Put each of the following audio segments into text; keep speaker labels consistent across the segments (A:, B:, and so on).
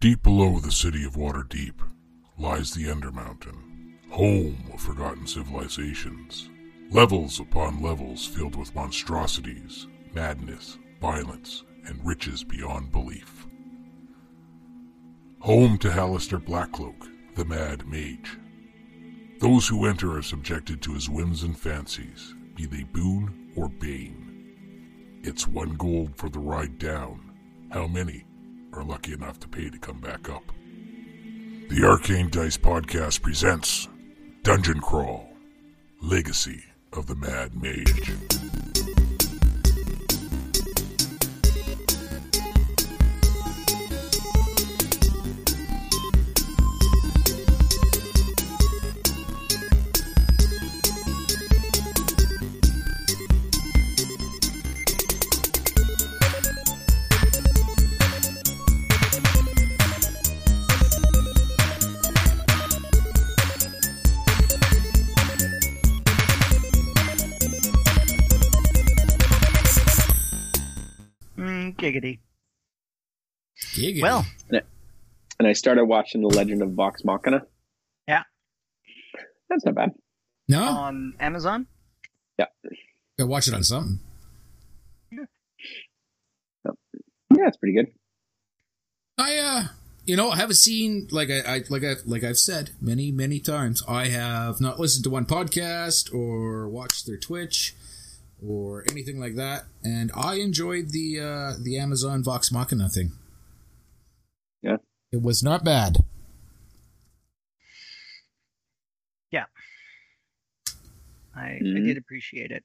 A: Deep below the city of Waterdeep lies the Ender Mountain, home of forgotten civilizations. Levels upon levels filled with monstrosities, madness, violence, and riches beyond belief. Home to Hallister Blackcloak, the Mad Mage. Those who enter are subjected to his whims and fancies, be they boon or bane. It's one gold for the ride down. How many are lucky enough to pay to come back up? The Arcane Dice Podcast presents Dungeon Crawl Legacy of the Mad Mage.
B: Mm, giggity.
C: Giggity.
B: Well,
D: and I started watching The Legend of Vox Machina.
B: Yeah.
D: That's not bad.
C: no,
B: on Amazon,
C: gotta watch it on something.
D: Yeah, it's pretty good.
C: I, uh, you know, I haven't seen like I, I like I like I've said many many times. I have not listened to one podcast or watched their Twitch or anything like that. And I enjoyed the uh the Amazon Vox Machina thing.
D: Yeah.
C: it was not bad.
B: I, I
D: Mhm.
B: did appreciate it.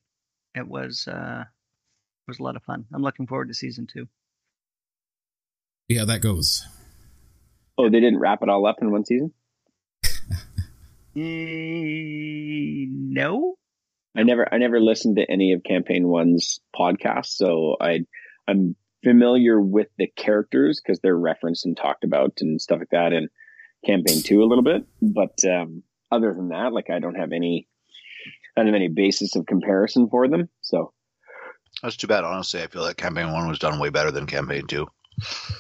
B: It was uh, it was a lot of fun. I'm looking forward to season two.
C: Yeah, that goes.
D: Oh, they didn't wrap it all up in one season?
B: Eh, no,
D: I never I never listened to any of Campaign One's podcasts, so I I'm familiar with the characters because they're referenced and talked about and stuff like that in Campaign Two a little bit. But um, other than that, like I don't have any I don't have any basis of comparison for them. So
E: That's too bad. Honestly, I feel that campaign one was done way better than campaign two.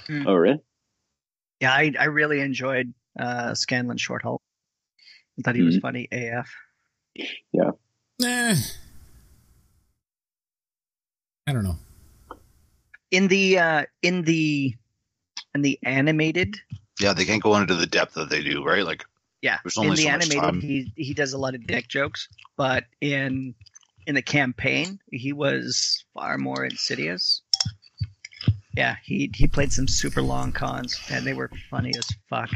B: Hmm.
D: oh really?
B: yeah, I I really enjoyed uh, Scanlan Shorthalt. I thought he was funny AF.
C: Eh. I don't know.
B: In the uh, in the in the animated,
E: Yeah, they can't go into the depth that they do, right? Like,
B: yeah,
E: There's
B: in
E: only
B: the
E: so much time.
B: animated he he does a lot of dick jokes, but in in the campaign he was far more insidious. Yeah, he he played some super long cons, and they were funny as fuck.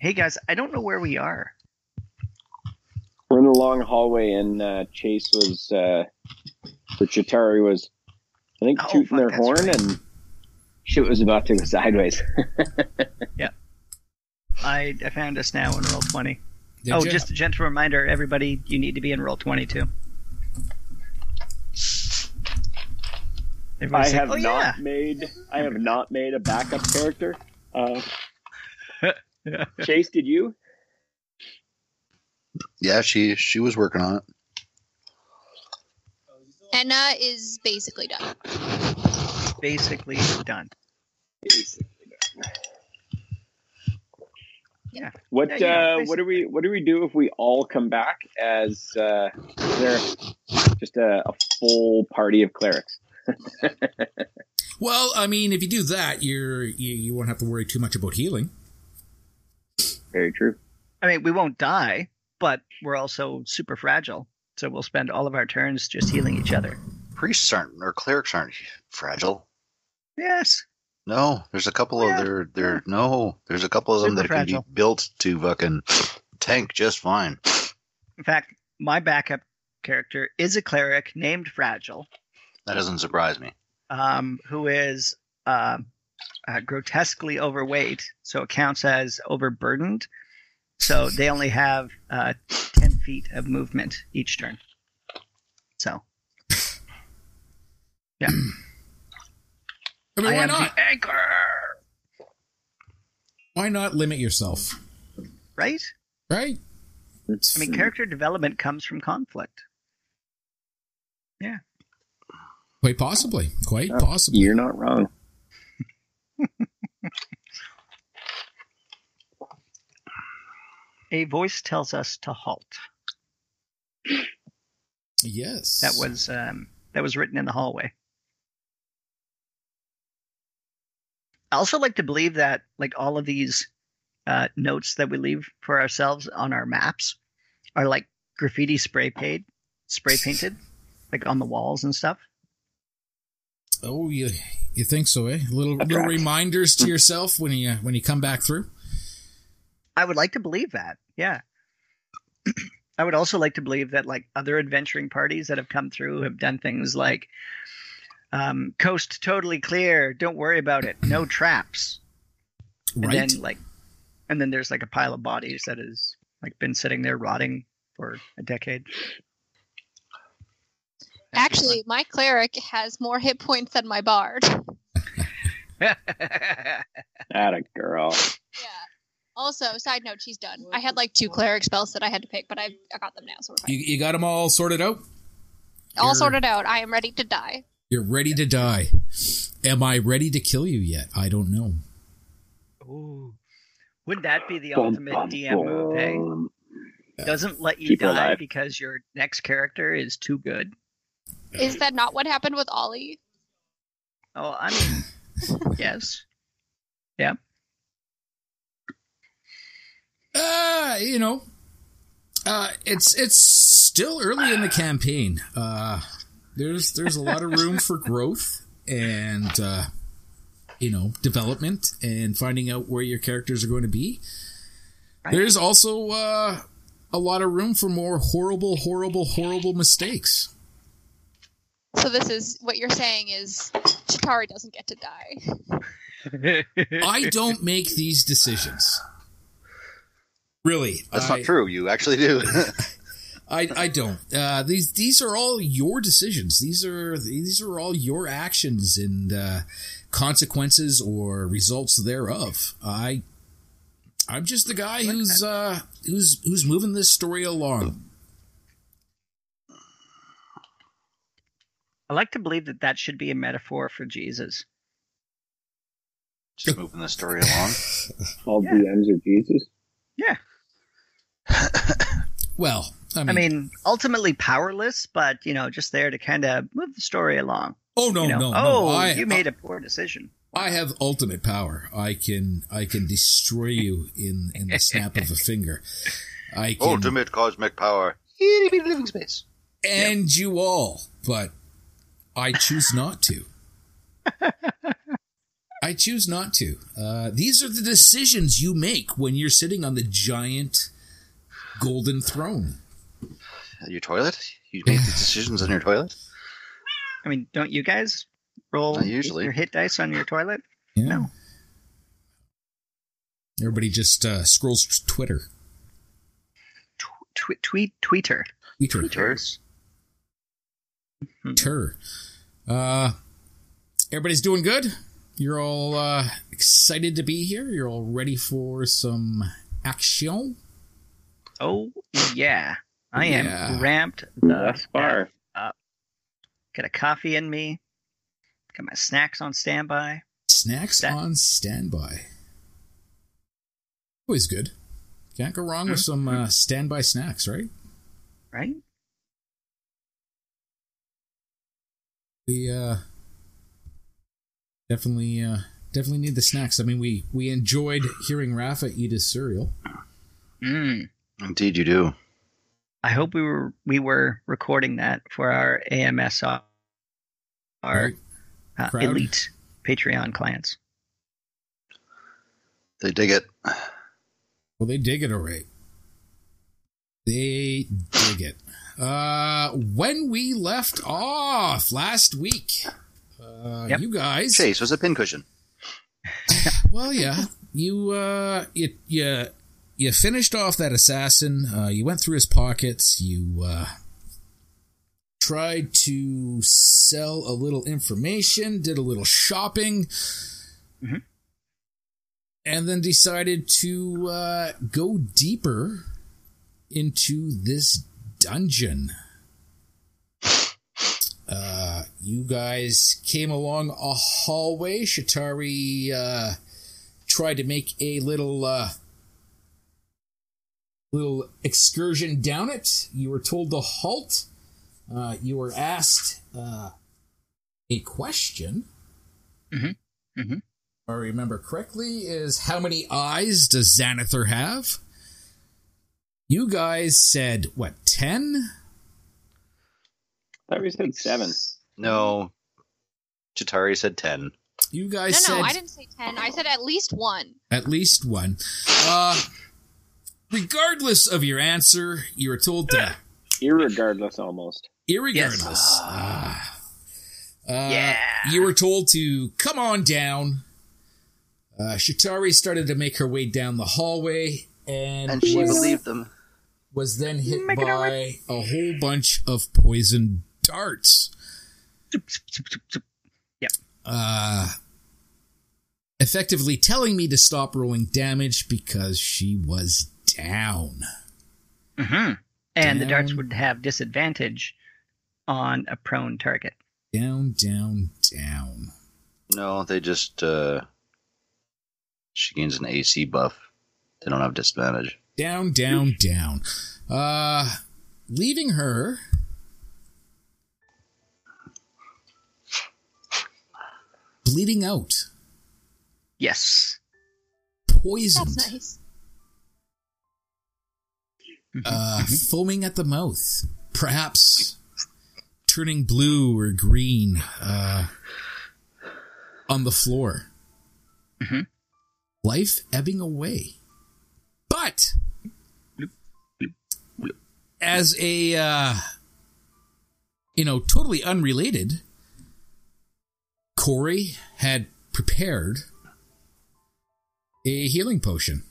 B: Hey guys, I don't know where we are.
D: We're in the long hallway, and uh, Chase was uh, or Chitari was, I think,
B: Oh,
D: tooting
B: fuck,
D: their
B: that's
D: horn,
B: right.
D: and shit was about to go sideways.
B: I, I found us now in roll twenty.
C: Did
B: oh,
C: ya?
B: just a gentle reminder, everybody, you need to be in roll twenty too.
D: I
B: Everybody's like,
D: have
B: "Oh,
D: not
B: yeah."
D: made. I have not made a backup character. Uh, Chase, did you?
E: yeah, she she was working on it.
F: Anna is basically done.
B: basically done. Yeah.
D: What
B: Yeah, yeah,
D: uh, what do we
B: basically.
D: what do we do if we all come back as uh, is there just a, a full party of clerics?
C: Well, I mean, if you do that, you're you, you won't have to worry too much about healing.
D: Very true.
B: I mean, we won't die, but we're also super fragile. So we'll spend all of our turns just healing each other.
E: Priests aren't or clerics aren't fragile.
B: Yes.
E: No, there's a couple
B: Yeah,
E: of their their no, there's a couple of them
B: Super
E: that
B: fragile.
E: can be built to fucking tank just fine.
B: In fact, my backup character is a cleric named Fragile,
E: That doesn't surprise me.
B: um, who is um uh, grotesquely overweight, so it counts as overburdened. So they only have uh, ten feet of movement each turn. So
C: I mean,
B: I
C: why
B: am
C: not?
B: the anchor,
C: Why not limit yourself?
B: right?
C: Right?
B: I mean, character development comes from conflict.
C: Quite possibly. Quite
D: Oh,
B: Oh,
C: possibly.
D: You're not wrong.
B: A voice tells us to halt.
C: Yes.
B: That was um, that was written in the hallway. I also like to believe that like all of these uh, notes that we leave for ourselves on our maps are like graffiti spray paid, spray painted, like on the walls and stuff.
C: Oh, you you think so, eh? Little
B: That's
C: little
B: right.
C: reminders to yourself when you when you come back through.
B: I would like to believe that. Yeah. I would also like to believe that like other adventuring parties that have come through have done things like um, coast totally clear, don't worry about it, no traps. And
C: Right.
B: then like and then there's like a pile of bodies that has like been sitting there rotting for a decade. That'd be
F: Actually, my cleric has more hit points than my bard. Yeah.
B: fun.
D: Atta girl.
F: Also, side note, she's done. I had like two cleric spells that I had to pick, but I, I got them now, so we're fine.
C: you, you got them all sorted out.
F: All
C: you're-
F: sorted out. I am ready to die.
C: You're ready to die. Am I ready to kill you yet? I don't know.
B: Ooh. Wouldn't that be the
D: Bum,
B: ultimate
D: bum,
B: DM move, hey?
D: bum.
B: Doesn't let you
D: Keep her
B: die
D: alive.
B: because your next character is too good.
F: Is that not what happened with Ollie?
B: Oh, I mean, yes.
C: Uh, you know, uh, it's it's still early in the campaign. Uh, there's there's a lot of room for growth and uh, you know development and finding out where your characters are going to be. There's also uh, a lot of room for more horrible, horrible, horrible mistakes.
F: So this is what you're saying is Chitari doesn't get to die.
C: I don't make these decisions. Really,
E: That's
C: I-
E: not true. You actually do.
C: I, I don't. Uh, these these are all your decisions. These are these are all your actions and uh, consequences or results thereof. I I'm just the guy who's uh, who's who's moving this story along.
B: I like to believe that that should be a metaphor for Jesus.
E: Just moving the story along.
D: All
B: Yeah.
D: DMs are Jesus.
B: Yeah.
C: Well, I mean,
B: I mean, ultimately powerless, but, you know, just there to kind of move the story along.
C: oh no,
B: you know?
C: no, no.
B: oh,
C: I,
B: you made a poor decision.
C: I have ultimate power. I can I can destroy you in in the snap of a finger. I can
E: Ultimate cosmic power. living space.
C: and you all, but I choose not to. I choose not to. Uh, these are the decisions you make when you're sitting on the giant golden throne.
E: Your toilet? You make the decisions on your toilet?
B: I mean, don't you guys roll
E: Not usually.
B: your hit dice on your toilet?
C: Yeah.
B: No.
C: Everybody just uh, scrolls t- Twitter.
B: Tweet, tweet, tweeter.
C: Twitter.
E: Tours?
C: Twitter. Uh, everybody's doing good. You're all uh, excited to be here. You're all ready for some action.
B: Oh, yeah. I am
C: Yeah.
B: ramped the
D: Thus far.
B: Got a coffee in me. Got my snacks on standby.
C: Snacks
B: That-
C: on standby. Always good. Can't go wrong with some uh, standby snacks, right?
B: Right?
C: We uh, definitely uh, definitely need the snacks. I mean, we we enjoyed hearing Rafa eat his cereal.
B: Mm.
E: Indeed, you do.
B: I hope we were we were recording that for our AMSR our
C: Right.
B: uh,
C: Crowd.
B: elite Patreon clients.
E: They dig it.
C: Well, they dig it, all right. They dig it. Uh, when we left off last week, uh,
B: Yep.
C: you guys
E: Chase was a pincushion.
C: Well, yeah, you uh, you you you finished off that assassin. Uh, you went through his pockets. You uh, tried to sell a little information, did a little shopping,
B: Mhm.
C: and then decided to uh, go deeper into this dungeon. Uh, you guys came along a hallway. Shatari uh, tried to make a little uh, little excursion down it. You were told to halt. Uh, you were asked uh, a question.
B: Mhm. Mhm.
C: If I remember correctly, is how many eyes does Xanathar have? You guys said what ten?
D: thought we said seven.
E: No. Chitari said 10.
C: You
F: No,
C: guys
F: no,
C: said
F: I didn't say ten. I said at least one.
C: at least one. Uh, regardless of your answer, you were told to,
D: Irregardless, almost.
C: irregardless. Ah. Uh,
B: Yeah.
C: You were told to come on down. Uh, Shatari started to make her way down the hallway and,
E: And she
C: was,
E: believed them.
C: was then hit
B: Making her
C: by a whole bunch of poison darts. uh, effectively telling me to stop rolling damage because she was down.
B: hmm And the darts
C: Down.
B: would have disadvantage on a prone target.
C: Down, down, down.
E: No, they just. Uh, she gains an AC buff. They don't have disadvantage.
C: Down, down, down. Uh, leaving her. Bleeding out.
B: Yes.
C: Poisoned.
F: That's nice.
C: uh, foaming at the mouth, perhaps turning blue or green uh, on the floor.
B: Mhm.
C: Life ebbing away. But as a, uh, you know, totally unrelated, Corey had prepared a healing potion.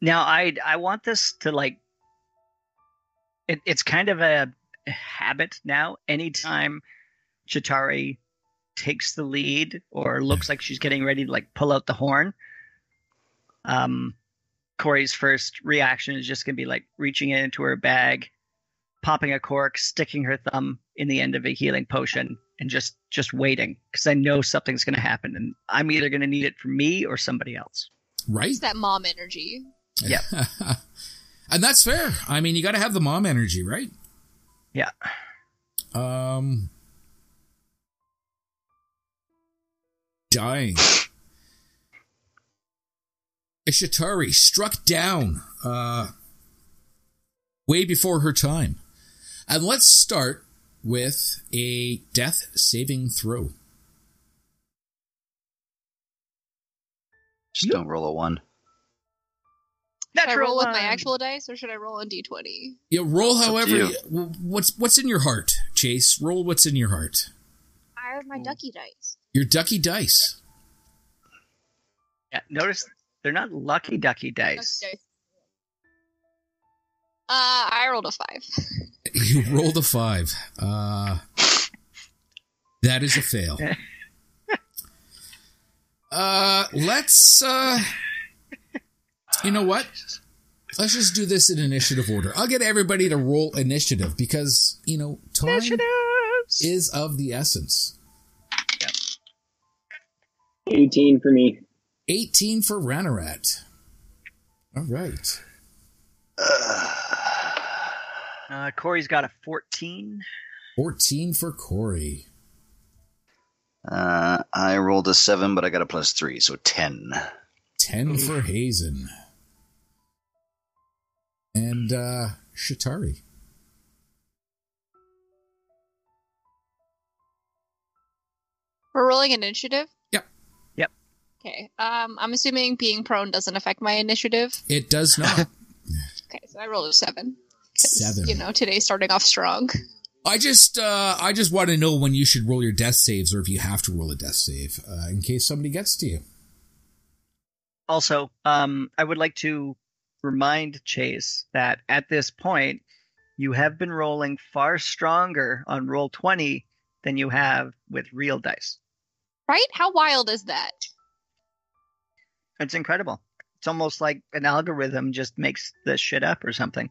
B: Now I I want this to like it, it's kind of a habit now. Anytime Chitari takes the lead or looks like she's getting ready to like pull out the horn, um Corey's first reaction is just gonna be like reaching into her bag, popping a cork, sticking her thumb in the end of a healing potion, and just just waiting because I know something's gonna happen, and I'm either gonna need it for me or somebody else.
C: Right?
F: It's that mom energy.
B: Yeah.
C: and that's fair. I mean, you got to have the mom energy, right?
B: Yeah.
C: Um, dying. Ishitari struck down uh, way before her time. And let's start with a death saving throw.
E: Just don't roll a 1.
F: Should I roll with my
B: one.
F: actual dice or should I roll on d twenty?
C: Yeah, roll
E: up to
C: however.
E: you.
C: w- What's what's in your heart, Chase? Roll what's in your heart.
F: I have my ducky dice.
C: Your ducky dice.
B: Yeah, notice they're not lucky ducky
F: Ducky
B: dice.
F: dice. Uh, I rolled a five.
C: You rolled a five. Uh, that is a fail. Uh, let's. Uh, you know what? Let's just do this in initiative order. I'll get everybody to roll initiative because you know time
B: Initiatives.
C: is of the essence.
D: 18 for me.
C: 18 for Ranarat. All right.
B: Uh, Corey's got a 14.
C: 14 for Corey.
E: Uh, I rolled a 7, but I got a plus 3, so 10.
C: 10 for Hazen. And uh Shatari.
F: We're rolling initiative.
C: Yep.
B: Yep.
F: Okay. Um, I'm assuming being prone doesn't affect my initiative.
C: It does not.
F: Okay, so I rolled a seven. 'Cause,
C: Seven.
F: You know, today's starting off strong.
C: I just uh I just want to know when you should roll your death saves or if you have to roll a death save uh, in case somebody gets to you.
B: Also, um, I would like to remind Chase that at this point, you have been rolling far stronger on roll 20 than you have with real dice.
F: Right? How wild is that?
B: It's incredible. It's almost like an algorithm just makes this shit up or something.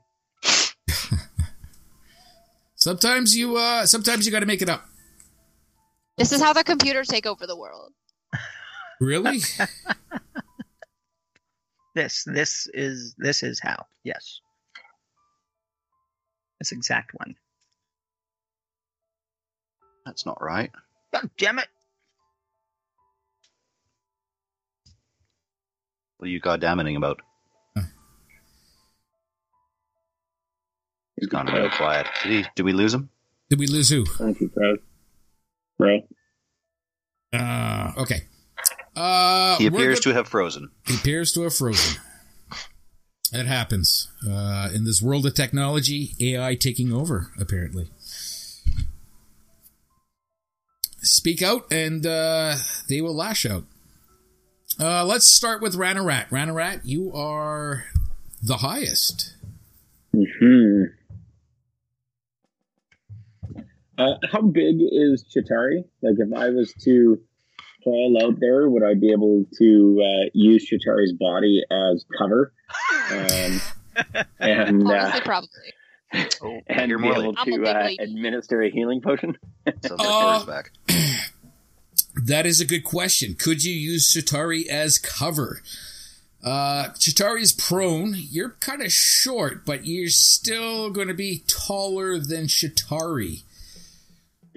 C: Sometimes you uh sometimes you got to make it up.
F: This is how the computers take over the world.
C: Really?
B: This this is this is how. Yes. This exact one.
E: That's not right.
B: God damn it.
E: What are you goddamning about? He's gone real quiet. Did, he, did we lose him?
C: Did we lose who?
D: Aren't you proud? Bro.
C: Uh okay. Uh
E: He
C: we're
E: appears
C: good-
E: to have frozen.
C: He appears to have frozen. It happens uh, in this world of technology, AI taking over. Apparently, speak out, and uh, they will lash out. Uh, let's start with Ranarat. Ranarat, you are the highest.
D: hmm Uh, how big is Chitari? Like, if I was to crawl out there, would I be able to uh, use Chitari's body as cover? Um, and
F: Honestly,
D: uh,
F: probably.
E: Oh,
D: and
E: you're
D: be
E: more
D: able
F: I'm a
D: to
F: big
D: uh,
F: lady.
D: administer a healing potion?
E: So
C: Oh.
E: oh. back.
C: That is a good question. Could you use Chitari as cover? Uh, Chitari is prone. You're kind of short, but you're still going to be taller than Chitari.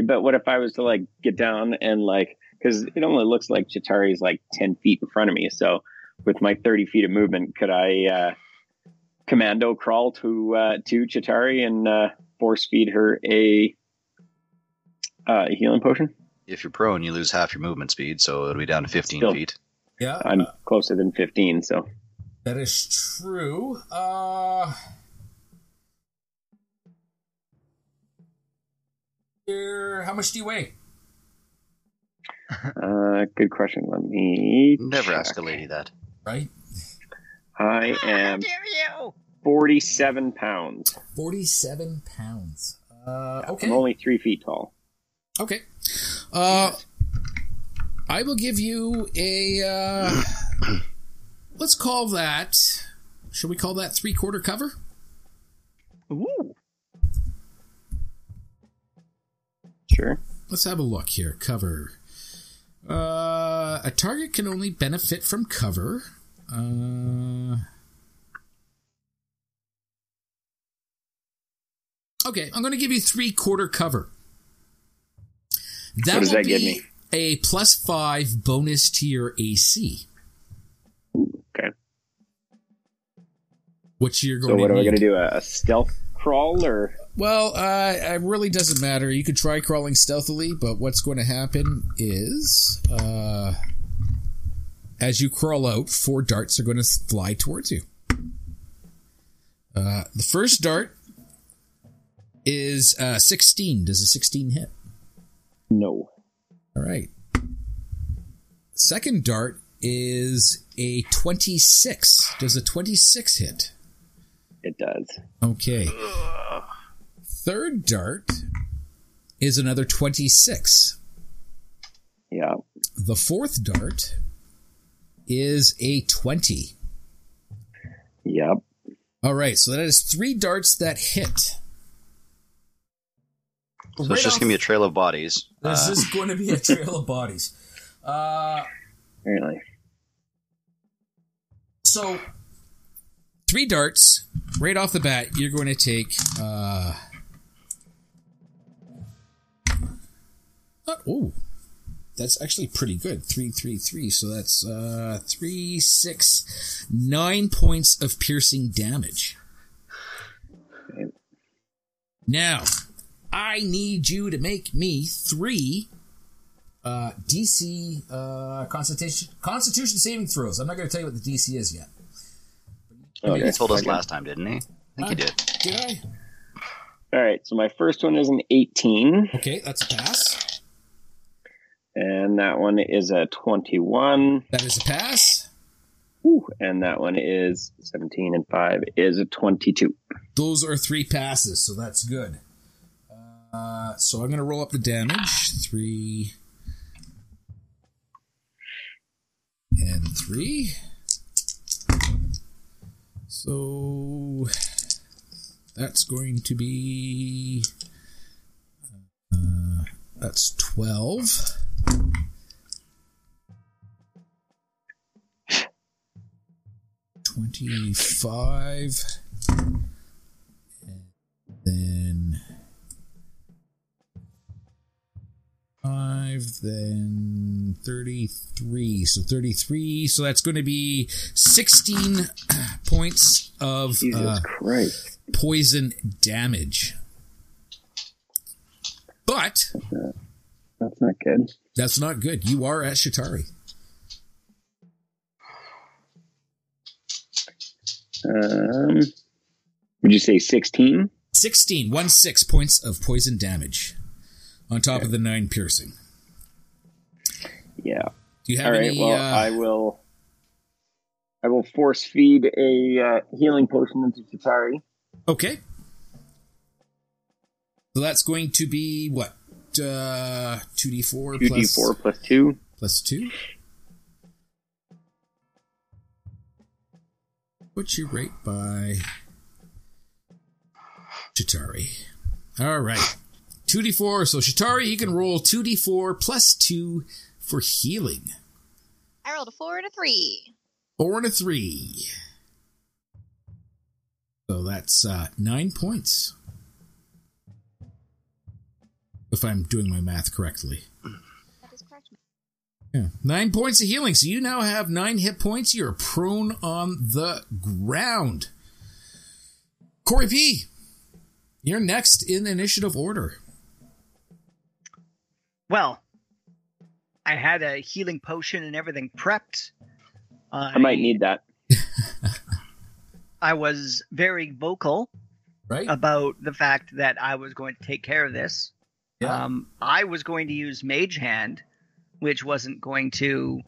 D: But what if I was to like get down and like because it only looks like Chitari's like ten feet in front of me. So with my thirty feet of movement, could I uh, commando crawl to uh, to Chitari and uh, force feed her a uh, healing potion?
E: If you're prone, you lose half your movement speed, so it'll be down to 15
D: Still.
E: feet.
C: Yeah,
D: I'm
E: Uh.
D: closer than fifteen, so
C: That is true. Uh, here, how much do you weigh?
D: uh, good question. Let me
E: Never
D: check.
E: ask a lady that.
C: Right,
D: I
B: How
D: am
B: dare you?
D: forty-seven pounds.
C: forty-seven pounds. Uh, okay,
D: I'm only three feet tall.
C: okay. Uh, I will give you a. Uh, let's call that. Shall we call that three-quarter cover?
B: Ooh.
D: Sure.
C: Let's have a look here. Cover. Uh, a target can only benefit from cover. Uh, okay, I'm going to give you three quarter cover. That
D: What does
C: will
D: that
C: be
D: give me?
C: a plus five bonus to your AC.
D: Okay.
C: What you're going
D: So what
C: to
D: am I going
C: need.
D: to do? A, a stealth crawl or?
C: Well, uh, it really doesn't matter. You could try crawling stealthily, but what's going to happen is, uh, as you crawl out, four darts are going to fly towards you. Uh, the first dart is uh, 16. Does a 16 hit?
D: No.
C: All right. Second dart is a 26. Does a 26 hit?
D: It does.
C: Okay. Third dart is another 26.
D: Yeah.
C: The fourth dart is a 20.
D: Yep.
C: All right, so that is three darts that hit.
E: So it's just going to be a trail of bodies.
C: This
E: Uh,
C: is going to be a trail of bodies. Uh,
D: Really.
C: so three darts right off the bat. You're going to take. Uh, not- oh, that's actually pretty good. Three, three, three. So that's uh, three, six, nine points of piercing damage. Now, I need you to make me three uh, DC uh, Constitution Constitution saving throws. I'm not going to tell you what the DC is yet.
E: Oh, He told us last time, didn't he? I think
C: Uh,
E: he did.
C: Did I?
D: All right. So my first one is an 18,
C: Okay, that's a pass.
D: and that one is a 21.
C: That is a pass.
D: Ooh, and that one is 17 and 5 is a 22.
C: Those are three passes, so that's good. Uh, so I'm going to roll up the damage. Three and three. So that's going to be uh, That's 12. Twenty-five, and then five, then thirty-three. So thirty-three. So that's going to be sixteen points of
D: Jesus
C: uh,
D: Christ.
C: poison damage. But
D: That's not good.
C: that's not good. You are at Shatari.
D: Um, would you say 16?
C: 16, 1 6 points of poison damage on top of the 9 piercing.
D: Yeah.
C: Do you have
D: All right.
C: any.
D: well,
C: uh,
D: I will. I will force feed a uh, healing potion into Chitari.
C: Okay. So that's going to be what? Uh, 2d4
D: Two D
C: plus-
D: four plus two.
C: plus 2. What's your rate by Shatari? All right. 2d4. So Shatari, you can roll 2d4 plus 2 for healing.
F: I rolled a four and a three.
C: Four and a three. So that's uh, nine points. If I'm doing my math correctly.
F: That is correct.
C: Yeah. Nine points of healing. So you now have nine hit points. You're prone on the ground. Corey P, you're next in initiative order.
B: Well, I had a healing potion and everything prepped. I,
D: I might need that.
B: I was very vocal
C: Right?
F: Uh,
B: about the fact that I was going to take care of this. Um, I was going to use Mage Hand, which wasn't going to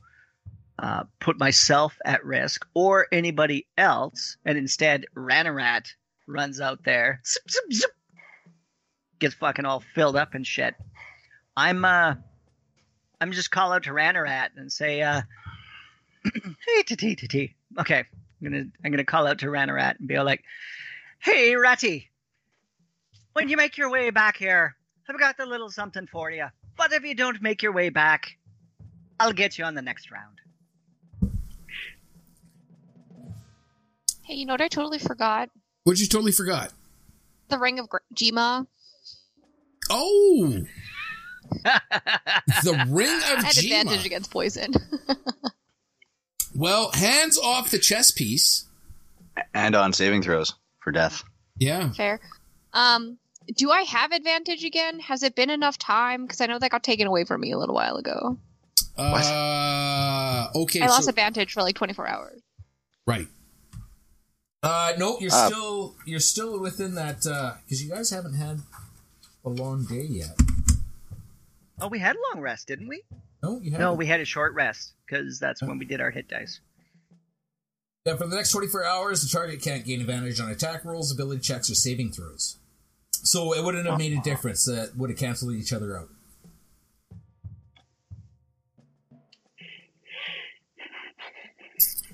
B: uh, put myself at risk or anybody else, and instead Ranarat runs out there, zip, zip, zip, gets fucking all filled up and shit. I'm uh, I'm just call out to Ranarat and say, uh, hey, t t t t. Okay, I'm gonna I'm gonna call out to Ranarat and be all like, hey, Ratty, when you make your way back here. I've got a little something for you. But if you don't make your way back, I'll get you on the next round.
F: Hey, you know what? I totally forgot
C: What you totally forgot?
F: the ring of Gr- Jima.
C: Oh, the ring
F: I
C: of
F: had advantage
C: Jima.
F: against poison.
C: Well, hands off the chess piece.
E: And on saving throws for death.
C: Yeah.
F: Fair. Um, do I have advantage again? Has it been enough time? Because I know that got taken away from me a little while ago.
C: Uh, okay.
F: I lost
C: so-
F: advantage for like 24 hours.
C: Right. Uh, no, you're
E: Uh,
C: still you're still within that because you guys haven't had a long day yet.
B: Oh, we had a long rest, didn't we?
C: No, you haven't.
B: No, we had a short rest because that's when we did our hit dice.
C: yeah, for the next 24 hours, the target can't gain advantage on attack rolls, ability checks, or saving throws. So it wouldn't have made a difference. That would have canceled each other out.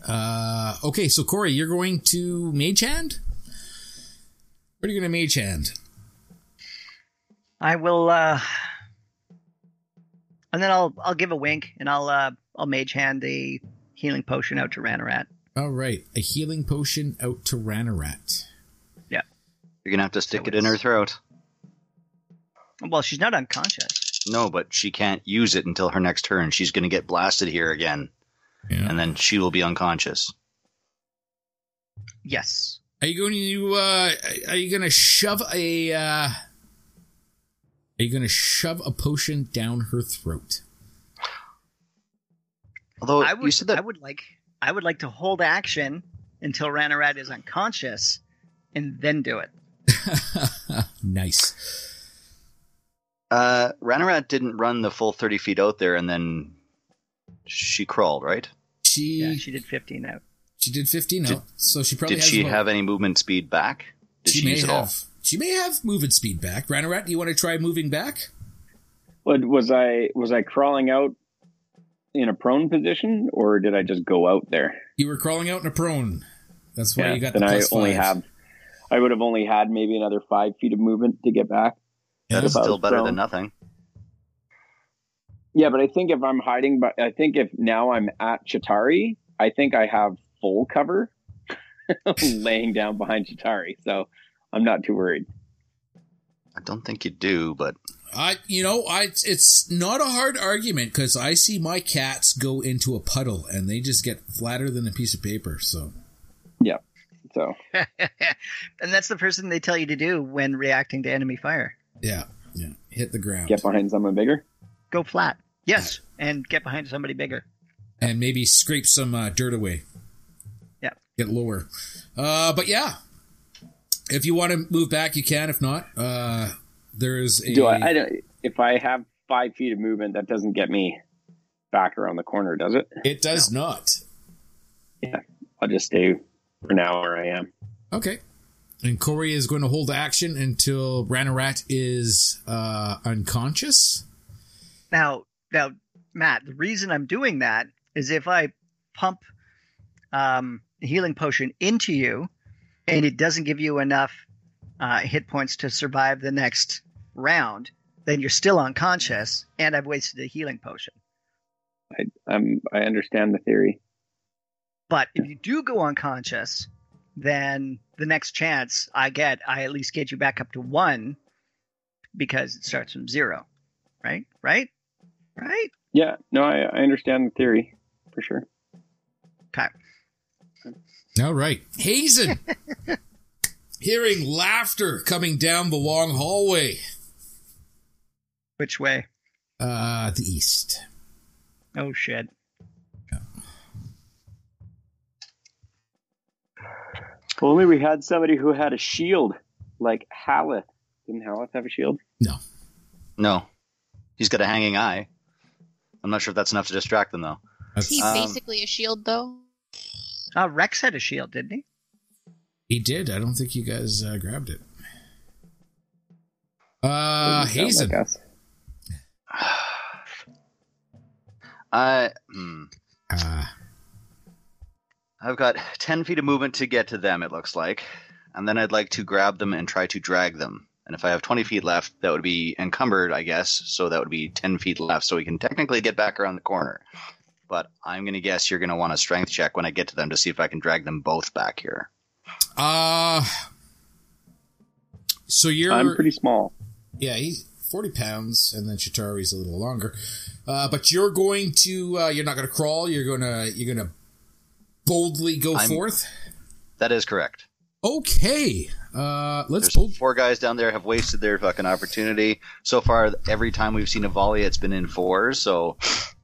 C: Uh, okay, so Corey, you're going to Mage Hand. What are you going to Mage Hand?
B: I will, uh, and then I'll I'll give a wink and I'll uh, I'll mage hand the healing potion out to Ranarat.
C: All right, a healing potion out to Ranarat.
E: You're gonna have to stick it in her throat.
B: Well, she's not unconscious.
E: No, but she can't use it until her next turn. She's gonna get blasted here again, and then she will be unconscious.
B: Yes.
C: Are you going to uh, are you going to shove a uh, are you going to shove a potion down her throat?
E: Although
B: I would,
E: Oh, you said that
B: I would like I would like to hold action until Ranarat is unconscious, and then do it.
C: nice.
E: uh, Ranarat didn't run the full thirty feet out there, and then she crawled. Right?
C: She
B: Yeah,
C: she,
B: she did 15 out.
C: did 15
E: Did-
C: out, so she probably
E: Did
C: has
E: she
C: about-
E: have any movement speed back? Did she,
C: may
E: use
C: have,
E: it all?
C: She may have moving speed back. Ranarat, do you want to try moving back?
D: But was I was I crawling out in a prone position, or did I just go out there?
C: You were crawling out in a prone. That's why you got
D: then
C: the
D: I
C: plus
D: only
C: five.
D: have. I would have only had maybe another five feet of movement to get back.
E: That's
D: About
E: still better
D: so.
E: than nothing.
D: Yeah, but I think if I'm hiding, but I think if now I'm at Chitari, I think I have full cover laying down behind Chitari, so I'm not too worried.
E: I don't think you do, but
C: I, you know, I it's not a hard argument because I see my cats go into a puddle and they just get flatter than a piece of paper. So
D: So
B: and that's the first thing they tell you to do when reacting to enemy fire.
C: yeah, yeah, hit the ground
D: get behind someone bigger.
B: Go flat. Yes, and get behind somebody bigger.
C: and maybe scrape some uh, dirt away.
B: Yeah.
C: get lower. Uh, but yeah, if you want to move back, you can. If not, uh, there is a
D: Do I, I don't, if I have five feet of movement, that doesn't get me back around the corner, does it?
C: it does not.
D: I'll just stay for now where I am.
C: Okay. And Corey is going to hold action until Ranarat is uh, unconscious.
B: Now, now, Matt, the reason I'm doing that is if I pump um, healing potion into you, and it doesn't give you enough uh, hit points to survive the next round, then you're still unconscious, and I've wasted a healing potion.
D: Um, I understand the theory.
B: But if you do go unconscious, then the next chance I get, I at least get you back up to one because it starts from zero. Right? Right? Right?
D: Yeah, no, I, I understand the theory for sure.
C: All right. Hazen, hearing laughter coming down the long hallway.
B: Which way?
C: Uh, the east.
B: Oh, shit.
D: If only we had somebody who had a shield, like Haleth. Didn't Haleth have a shield?
E: no. He's got a hanging eye. I'm not sure if that's enough to distract them, though.
F: He's
E: Um,
F: basically a shield, though.
B: Uh, Rex had a shield, didn't he?
C: He did. I don't think you guys uh, grabbed it. Uh,
D: Doesn't sound
C: Hazen.
D: like us.
E: I, hmm,
C: Uh,
E: I've got 10 feet of movement to get to them, it looks like. And then I'd like to grab them and try to drag them. And if I have 20 feet left, that would be encumbered, I guess. So that would be 10 feet left. So we can technically get back around the corner. But I'm going to guess you're going to want a strength check when I get to them to see if I can drag them both back here.
C: uh, so you're.
D: I'm pretty small.
C: Yeah, he's 40 pounds, and then Chitari's a little longer. Uh, but you're going to, uh, you're not going to crawl. You're going to, you're going to boldly go
E: I'm-
C: forth.
E: That is correct.
C: Okay. Uh, let's
E: There's
C: bold.
E: four guys down there have wasted their fucking opportunity. So far, every time we've seen a volley, it's been in fours. So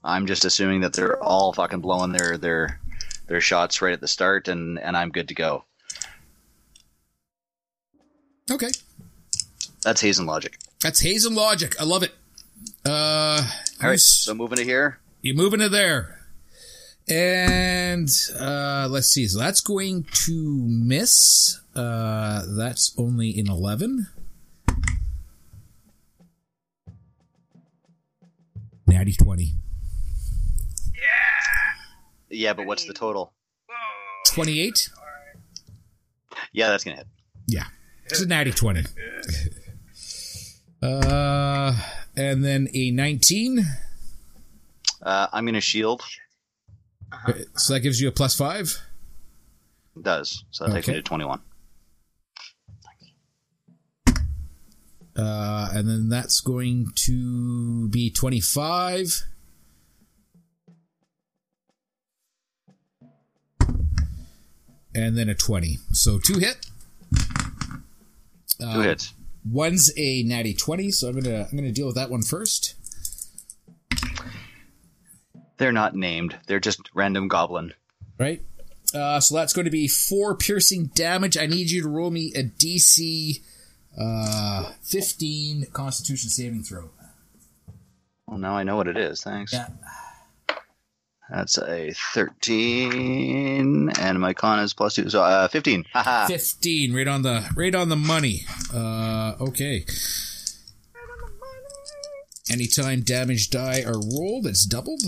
E: I'm just assuming that they're all fucking blowing their their their shots right at the start, and and I'm good to go.
C: Okay.
E: That's Hazen logic.
C: That's Hazen logic. I love it. Uh,
E: All
C: you
E: right,
C: s-
E: so moving to here.
C: you move into there. And uh, let's see. So that's going to miss. Uh, that's only an 11. Natty 20.
E: Yeah, but what's the total?
C: 28?
E: Yeah, that's gonna hit.
C: Yeah. It's a natty 20. uh, and then a 19.
E: Uh, I'm gonna shield.
C: Uh, So that gives you a plus five.
E: It does so that takes me
C: Okay.
E: to 21.
C: Uh, and then that's going to be 25. And then a 20. So two hit.
E: Two hits.
C: One's a natty 20, so I'm going to I'm going to deal with that one first.
E: They're not named. They're just random goblin.
C: right? Uh, so that's going to be four piercing damage. I need you to roll me a DC uh, 15 Constitution saving throw.
E: Well, now I know what it is. Thanks.
C: Yeah.
E: That's a 13, and my con is plus two, so uh, 15. Haha.
C: 15, right on the right on the money. Uh, okay. Anytime damage die are rolled, it's doubled.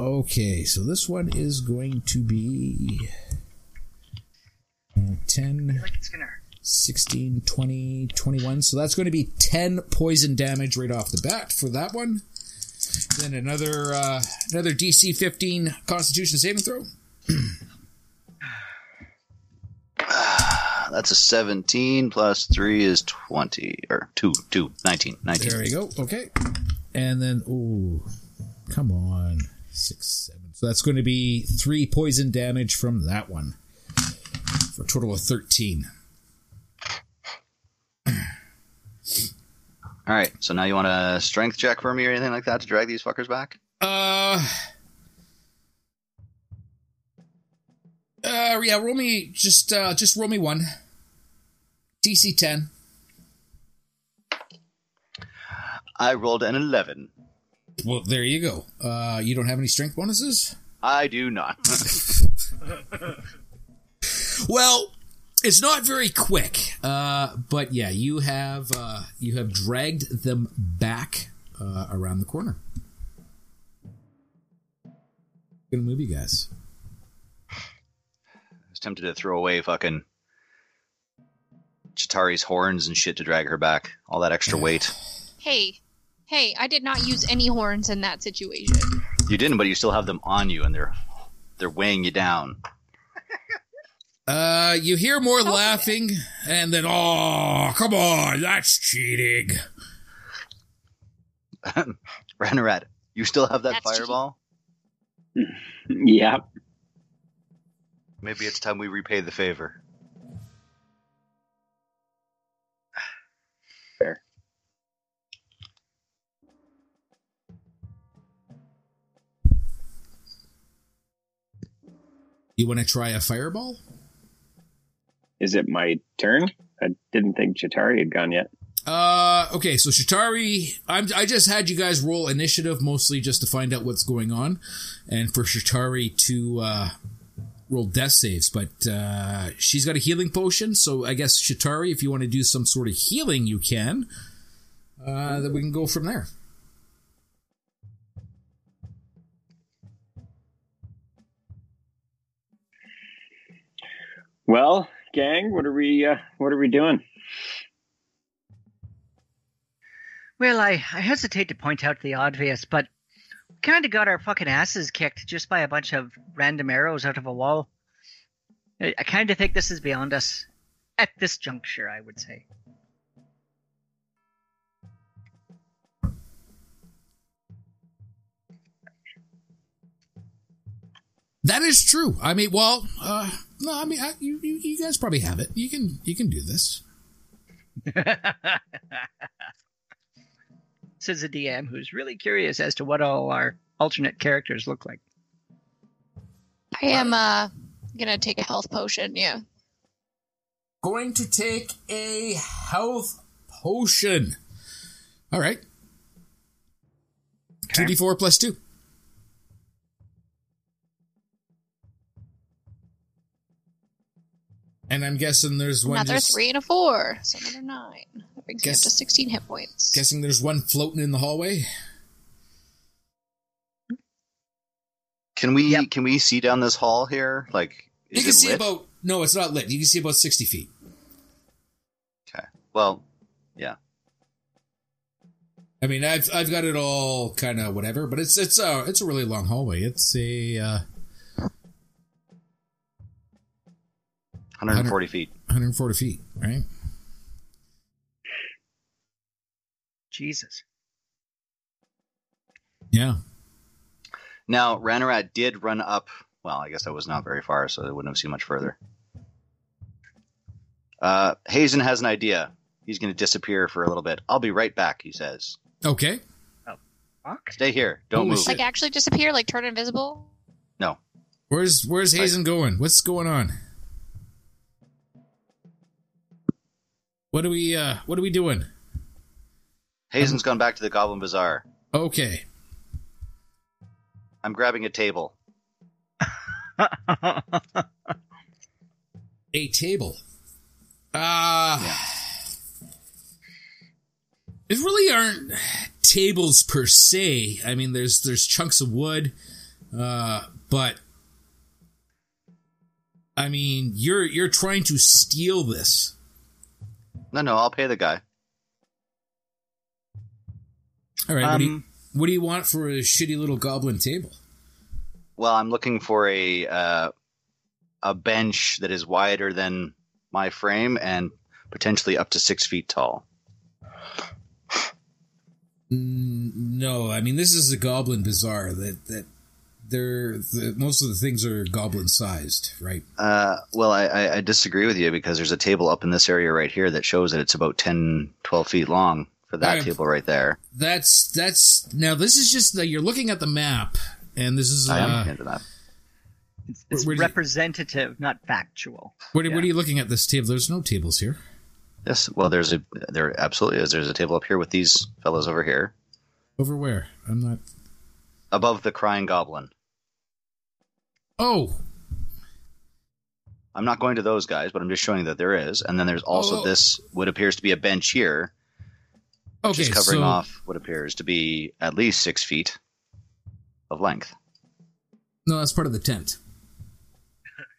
C: Okay, so this one is going to be uh, 10,
B: Like it's gonna.
C: 16, 20, 21. So that's going to be 10 poison damage right off the bat for that one. Then another uh, another DC 15 Constitution saving throw.
E: That's a 17 plus 3 is 20 or 2 2 19 19.
C: There we go. Okay. And then, ooh, come on. Six, seven. So that's going to be three poison damage from that one for a total of 13.
E: All right. So now you want a strength check for me or anything like that to drag these fuckers back?
C: Uh. Uh, yeah, roll me just uh just roll me one. DC ten.
E: I rolled an 11.
C: Well, there you go. Uh, you don't have any strength bonuses.
E: I do not.
C: Well, it's not very quick. Uh, but yeah, you have uh you have dragged them back uh, around the corner. Gonna move you guys.
E: I was tempted to throw away fucking Chitari's horns and shit to drag her back. All that extra weight.
F: Hey, hey, I did not use any horns in that situation.
E: You didn't, but you still have them on you and they're they're weighing you down.
C: Uh, you hear more laughing, and then oh, come on, that's cheating.
E: Ranarat, you still have that
F: That's
E: fireball?
D: Yeah.
E: Maybe it's time we repay the favor.
D: Fair.
C: You want to try a fireball?
D: Is it my turn? I didn't think Chitari had gone yet.
C: Uh, okay, so Shatari, I'm, I just had you guys roll initiative mostly just to find out what's going on, and for Shatari to uh, roll death saves. But uh, she's got a healing potion, so I guess Shatari, if you want to do some sort of healing, you can. Uh, then we can go from there.
D: Well, gang, what are we? Uh, what are we doing?
B: Well, I, I hesitate to point out the obvious, but we kind of got our fucking asses kicked just by a bunch of random arrows out of a wall. I, I kind of think this is beyond us. At this juncture, I would say.
C: That is true. I mean, well, uh, no, I mean, I, you, you, you guys probably have it. You can, you can do this.
B: Says a DM who's really curious as to what all our alternate characters look like.
F: I am uh gonna take a health potion. Yeah.
C: Going to take a health potion. All right. Two D four plus two. And I'm guessing there's one.
F: another
C: just-
F: three and a four. So another nine. That brings me
C: Guess-
F: up to sixteen hit points.
C: Guessing there's one floating in the hallway.
E: Can we
B: Yep.
E: can we see down this hall here? Like is
C: you can
E: it
C: see
E: lit?
C: about. No, it's not lit. You can see about sixty feet.
E: Okay. Well,
C: I mean, I've I've got it all kind of whatever, but it's it's a it's a really long hallway. It's a uh,
E: 140 feet.
C: 140 feet, right?
B: Jesus.
C: Yeah.
E: Now, Ranarat did run up. Well, I guess that was not very far, so they wouldn't have seen much further. Uh, Hazen has an idea. He's going to disappear for a little bit. I'll be right back, he says.
C: Okay.
B: Fuck.
E: Stay here. Don't
C: Holy
E: move.
C: shit.
F: Like actually disappear, like turn invisible.
E: No.
C: Where's Where's Hazen going? What's going on? What are we uh What are we doing?
E: Hazen's gone back to the Goblin Bazaar.
C: Okay.
E: I'm grabbing a table.
C: A table. Uh It really aren't tables per se. I mean, there's there's chunks of wood, uh, but I mean, you're you're trying to steal this.
E: No, no, I'll pay the guy.
C: All right. what, do you,
B: Um,
C: what do you want for a shitty little goblin table?
E: Well, I'm looking for a uh, a bench that is wider than my frame and potentially up to six feet tall.
C: Mm, no, I mean this is a goblin bazaar that that they're the, most of the things are goblin sized, right?
E: Uh, well, I, I, I disagree with you because there's a table up in this area right here that shows that it's about 10, 12 feet long for that
C: Right.
E: table right there.
C: That's that's now this is just that you're looking at the map and this is
E: I am looking
C: uh,
E: into that.
B: It's, it's
C: where do you-
B: representative, not factual.
C: what, are- what are you looking at this table? There's no tables here.
E: Yes, well, there's a there absolutely is. There's a table up here with these fellows over here
C: Over where? I'm not.
E: above the crying goblin.
C: Oh,
E: I'm not going to those guys, but I'm just showing that there is. And then there's also
C: Oh.
E: this what appears to be a bench here,
C: okay.
E: which is covering
C: so
E: off what appears to be at least six feet of length.
C: no, that's part of the tent.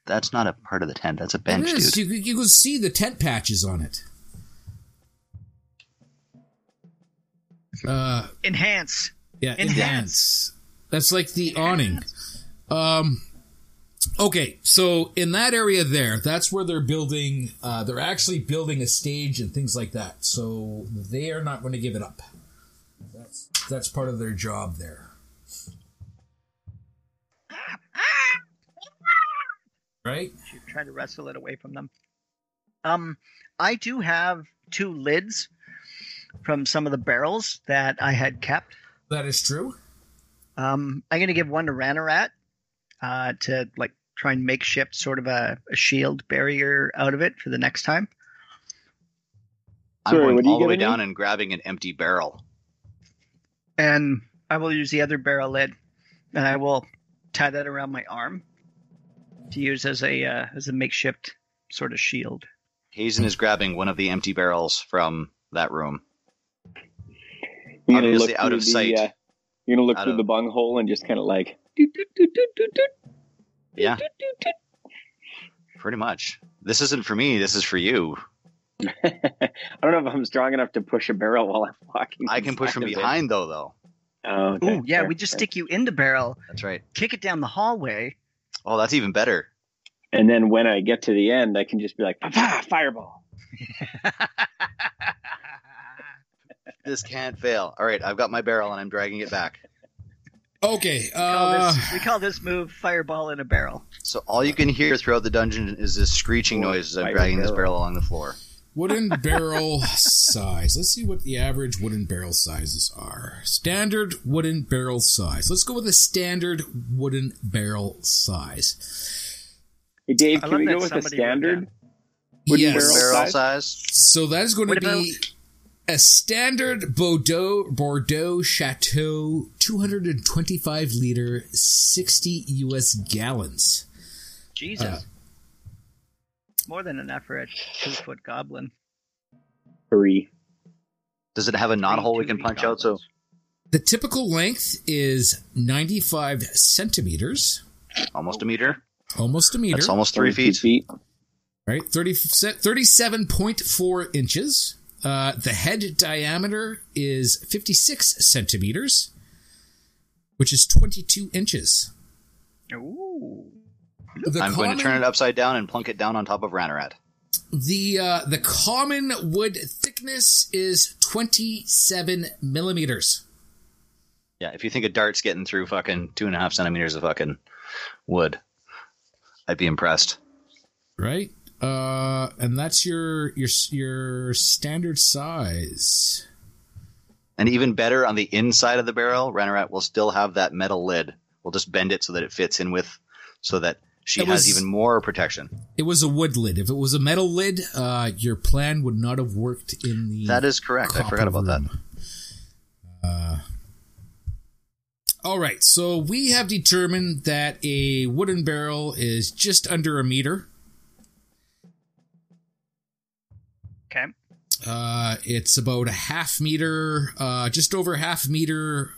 E: That's not a part of the tent. That's a bench,
C: it is.
E: dude.
C: You, you can see the tent patches on it. Uh,
B: Enhance.
C: Yeah,
B: Enhance.
C: enhance. That's like the awning. Um okay, so in that area there, that's where they're building uh they're actually building a stage and things like that. So they are not going to give it up. That's that's part of their job there. Right?
B: You're trying to wrestle it away from them. Um, I do have two lids from some of the barrels that I had kept.
C: That is true.
B: Um, I'm going to give one to Ranarat uh, to like try and makeshift sort of a, a shield barrier out of it for the next time.
E: I'm
D: Sorry,
E: going
D: what are you
E: all the way
D: giving me?
E: down and grabbing an empty barrel.
B: And I will use the other barrel lid, and I will tie that around my arm to use as a uh, as a makeshift sort of shield.
E: Hazen is grabbing one of the empty barrels from that room.
D: You're gonna
E: Obviously
D: look
E: out
D: through
E: of
D: the,
E: sight.
D: uh, you're gonna look
E: Out
D: through
E: of-
D: the bung hole and just kind of like
E: Yeah. Pretty much. This isn't for me. This is for you.
D: I don't know if I'm strong enough to push a barrel while I'm walking.
E: I can push from
D: inside of it.
E: behind, though, though.
D: Oh, okay.
B: Ooh, yeah,
D: Fair,
B: we just
D: fair.
B: stick you in the barrel,
E: That's right.
B: kick it down the hallway.
E: Oh, that's even better.
D: And then when I get to the end, I can just be like, "Pah, fireball.
E: This can't fail. All right, I've got my barrel and I'm dragging it back.
C: Okay.
B: We call
C: Uh,
B: this, we call this move fireball in a barrel.
E: So all you can hear throughout the dungeon is this screeching noise as I'm
D: Fire
E: dragging this
D: barrel.
E: barrel along the floor.
C: Wooden barrel size. Let's see what the average wooden barrel sizes are. Standard wooden barrel size. Let's go with a standard wooden barrel size.
D: Hey, Dave,
B: I
D: can
B: love
D: we
B: that
D: go with a
B: somebody wrote
D: standard?
B: down.
D: Wooden
C: yes.
D: Barrel
E: Barrel
D: size?
E: size?
C: So that is going
B: What
C: to be
B: about-
C: a standard Bordeaux Bordeaux Chateau 225 liter 60 US gallons.
B: Jesus.
C: Uh.
B: More than enough for a two foot goblin.
D: Three.
E: Does it have a knot hole we can
B: Two-feet
E: punch out? So
B: goblins.
C: The typical length is 95 centimeters,
E: almost a meter.
C: almost a meter.
E: That's almost three
D: Twenty-two
E: feet.
D: feet.
C: right 30, 37.4 inches uh, the head diameter is 56 centimeters which is 22 inches
B: Ooh.
C: the
E: I'm going to turn it upside down and plunk it down on top of Ranarat.
C: the uh, the common wood thickness is 27 millimeters
E: Yeah, if you think a dart's getting through fucking two and a half centimeters of fucking wood, I'd be impressed.
C: right uh, and that's your your your standard size
E: And even better, on the inside of the barrel, Ranarat will still have that metal lid. We'll just bend it so that it fits in with, so that she
C: That
E: has
C: was-
E: even more protection.
C: it was a wood lid if it was a metal lid uh, your plan would not have worked in the
E: That is correct. I forgot about that.
C: that. Uh, all right, so we have determined that a wooden barrel is just under a meter.
B: Okay.
C: Uh, it's about a half meter, uh, just over a half meter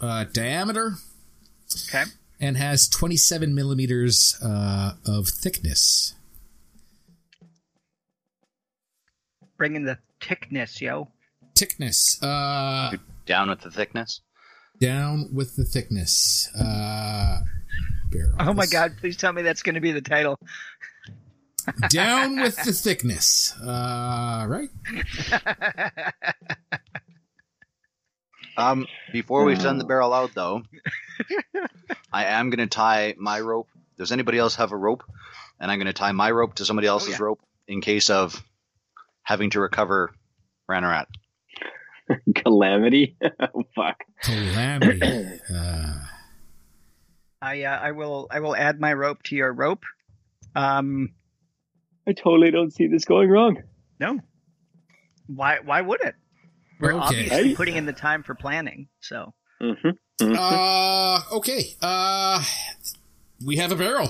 C: uh, diameter,
B: Okay.
C: and has 27 millimeters uh, of thickness.
B: bringing the thickness, yo.
C: Thickness. Uh,
E: Down with the thickness.
C: down with the thickness. Uh, bear
B: Oh my
C: office.
B: god, please tell me that's going to be the title.
C: down with the thickness. Uh, right.
E: Um, before we've
C: Uh.
E: done the barrel out, though, I am going to tie my rope. Does anybody else have a rope? And I'm going to tie my rope to
C: Oh,
E: somebody else's
B: yeah.
E: rope in case of having to recover Ranarat.
D: Calamity. oh, fuck.
C: Calamity. Uh,
B: I uh, I will I will add my rope to your rope. Um,
D: I totally don't see this going wrong.
B: no. Why why would it? We're
C: okay.
B: obviously putting in the time for planning. So
D: Mm-hmm.
C: Uh, okay. Uh, we have a barrel.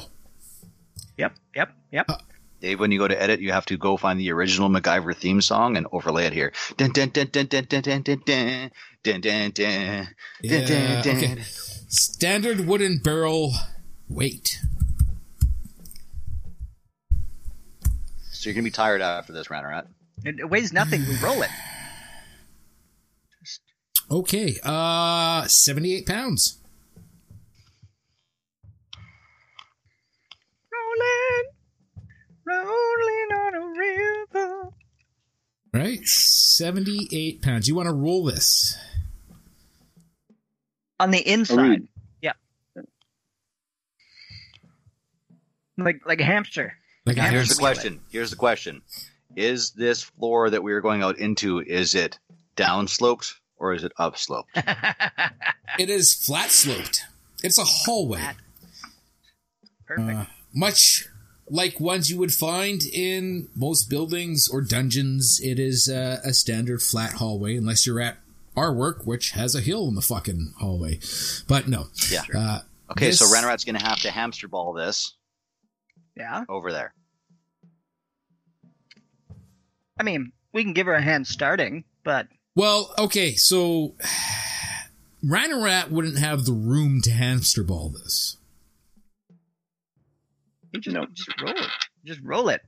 B: yep yep yep.
E: Dave, when you go to edit, you have to go find the original MacGyver theme song and overlay it here. Dun, dun, dun, dun, dun, dun, dun, dun, dun. Dun, dun, dun. Dun, dun,
C: Yeah,
E: dun.
C: okay. Standard wooden barrel weight.
E: So you're going to be tired after this, Ranarat.
B: It, it weighs nothing. We roll it.
C: Okay. Uh, 78 pounds.
B: Rolling, rolling on a river.
C: Right? 78 pounds. You want to roll this?
B: on the inside. Yeah. Like like a hamster.
C: Like a
B: Yeah,
E: Here's the
C: hamster.
B: Absolutely.
E: question. Here's the question. Is this floor that we are going out into, is it downsloped or is it upsloped?
C: It is flat sloped. It's a hallway.
B: Flat. Perfect.
C: Uh, much like ones you would find in most buildings or dungeons, it is uh, a standard flat hallway, unless you're at our work, which has a hill in the fucking hallway. But no.
E: Yeah.
C: Uh,
E: Okay, so
C: This-
E: Ranarat's going to have to hamster ball this
B: yeah.
E: over there.
B: I mean, we can give her a hand starting, but
C: well, okay, so Rhinorat wouldn't have the room to hamster ball this.
B: you just
D: No.
B: just roll it. Just roll it.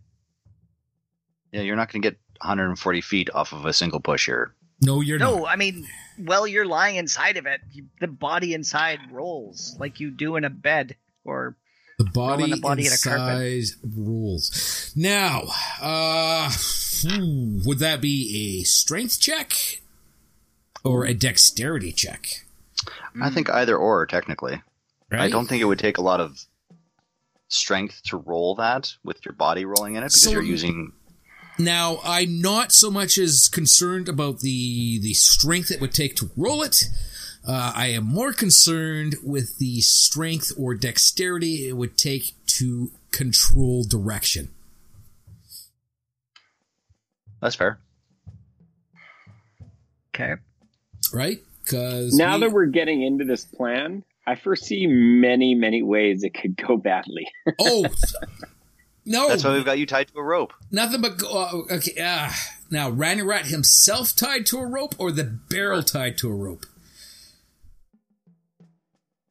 E: Yeah, you're not going to get 140 feet off of a single push here.
C: No, you're
B: no,
C: not.
B: I mean, well, you're lying inside of it. You, the body inside rolls like you do in a bed or
C: The body,
B: the body in a carpet.
C: inside rules. Now, uh, hmm, would that be a strength check or a dexterity check?
E: I think
C: Mm.
E: either or, technically. I don't think it would take a lot of strength to roll that with your body rolling in it because
C: So-
E: you're using.
C: Now, I'm not so much as concerned about the the strength it would take to roll it. Uh, I am more concerned with the strength or dexterity it would take to control direction.
E: That's fair.
B: okay.
C: Right? Because
D: Now that we're getting into this plan, I foresee many, many ways it could go badly.
C: oh no,
E: That's why we've got you tied to a rope.
C: nothing but go- oh, okay. ah. now, Randy Rat himself tied to a rope, or the barrel tied to a rope.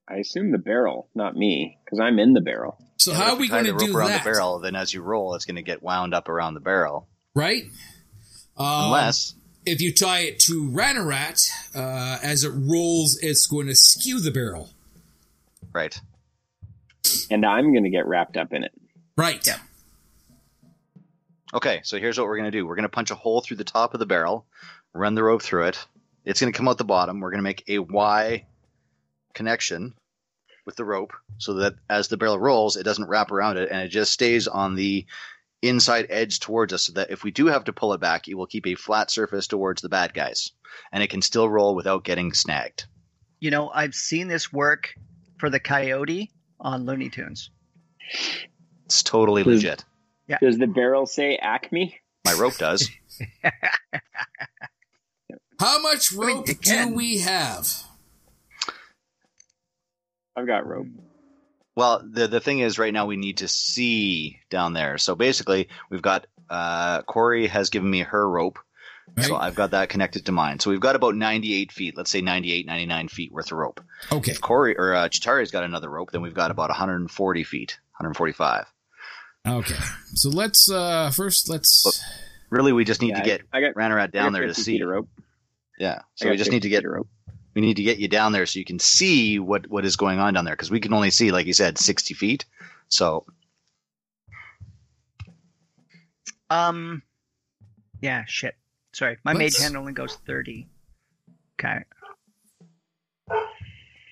D: I assume the barrel, not me, because I'm in the barrel.
C: So
E: Yeah,
C: how
E: if
C: are
E: you
C: we
E: tie
C: going
E: the
C: to
E: rope
C: do
E: around
C: that?
E: the barrel? Then as you roll, it's going to get wound up around the barrel,
C: Right? Um,
E: unless
C: if you tie it to Ranarat, uh, as it rolls, it's going to skew the barrel.
E: right.
D: And I'm going to get wrapped up in it.
C: Right.
E: Okay, so here's what we're going to do. We're going to punch a hole through the top of the barrel, run the rope through it. It's going to come out the bottom. We're going to make a Y connection with the rope so that as the barrel rolls, it doesn't wrap around it and it just stays on the inside edge towards us so that if we do have to pull it back, it will keep a flat surface towards the bad guys and it can still roll without getting snagged.
B: You know, I've seen this work for the coyote on Looney Tunes.
E: It's totally
D: Does-
E: legit.
D: Does the barrel say Acme?
E: My rope does.
C: How much
B: mean,
C: rope do
B: again-
C: we have?
D: I've got rope.
E: Well, the the thing is, right now we need to see down there. So basically, we've got uh, Corey has given me her rope, so
C: Right?
E: I've got that connected to mine. So we've got about 98 feet, let's say 98, 99 feet worth of rope.
C: Okay.
E: If Corey or uh, Chitari's got another rope, then we've got about 140 feet, 145.
C: Okay. So let's uh first let's
E: Really, we just need
D: Yeah,
E: to get
D: I, I got
E: Ranarat
D: I got
E: down there to
D: 50
E: see.
D: feet of rope.
E: Yeah.
D: I
E: So
D: got
E: we just
D: 50
E: need to get
D: feet of rope.
E: we need to get you down there so you can see what what is going on down there because we can only see, like you said, sixty feet. So
B: Um, yeah, shit. Sorry, my
C: Let's-
B: mage hand only goes thirty. Okay,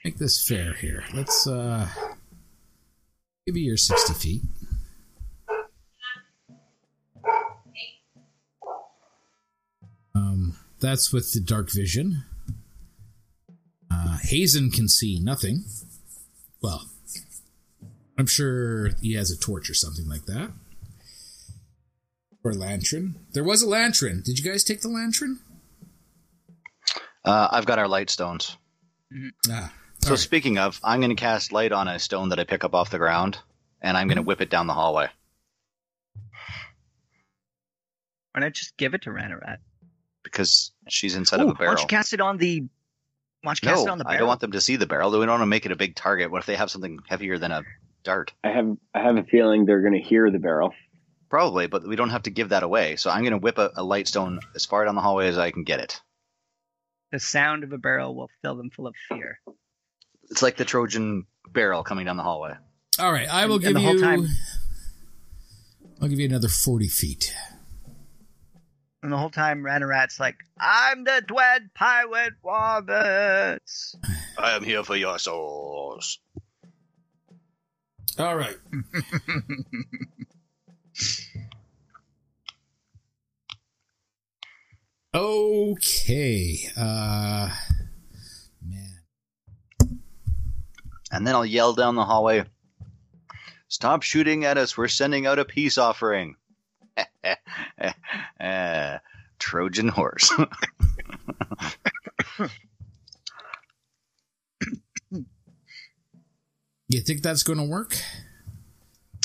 C: Make this fair here. Let's uh give you your sixty feet. Um, that's with the dark vision. Uh, Hazen can see nothing. Well, I'm sure he has a torch or something like that, or a lantern. There was a lantern. Did you guys take the lantern?
E: uh, I've got our light stones.
C: Ah,
E: So
C: all right.
E: speaking of, I'm going to cast light on a stone that I pick up off the ground, and I'm going
B: Mm-hmm.
E: to whip it down the hallway.
B: why not just give it to Ranarat?
E: because she's inside
B: Oh,
E: of a
B: why don't
E: barrel.
B: you cast it on the? Why don't you cast
E: no,
B: it on the barrel?
E: I don't want them to see the barrel. We don't want to make it a big target. What if they have something heavier than a dart?
D: I have I have a feeling they're going to hear the barrel.
E: Probably, but we don't have to give that away. So I'm going to whip a, a light stone as far down the hallway as I can get it.
B: The sound of a barrel will fill them full of fear.
E: It's like the Trojan barrel coming down the hallway.
C: All right, I will
B: And-
C: give
B: and the
C: you.
B: whole time-
C: I'll give you another forty feet.
B: And the whole time, Ranarat's like, "I'm the Dwed Pirate Roberts."
E: I am here for your souls.
C: All right. okay. Uh, man.
E: And then I'll yell down the hallway Stop shooting at us. We're sending out a peace offering. Eh, Trojan horse.
C: You think that's going to work?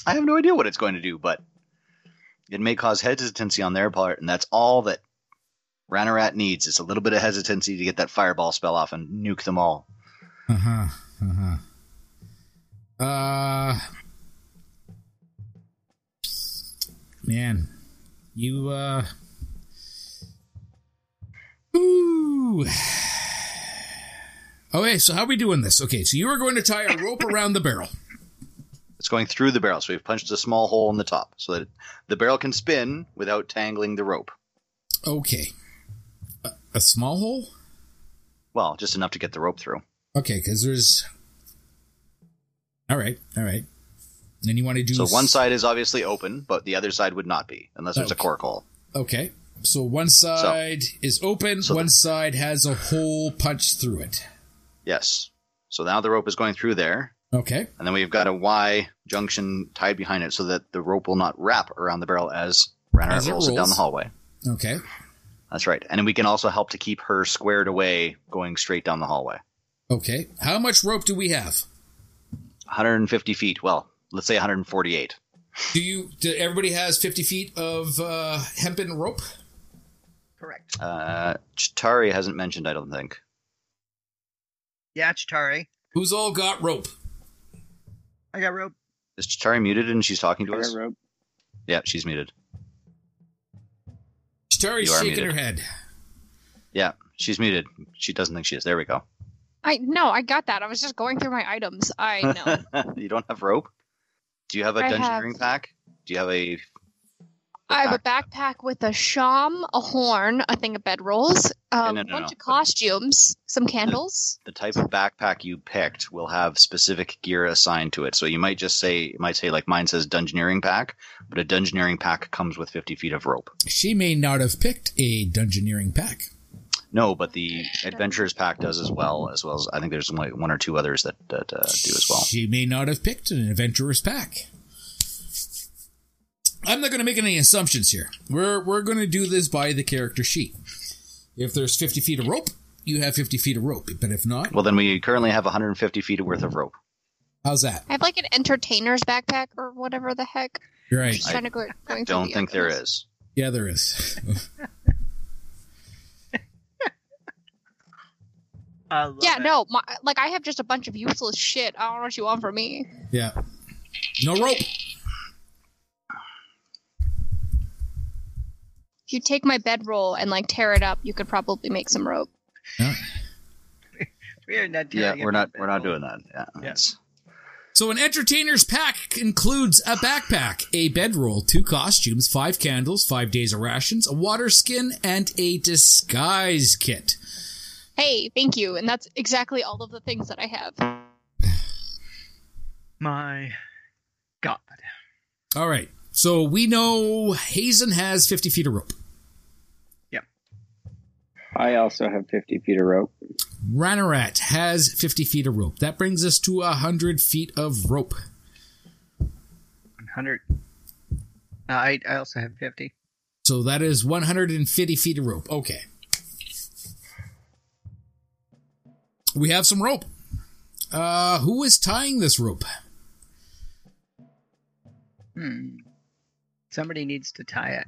E: I have no idea what it's going to do, but it may cause hesitancy on their part, and that's all that Ranarat needs is a little bit of hesitancy to get that fireball spell off and nuke them all.
C: Uh huh. Uh huh. Uh, man, you uh, ooh. Okay, so how are we doing this? Okay, so you are going to tie a rope around the barrel.
E: It's going through the barrel, so we've punched a small hole in the top so that the barrel can spin without tangling the rope.
C: Okay, a, a small hole.
E: Well, just enough to get the rope through.
C: Okay, because there's. All right, all right. And you want to do
E: So one
C: s-
E: side is obviously open, but the other side would not be, unless there's a
C: Okay.
E: cork hole.
C: Okay. So one side is open,
E: So
C: one
E: the-
C: side has a hole punched through it.
E: Yes. So now the rope is going through there,
C: Okay.
E: and then we've got a Y junction tied behind it so that the rope will not wrap around the barrel as Ranarat
C: As it
E: rolls it down
C: rolls.
E: the hallway.
C: Okay.
E: That's right. And we can also help to keep her squared away going straight down the hallway.
C: Okay. How much rope do we have?
E: 150 feet. Well, let's say 148.
C: Do you do everybody has 50 feet of uh, hempen rope?
B: Correct.
E: Uh, Chitari hasn't mentioned, I don't think.
B: Yeah, Chitari,
C: Who's all got rope?
B: I got rope.
E: Is Chitari muted and she's talking to
D: I
E: us?
D: got rope.
E: Yeah, she's muted.
C: Chitari's
E: You are
C: shaking
E: muted.
C: her head.
E: Yeah, she's muted. She doesn't think she is. There we go.
F: I no, I got that. I was just going through my items. I know.
E: you don't have rope? Do you have a
F: I have-
E: dungeoneering pack? Do you have a.
F: I have a backpack with a sham, a horn, a thing of bedrolls, um,
E: no,
F: a
E: no,
F: bunch
E: no.
F: of costumes, some candles.
E: The type of backpack you picked will have specific gear assigned to it. So you might just say, it might say, like mine says dungeoneering pack, but a dungeoneering pack comes with 50 feet of rope.
C: She may not have picked a dungeoneering pack.
E: No, but the Adventurers Pack does as well, as well as I think there's only one or two others that, that uh, do as well.
C: She may not have picked an adventurous pack. I'm not going to make any assumptions here. We're we're going to do this by the character sheet. If there's 50 feet of rope, you have 50 feet of rope. But if not,
E: Well, then we currently have 150 feet worth of rope.
C: how's that?
F: I have like an entertainer's backpack or whatever the heck.
C: Right.
F: Just trying to go. Going through
E: Don't
F: the
E: think there
F: items.
E: is.
C: Yeah, there is.
B: I love
F: Yeah,
B: it.
F: no, my, like I have just a bunch of useless shit. I don't know what you want from me.
C: yeah. No rope.
F: you take my bedroll and like tear it up, you could probably make some rope.
B: We are not.
E: Yeah,
B: tearing
E: we're
B: it
E: not
B: up at
E: we're not
B: all.
E: doing that. Yeah. that's-
C: So an entertainer's pack includes a backpack, a bedroll, two costumes, five candles, five days of rations, a water skin, and a disguise kit.
F: Hey, thank you. And that's exactly all of the things that I have.
B: My God.
C: All right. So we know Hazen has 50 feet of rope.
D: I also have 50 feet of rope.
C: Ranarat has 50 feet of rope. That brings us to 100 feet of rope.
B: 100. Uh, I I also have 50.
C: So that is 150 feet of rope. Okay. We have some rope. Uh, who is tying this rope?
B: Hmm. Somebody needs to tie it.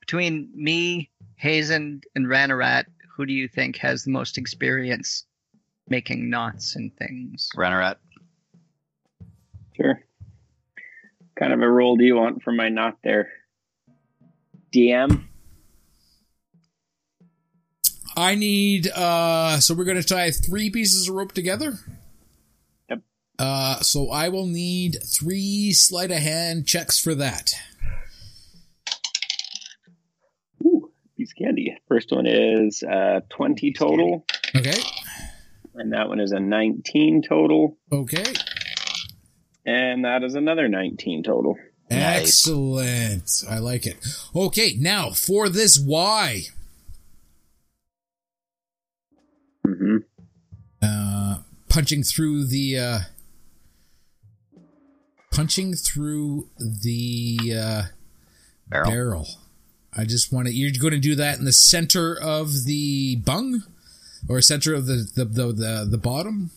B: Between me, Hazen, and Ranarat, who do you think has the most experience making knots and things?
E: Ranarat.
D: Sure. Kind of a roll do you want for my knot there? DM?
C: I need uh so we're gonna tie three pieces of rope together.
D: Yep.
C: Uh so I will need three sleight of hand checks for that.
D: Ooh, piece of candy. First one is uh, 20 total,
C: Okay.
D: and that one is a 19 total,
C: Okay.
D: and that is another 19 total.
E: Nice.
C: Excellent. I like it. Okay, now for this Y.
D: hmm
E: Mm-hmm.
C: Uh punching through the uh punching through the uh
E: Barrel.
C: barrel. I just want to. You're going to do that in the center of the bung, or center of the the the the, the bottom.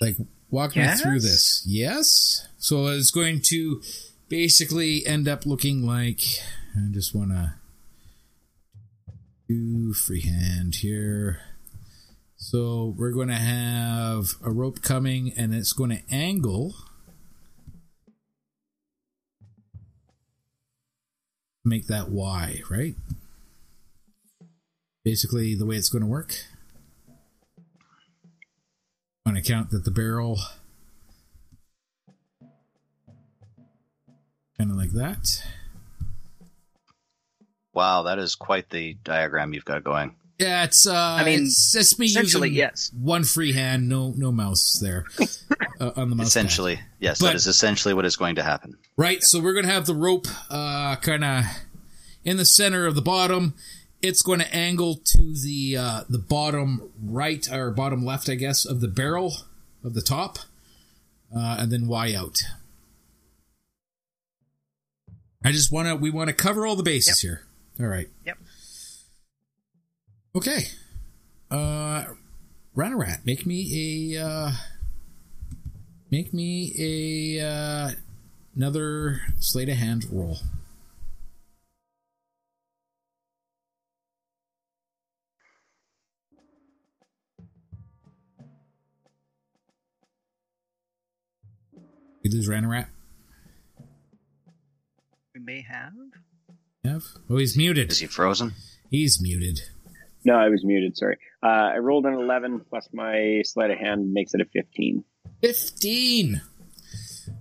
C: Like walk
B: Yes?
C: me through this. Yes. So it's going to basically end up looking like. I just want to do freehand here. So we're going to have a rope coming, and it's going to angle. make that Y, right? Basically, the way it's going to work. On account that the barrel. Kind of like that.
E: Wow, that is quite the diagram you've got going.
C: Yeah, it's. Uh, I
B: mean,
C: mean, it's, it's me
B: essentially,
C: using
B: yes.
C: one free hand, no, no mouse there uh, on the mouse. pad.
E: Essentially, yes,
C: But-
E: that is essentially what is going to happen.
C: Right, so we're going to have the rope uh, kind of in the center of the bottom. It's going to angle to the uh, the bottom right or bottom left, I guess, of the barrel of the top, uh, and then Y out. I just want to we want to cover all the bases here. All right.
B: Yep.
C: Okay. Uh, Ranarat, make me a uh, make me a uh, another sleight of hand roll. We lose Ranarat.
B: We may have.
C: Have? Oh, he's muted.
E: Is he frozen?
C: He's muted.
D: No, I was muted, sorry. Uh, I rolled an 11, plus my sleight of hand makes it a 15.
C: 15.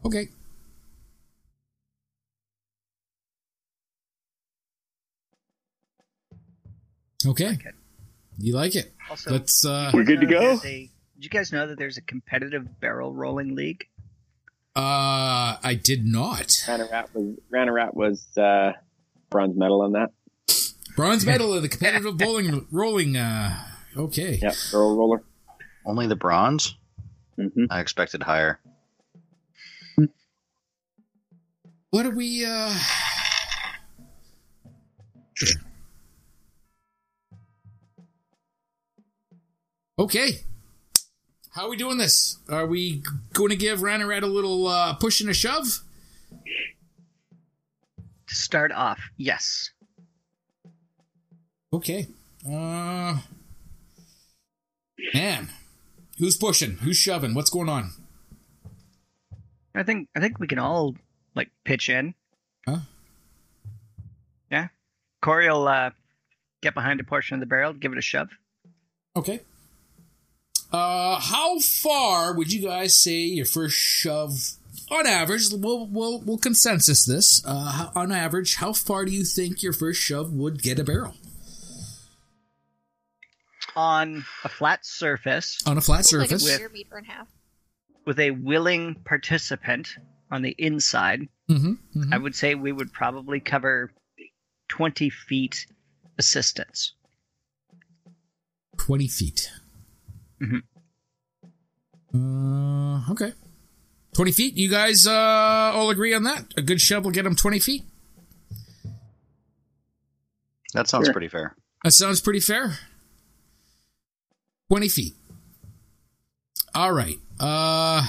C: Okay. Okay.
B: it.
C: You like it?
B: Also,
C: Let's uh
D: We're good to
B: know
D: go?
B: there's a- Did you guys know that there's a competitive barrel rolling league?
C: uh I did not.
D: Ranarat was, Ranarat was uh, bronze medal on that.
C: Bronze medal in the competitive bowling rolling uh okay.
D: Yeah, girl roller.
E: Only the bronze?
D: hmm
E: I expected higher.
C: What do we uh Sure. Okay. How are we doing this? Are we going to give Ranarat a little uh, push and a shove?
B: To start off, yes.
C: Okay. Uh man. Who's pushing? Who's shoving? What's going on?
B: I think I think we can all like pitch in.
C: Huh?
B: Yeah, Corey will uh, get behind a portion of the barrel, give it a shove.
C: Okay. Uh, how far would you guys say your first shove, on average? We'll we'll, we'll consensus this. Uh, how, on average, how far do you think your first shove would get a barrel
B: on a flat surface
C: on a flat
F: It's like a
C: surface?
F: beer meter in half.
B: with a willing participant on the inside,
C: hmm
B: I would say we would probably cover 20 feet assistance.
C: Twenty feet.
F: Mm-hmm.
B: Mhm.
C: Uh, okay. Twenty feet. You guys uh, all agree on that? A good shove will get them twenty feet.
E: That sounds
D: Sure.
E: pretty fair.
C: That sounds pretty fair. 20 feet. All right. Uh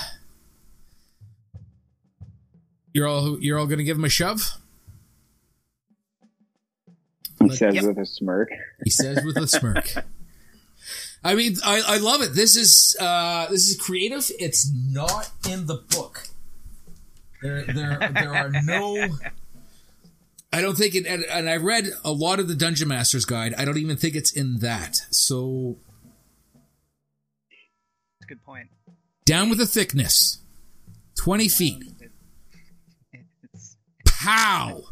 C: You're all you're all going to give him a shove?
D: He
C: But-
D: says
B: Yep.
D: with a smirk.
C: He says with a smirk. I mean, I, I love it. This is uh this is creative. It's not in the book. There there there are no I don't think it, and, and I read a lot of the Dungeon Master's Guide. I don't even think it's in that. So
B: That's a good point.
C: Down with the thickness. 20 feet.
B: It's-
C: Pow!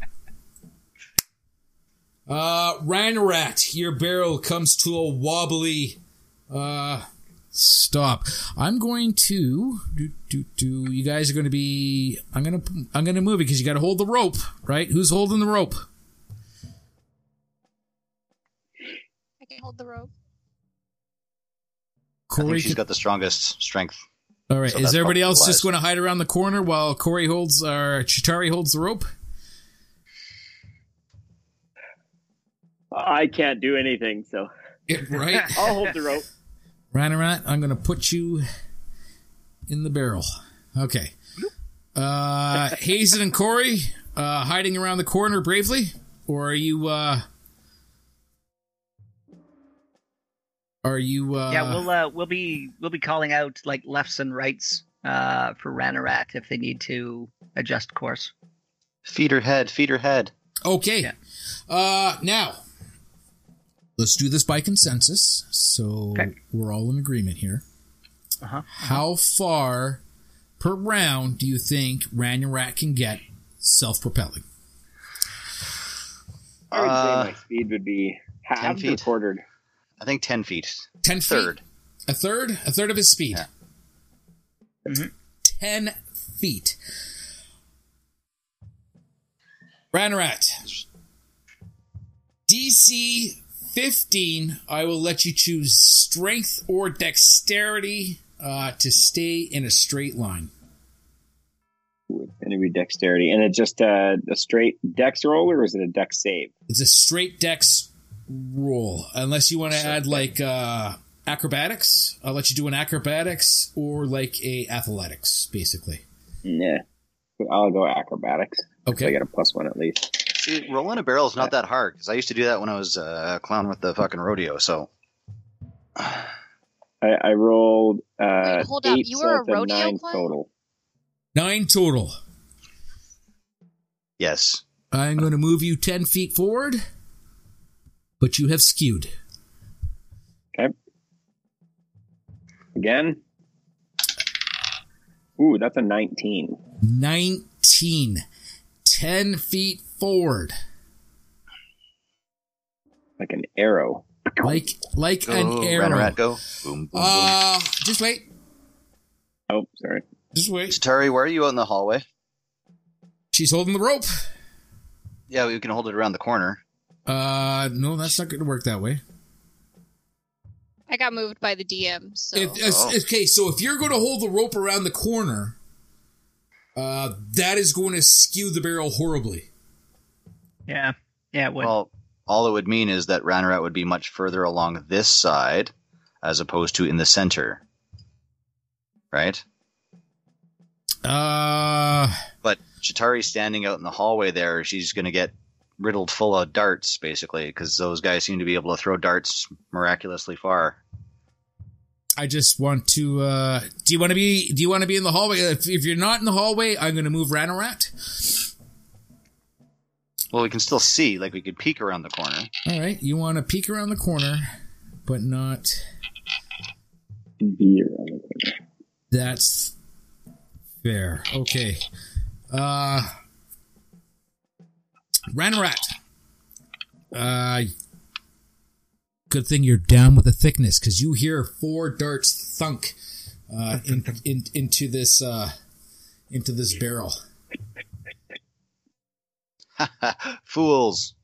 C: Uh, Ranrat, your barrel comes to a wobbly, uh, stop. I'm going to, do, do, do, you guys are going to be, I'm going to, I'm going to move it because you got to hold the rope, right? Who's holding the rope?
F: I can hold the rope.
E: I
C: Corey.
E: think she's
C: can-
E: got the strongest strength.
C: all right.
E: so
C: is
E: that's
C: everybody else
E: probably
C: just
E: wise.
C: going to hide around the corner while Corey holds, or Chitari holds the rope?
G: I can't do anything, so
C: Yeah, right?
G: I'll hold the rope.
C: Ranarat, I'm going to put you in the barrel. Okay. Uh, Hazen and Corey uh, hiding around the corner bravely, or are you? Uh, are you? Uh,
B: yeah, we'll uh, we'll be we'll be calling out like lefts and rights uh, for Ranarat if they need to adjust course.
E: Feed her head, feed her head.
C: okay.
B: yeah.
C: Uh, now let's do this by consensus, so
B: Okay.
C: we're all in agreement here.
B: Uh-huh.
C: How far per round do you think Ranarat can get self-propelling?
D: I would
E: Uh,
D: say my speed would be
E: 10
D: halved or
E: feet.
D: quartered.
E: I think 10 feet.
C: Ten feet?
E: Third.
C: A third? A third of his speed.
E: Yeah.
B: Mhm.
C: Ten feet. Ranarat. DC 15. I will let you choose strength or dexterity uh, to stay in a straight line.
D: Ooh, And it'd be dexterity. And it's just uh, a, a straight dex roll or is it a dex save?
C: It's a straight dex roll. Unless you want to add like uh, acrobatics. I'll let you do an acrobatics or like a athletics, basically.
D: Nah. I'll go acrobatics.
C: Okay.
D: I got a plus one at least.
E: See, rolling a barrel is not that hard because I used to do that when I was uh, a clown with the fucking rodeo. So
D: I, I rolled uh,
F: Wait, hold up.
D: eight
F: You were a
D: plus
F: rodeo
D: nine
F: clown?
D: total.
C: Nine total.
E: yes,
C: I'm going to move you 10 feet forward, but you have skewed.
D: Again. Ooh, that's a 19.
C: 19. 10 feet forward.
D: Like an arrow.
C: Like like
E: go
C: an arrow.
E: Ranarat, go boom boom boom.
C: Uh, just wait.
D: Oh, sorry.
C: Just wait.
E: Tari, where are you out in the hallway?
C: She's holding the rope.
E: Yeah, we can hold it around the corner.
C: Uh, no, that's not going to work that way.
F: I got moved by the DM, so
C: If, uh, if- Okay, so if you're going to hold the rope around the corner, uh, that is going to skew the barrel horribly.
B: Yeah, yeah. it would.
E: Well, all it would mean is that Ranarat would be much further along this side as opposed to in the center. Right?
C: Uh,
E: But Chitari's standing out in the hallway there. She's going to get riddled full of darts, basically, because those guys seem to be able to throw darts miraculously far.
C: I just want to. Uh, do you want to be? Do you want to be in the hallway? If, if you're not in the hallway, I'm going to move Ranorat.
E: Well, we can still see. Like we could peek around the corner.
C: All right, you want to peek around the corner, but not.
D: Be around the corner.
C: That's fair. Okay. Uh, Ranorat. Uh, good thing you're down with the thickness because you hear four darts thunk uh, in, in, into this uh, into this barrel.
E: Fools.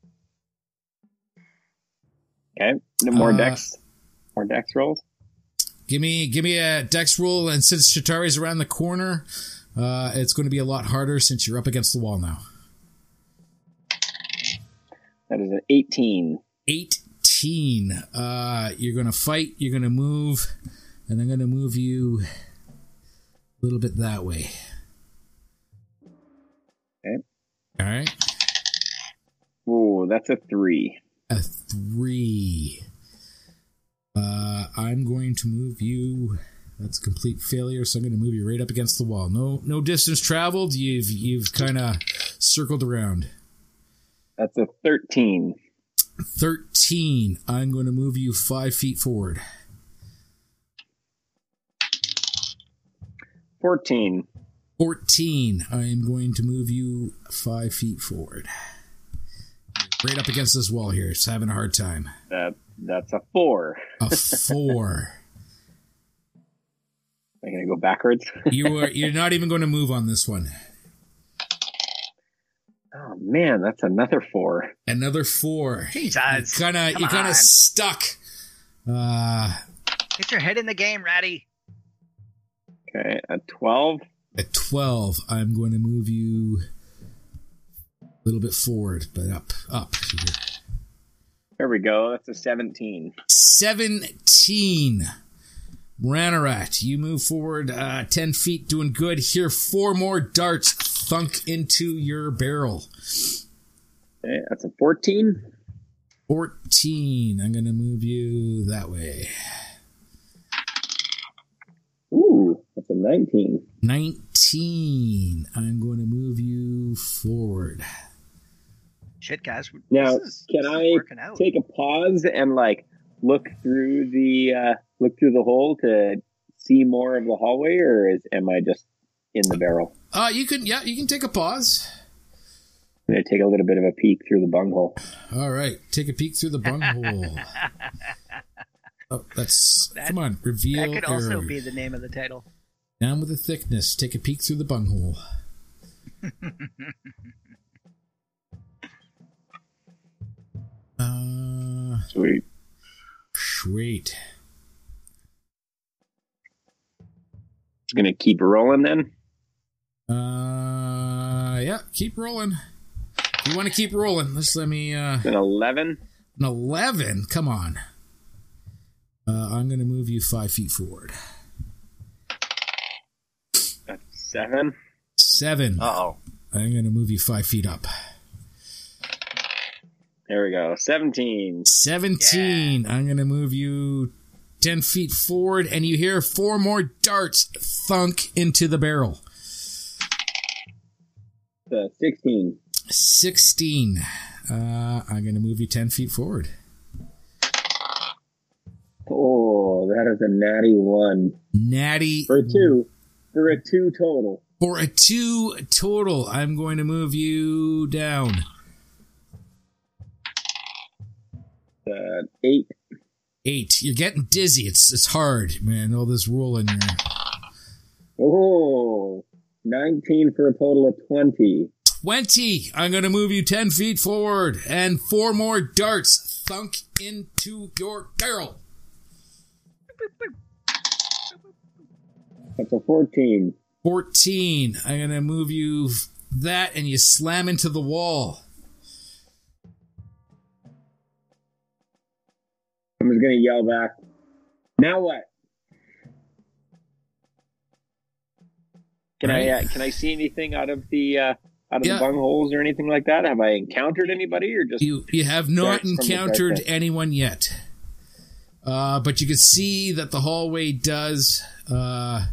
D: Okay. No more
C: Uh,
D: decks. More dex rolls.
C: Give me give me a dex roll, and since Shatari's around the corner, uh, it's going to be a lot harder since you're up against the wall now.
D: That is an 18.
C: 18. Uh, you're going to fight, you're going to move, and I'm going to move you a little bit that way.
D: Okay.
C: All right.
D: Ooh, that's a three.
C: A three. Uh, I'm going to move you. That's a complete failure, so I'm going to move you right up against the wall. No, no distance traveled. You've you've kind of circled around.
D: That's a 13.
C: Thirteen. I'm going to move you five feet forward.
D: 14.
C: 14. I am going to move you five feet forward. Right up against this wall here. It's having a hard time.
D: That, that's a four.
C: A four.
D: Am I going to go backwards?
C: you are you're not even going to move on this one.
D: oh, man. That's another four.
C: Another four.
B: Jesus.
C: Kind of
B: Come
C: you kind
B: on.
C: of stuck. Uh,
B: Get your head in the game, Ratty.
D: Okay. A 12.
C: at twelve, I'm going to move you a little bit forward, but up, up.
D: There we go. That's a 17.
C: 17. Ranarat, you move forward uh, 10 feet, doing good. Here, four more darts thunk into your barrel.
D: Okay. That's a 14.
C: 14. I'm going to move you that way.
D: Ooh, that's a 19.
C: 19. I'm going to move you forward.
B: Shit, guys.
D: Now,
B: this is-
D: can
B: this is
D: I
B: working out.
D: take a pause and like look through the uh, look through the hole to see more of the hallway, or is am I just in the barrel?
C: Uh, you can, yeah, you can take a pause.
D: I'm gonna take a little bit of a peek through the bunghole.
C: All right, take a peek through the bunghole. oh, that's,
B: That-
C: come on, reveal
B: that could also
C: area.
B: be the name of the title.
C: Down with the thickness. Take a peek through the bunghole. uh,
D: Sweet.
C: sweet.
D: Just gonna keep rolling then.
C: Uh, yeah. Keep rolling. You want to keep rolling? Let's let me. Uh,
D: An eleven.
C: an eleven. Come on. Uh, I'm gonna move you five feet forward.
D: That's seven.
C: Seven.
E: Uh oh.
C: I'm gonna move you five feet up.
D: There we go. Seventeen.
C: 17. I'm going to move you 10 feet forward, and you hear four more darts thunk into the barrel.
D: That's a Sixteen.
C: 16. Uh, I'm going to move you 10 feet forward.
D: Oh, that is a natty one
C: Natty.
D: for a two. For a two total.
C: For a two total, I'm going to move you down.
D: Uh, eight.
C: Eight. You're getting dizzy. It's it's hard, man. All this rolling. Here.
D: Oh, 19 for a total of twenty.
C: 20. I'm going to move you 10 feet forward, and four more darts thunk into your barrel.
D: That's a fourteen.
C: 14. I'm going to move you f- that and you slam into the wall.
D: I'm just gonna yell back. Now what? Can I
C: Right.
D: uh, can I see anything out of the uh, out of
C: Yeah.
D: the bungholes or anything like that? Have I encountered anybody or just
C: You you have not
D: Darts from the
C: encountered
D: darkness.
C: anyone yet. Uh, but you can see that the hallway does uh,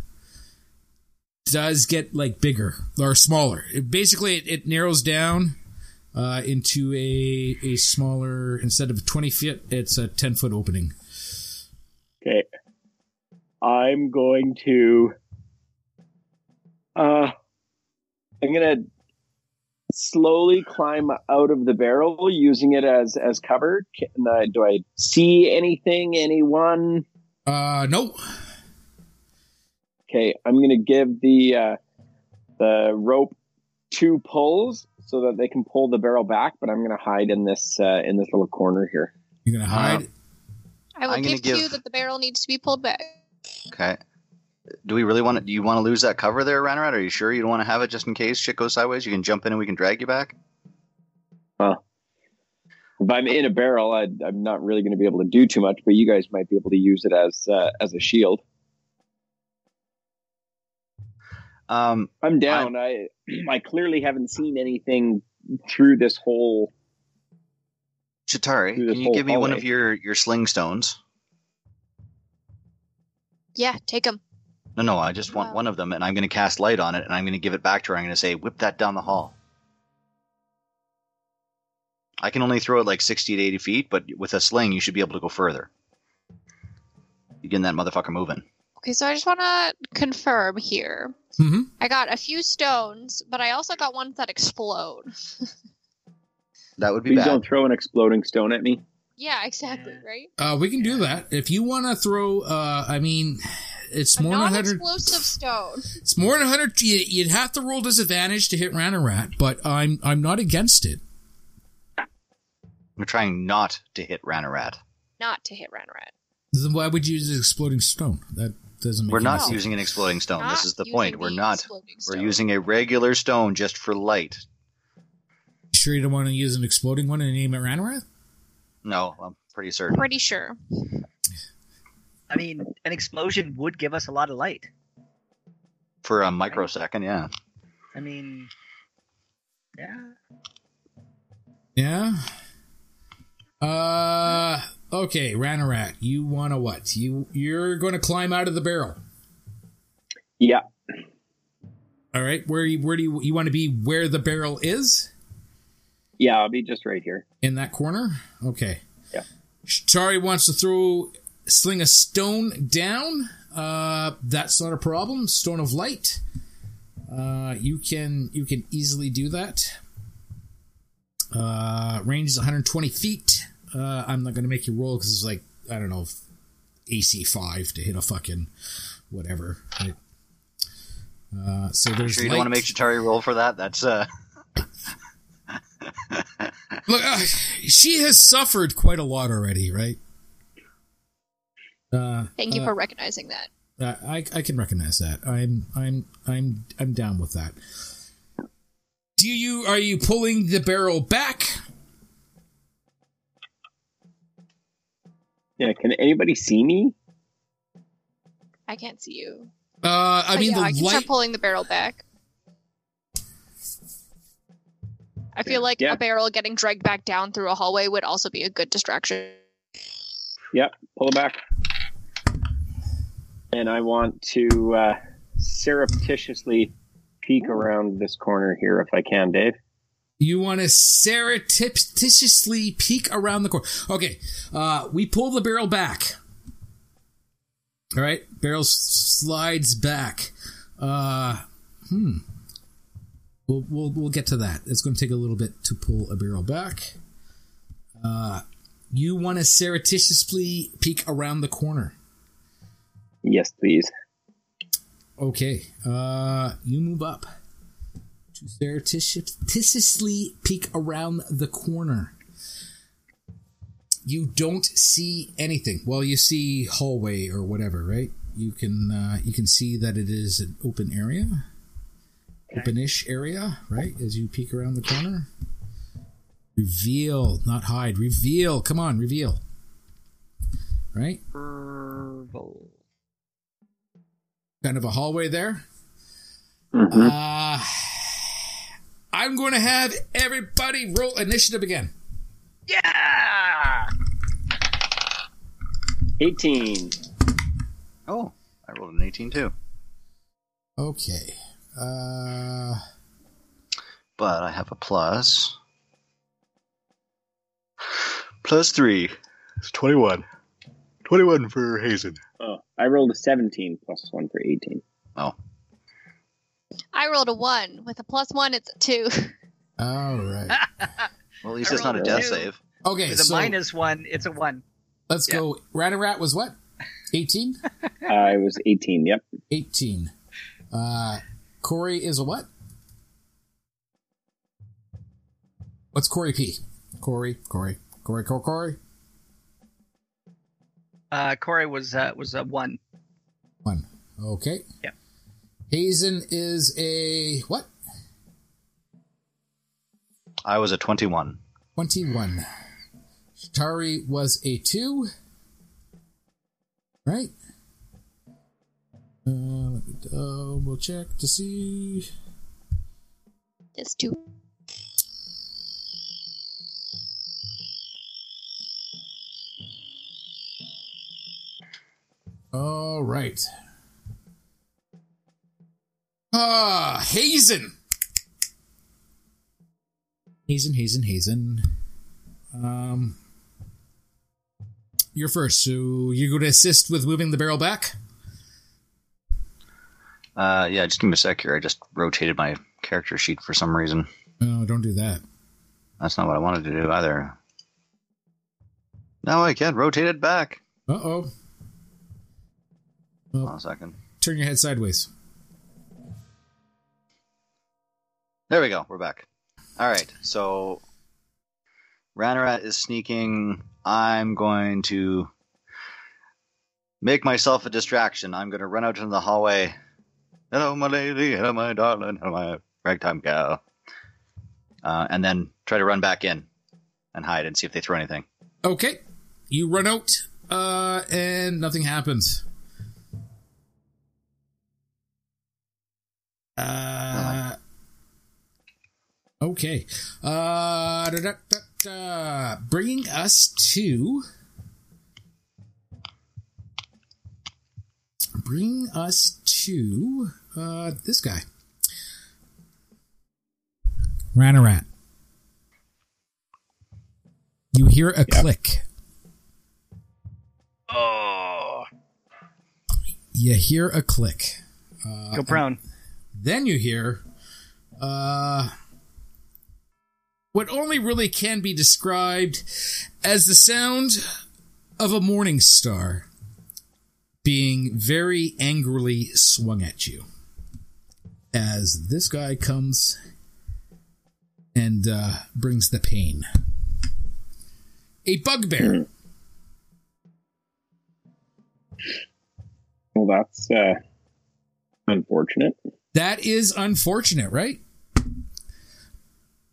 C: does get like bigger or smaller. It, basically, it, it narrows down uh, into a a smaller instead of twenty feet, it's a ten foot opening.
G: Okay. I'm going to.
D: Uh, I'm gonna slowly climb out of the barrel, using it as as cover. Can I, do I see anything? Anyone?
C: Uh, no,
D: Okay, I'm gonna give the uh, the rope two pulls so that they can pull the barrel back, but I'm gonna hide in this uh, in this little corner here.
C: you're gonna hide.
F: I will
E: I'm gonna
F: give to you
E: give-
F: that the barrel needs to be pulled back.
E: Okay. Do we really want to? Do you want to lose that cover there, Ranrat? Are you sure you don't want to have it just in case shit goes sideways? You can jump in and we can drag you back.
D: If I'm in a barrel, I, I'm not really gonna be able to do too much, but you guys might be able to use it as uh, as a shield.
E: Um,
D: I'm down. I I clearly haven't seen anything through this whole.
E: Chitari,
D: Through this
E: can you
D: whole
E: give me one of
D: hallway.
E: your your sling stones?
F: Yeah, take him.
E: No, no, I just want
F: Wow.
E: one of them, and I'm going to cast light on it, and I'm going to give it back to her. I'm going to say, "Whip that down the hall." I can only throw it like sixty to eighty feet, but with a sling, you should be able to go further. You getting that motherfucker moving?
F: Okay, so I just want to confirm here.
C: Mhm.
F: I got a few stones, but I also got ones that explode.
E: That would be
D: Please
E: bad.
D: don't throw an exploding stone at me.
F: Yeah, exactly, right?
C: Uh, we can do that if you want to throw. Uh, I mean, it's
F: A
C: more than
F: non
C: hundred.
F: explosive stone.
C: It's more than hundred. you- You'd have to roll disadvantage to hit Ranarat, but I'm I'm not against it.
E: I'm trying not to hit Ranarat.
F: Not to hit Ranarat.
C: Then why would you use an exploding stone? That doesn't make
E: We're
C: any
E: not
C: sense.
E: using an exploding stone.
F: Not
E: This is the
F: using
E: point. We're
F: the
E: not.
F: exploding
E: We're
F: stone.
E: using a regular stone just for light.
C: Sure, you don't want to use an exploding one and aim at Ranarat?
E: No, I'm pretty certain.
F: Pretty sure.
B: I mean, an explosion would give us a lot of light.
E: For a microsecond, yeah.
B: I mean, yeah.
C: Yeah. Uh. Okay, Ranarat, you want to what? You you're going to climb out of the barrel.
D: Yeah,
C: All right. Where you where do you you want to be? Where the barrel is?
D: yeah, I'll be just right here.
C: in that corner. Okay.
D: Yeah.
C: Shatari wants to throw sling a stone down. Uh, that's not a problem. Stone of light. Uh, you can you can easily do that. Uh, range is 120 feet. Uh, I'm not going to make you roll because it's like I don't know AC five to hit a fucking whatever. right? Uh, so there's
E: Sure, you don't want to
C: light.
E: make Chitari roll for that. That's uh,
C: Look, uh, she has suffered quite a lot already, right? Uh,
F: Thank you
C: uh,
F: for recognizing that.
C: Uh, I, I can recognize that. I'm I'm I'm I'm down with that. Do you are you pulling the barrel back?
D: Yeah, can anybody see me?
F: I can't see you.
C: Uh, I
F: But
C: mean
F: yeah,
C: the
F: I can
C: light.
F: start pulling the barrel back. I feel like
D: Yeah.
F: a barrel getting dragged back down through a hallway would also be a good distraction.
D: Yep, pull it back. And I want to uh, surreptitiously peek around this corner here if I can, Dave.
C: You want to surreptitiously peek around the corner. Okay, uh, we pull the barrel back. All right, barrel s- slides back. Uh, hmm. We'll, we'll we'll get to that. It's going to take a little bit to pull a barrel back. Uh, you want to surreptitiously peek around the corner.
D: Yes, please.
C: Okay. Uh, you move up to surreptitiously peek around the corner. You don't see anything. Well, you see hallway or whatever, right? You can uh, you can see that it is an open area, open-ish area, right? As you peek around the corner, reveal, not hide, reveal. Come on, reveal. Right, kind of a hallway there.
D: Mm-hmm.
C: Uh, I'm going to have everybody roll initiative again.
B: Yeah.
G: 18.
E: Oh, I rolled an 18 too.
C: Okay. Uh,
E: But I have a plus. Plus three. It's 21. 21 for Hazen.
D: Oh, I rolled a 17 plus one for 18.
F: I rolled a one. With a plus one, it's a two.
C: all right.
E: Well, at least
B: I
E: it's not a
B: rolled
D: a
E: death
B: two.
E: save.
C: Okay,
B: With a
C: so
B: minus one, it's a one.
C: let's
B: yeah.
C: go. Rat and Rat was what? 18?
D: I was 18, yep.
C: 18. Uh, Corey is a what? What's Corey P? Corey, Corey, Corey, Corey, Corey.
B: Uh, Corey was uh, was a one.
C: One. Okay.
B: Yep.
C: Hazen is a what?
E: I was a 21.
C: 21. Shatari was a 2. Right? Uh, let me double check to see.
F: It's two.
C: All right. Ah, Hazen. Hazen, Hazen, Hazen. Um, you're first, so you're going to assist with moving the barrel back.
E: Uh, yeah, just give me a sec here. I just rotated my character sheet for some reason.
C: No, don't do that.
E: That's not what I wanted to do either. No, I can't rotate it back.
C: Uh oh.
E: Hold on a second.
C: Turn your head sideways.
E: There we go. We're back. All right. So Ranarat is sneaking. I'm going to make myself a distraction. I'm going to run out into the hallway. Hello, my lady. Hello, my darling. Hello, my ragtime gal. Uh, and then try to run back in and hide and see if they throw anything.
C: Okay. You run out, uh, and nothing happens. Uh, okay. Uh, da, da, da, da. bringing us to. Bring us to uh, this guy. Ranarat. You hear a click.
B: Oh,
C: you hear a click. Uh,
B: go prone.
C: Then you hear uh, what only really can be described as the sound of a morning star being very angrily swung at you. As this guy comes and uh, brings the pain. A bugbear.
D: Well, that's uh, unfortunate.
C: That is unfortunate, right?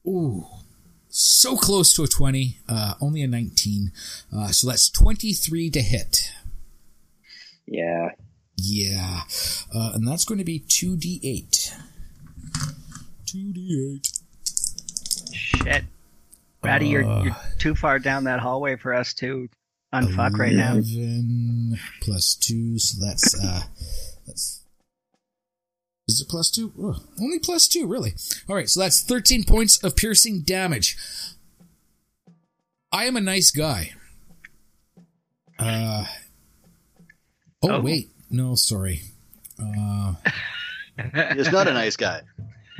C: Ooh, so close to a 20, uh, only a 19. Uh, so that's 23 to hit.
D: Yeah.
C: Yeah. Uh, and that's going to be 2d8. 2d8.
B: Shit, Ratty,
C: Uh,
B: you're, you're too far down that hallway for us to unfuck right now.
C: 11 plus 2, so that's, uh, that's, is it plus 2? Oh, only plus 2, really. All right, so that's 13 points of piercing damage. I am a nice guy. Uh, oh,
B: Oh.
C: wait. No, sorry. Uh,
E: He's not a nice guy.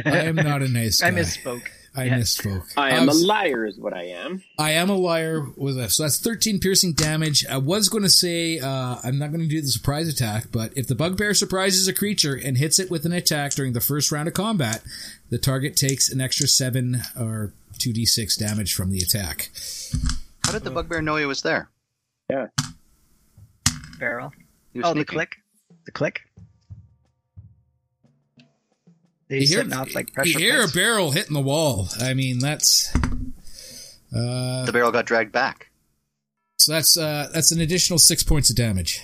C: I am not a nice guy.
B: I misspoke.
C: I
B: yeah.
C: misspoke.
D: I am a
C: was-
D: liar, is what I am.
C: I am a liar with a so that's thirteen piercing damage. I was going to say uh, I'm not going to do the surprise attack, but if the bugbear surprises a creature and hits it with an attack during the first round of combat, the target takes an extra seven or two d six damage from the attack.
E: How did the bugbear know he was there?
B: Barrel.
E: He was
B: Oh, the
E: sneaking.
B: click. The click. They
C: You hear-
B: setting off like pressure.
C: you hear a
B: plates.
C: barrel hitting the wall. I mean that's uh,
E: The barrel got dragged back.
C: so that's uh, that's an additional six points of damage.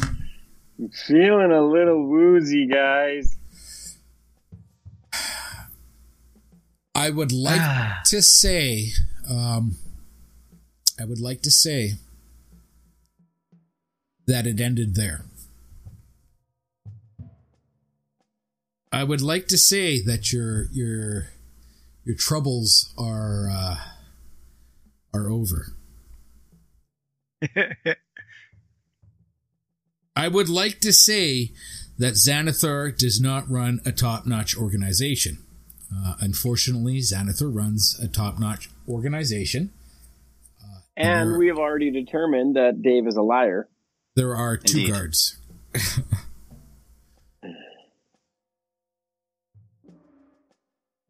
G: I'm feeling a little woozy, guys.
C: I would like to say um, I would like to say that it ended there. I would like to say that your your your troubles are uh, are over. I would like to say that Xanathar does not run a top notch organization. Uh, unfortunately, Xanathar runs a top notch organization. Uh,
D: And
C: there-
D: we have already determined that Dave is a liar.
C: there are two
E: Indeed.
C: guards.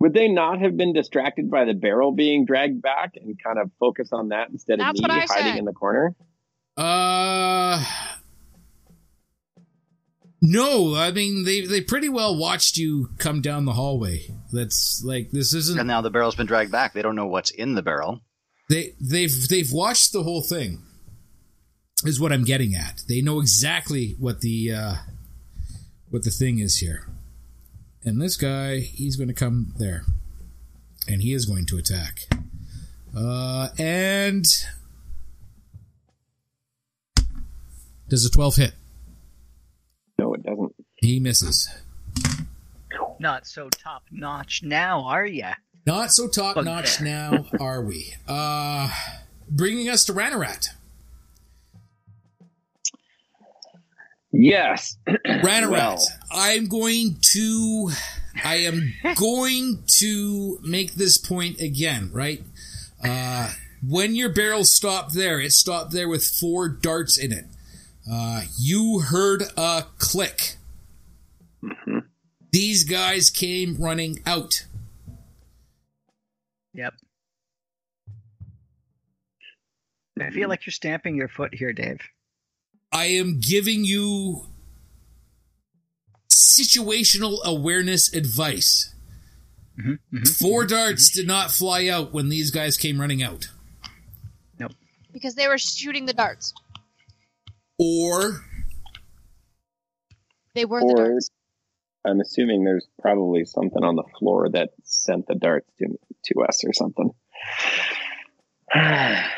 D: Would they not have been distracted by the barrel being dragged back and kind of focus on that instead of
F: That's
D: me
F: what I
D: hiding
F: said.
D: in the corner?
C: Uh No, I mean they they pretty well watched you come down the hallway. That's like this
E: And
C: isn't
E: now the barrel's been dragged back. They don't know what's in the barrel.
C: they they've they've watched the whole thing. Is what I'm getting at. They know exactly what the uh what the thing is here. And this guy, he's going to come there. And he is going to attack. Uh and does a 12 hit?
D: No, it doesn't.
C: He misses.
B: Not so top notch now, are ya?
C: Not so top notch
B: Bugbear.
C: now, are we? Uh bringing us to Ranarat.
D: Yes.
C: Ranarat.
D: Well.
C: I'm going to I am going to make this point again, right? Uh when your barrel stopped there, it stopped there with four darts in it. Uh you heard a click. These guys came running out.
B: Yep. I feel like you're stamping your foot here, Dave.
C: I am giving you situational awareness advice. Four darts did not fly out when these guys came running out.
F: because they were shooting the darts.
C: Or
F: They were the
D: or
F: darts.
D: I'm assuming there's probably something on the floor that sent the darts to to us or something.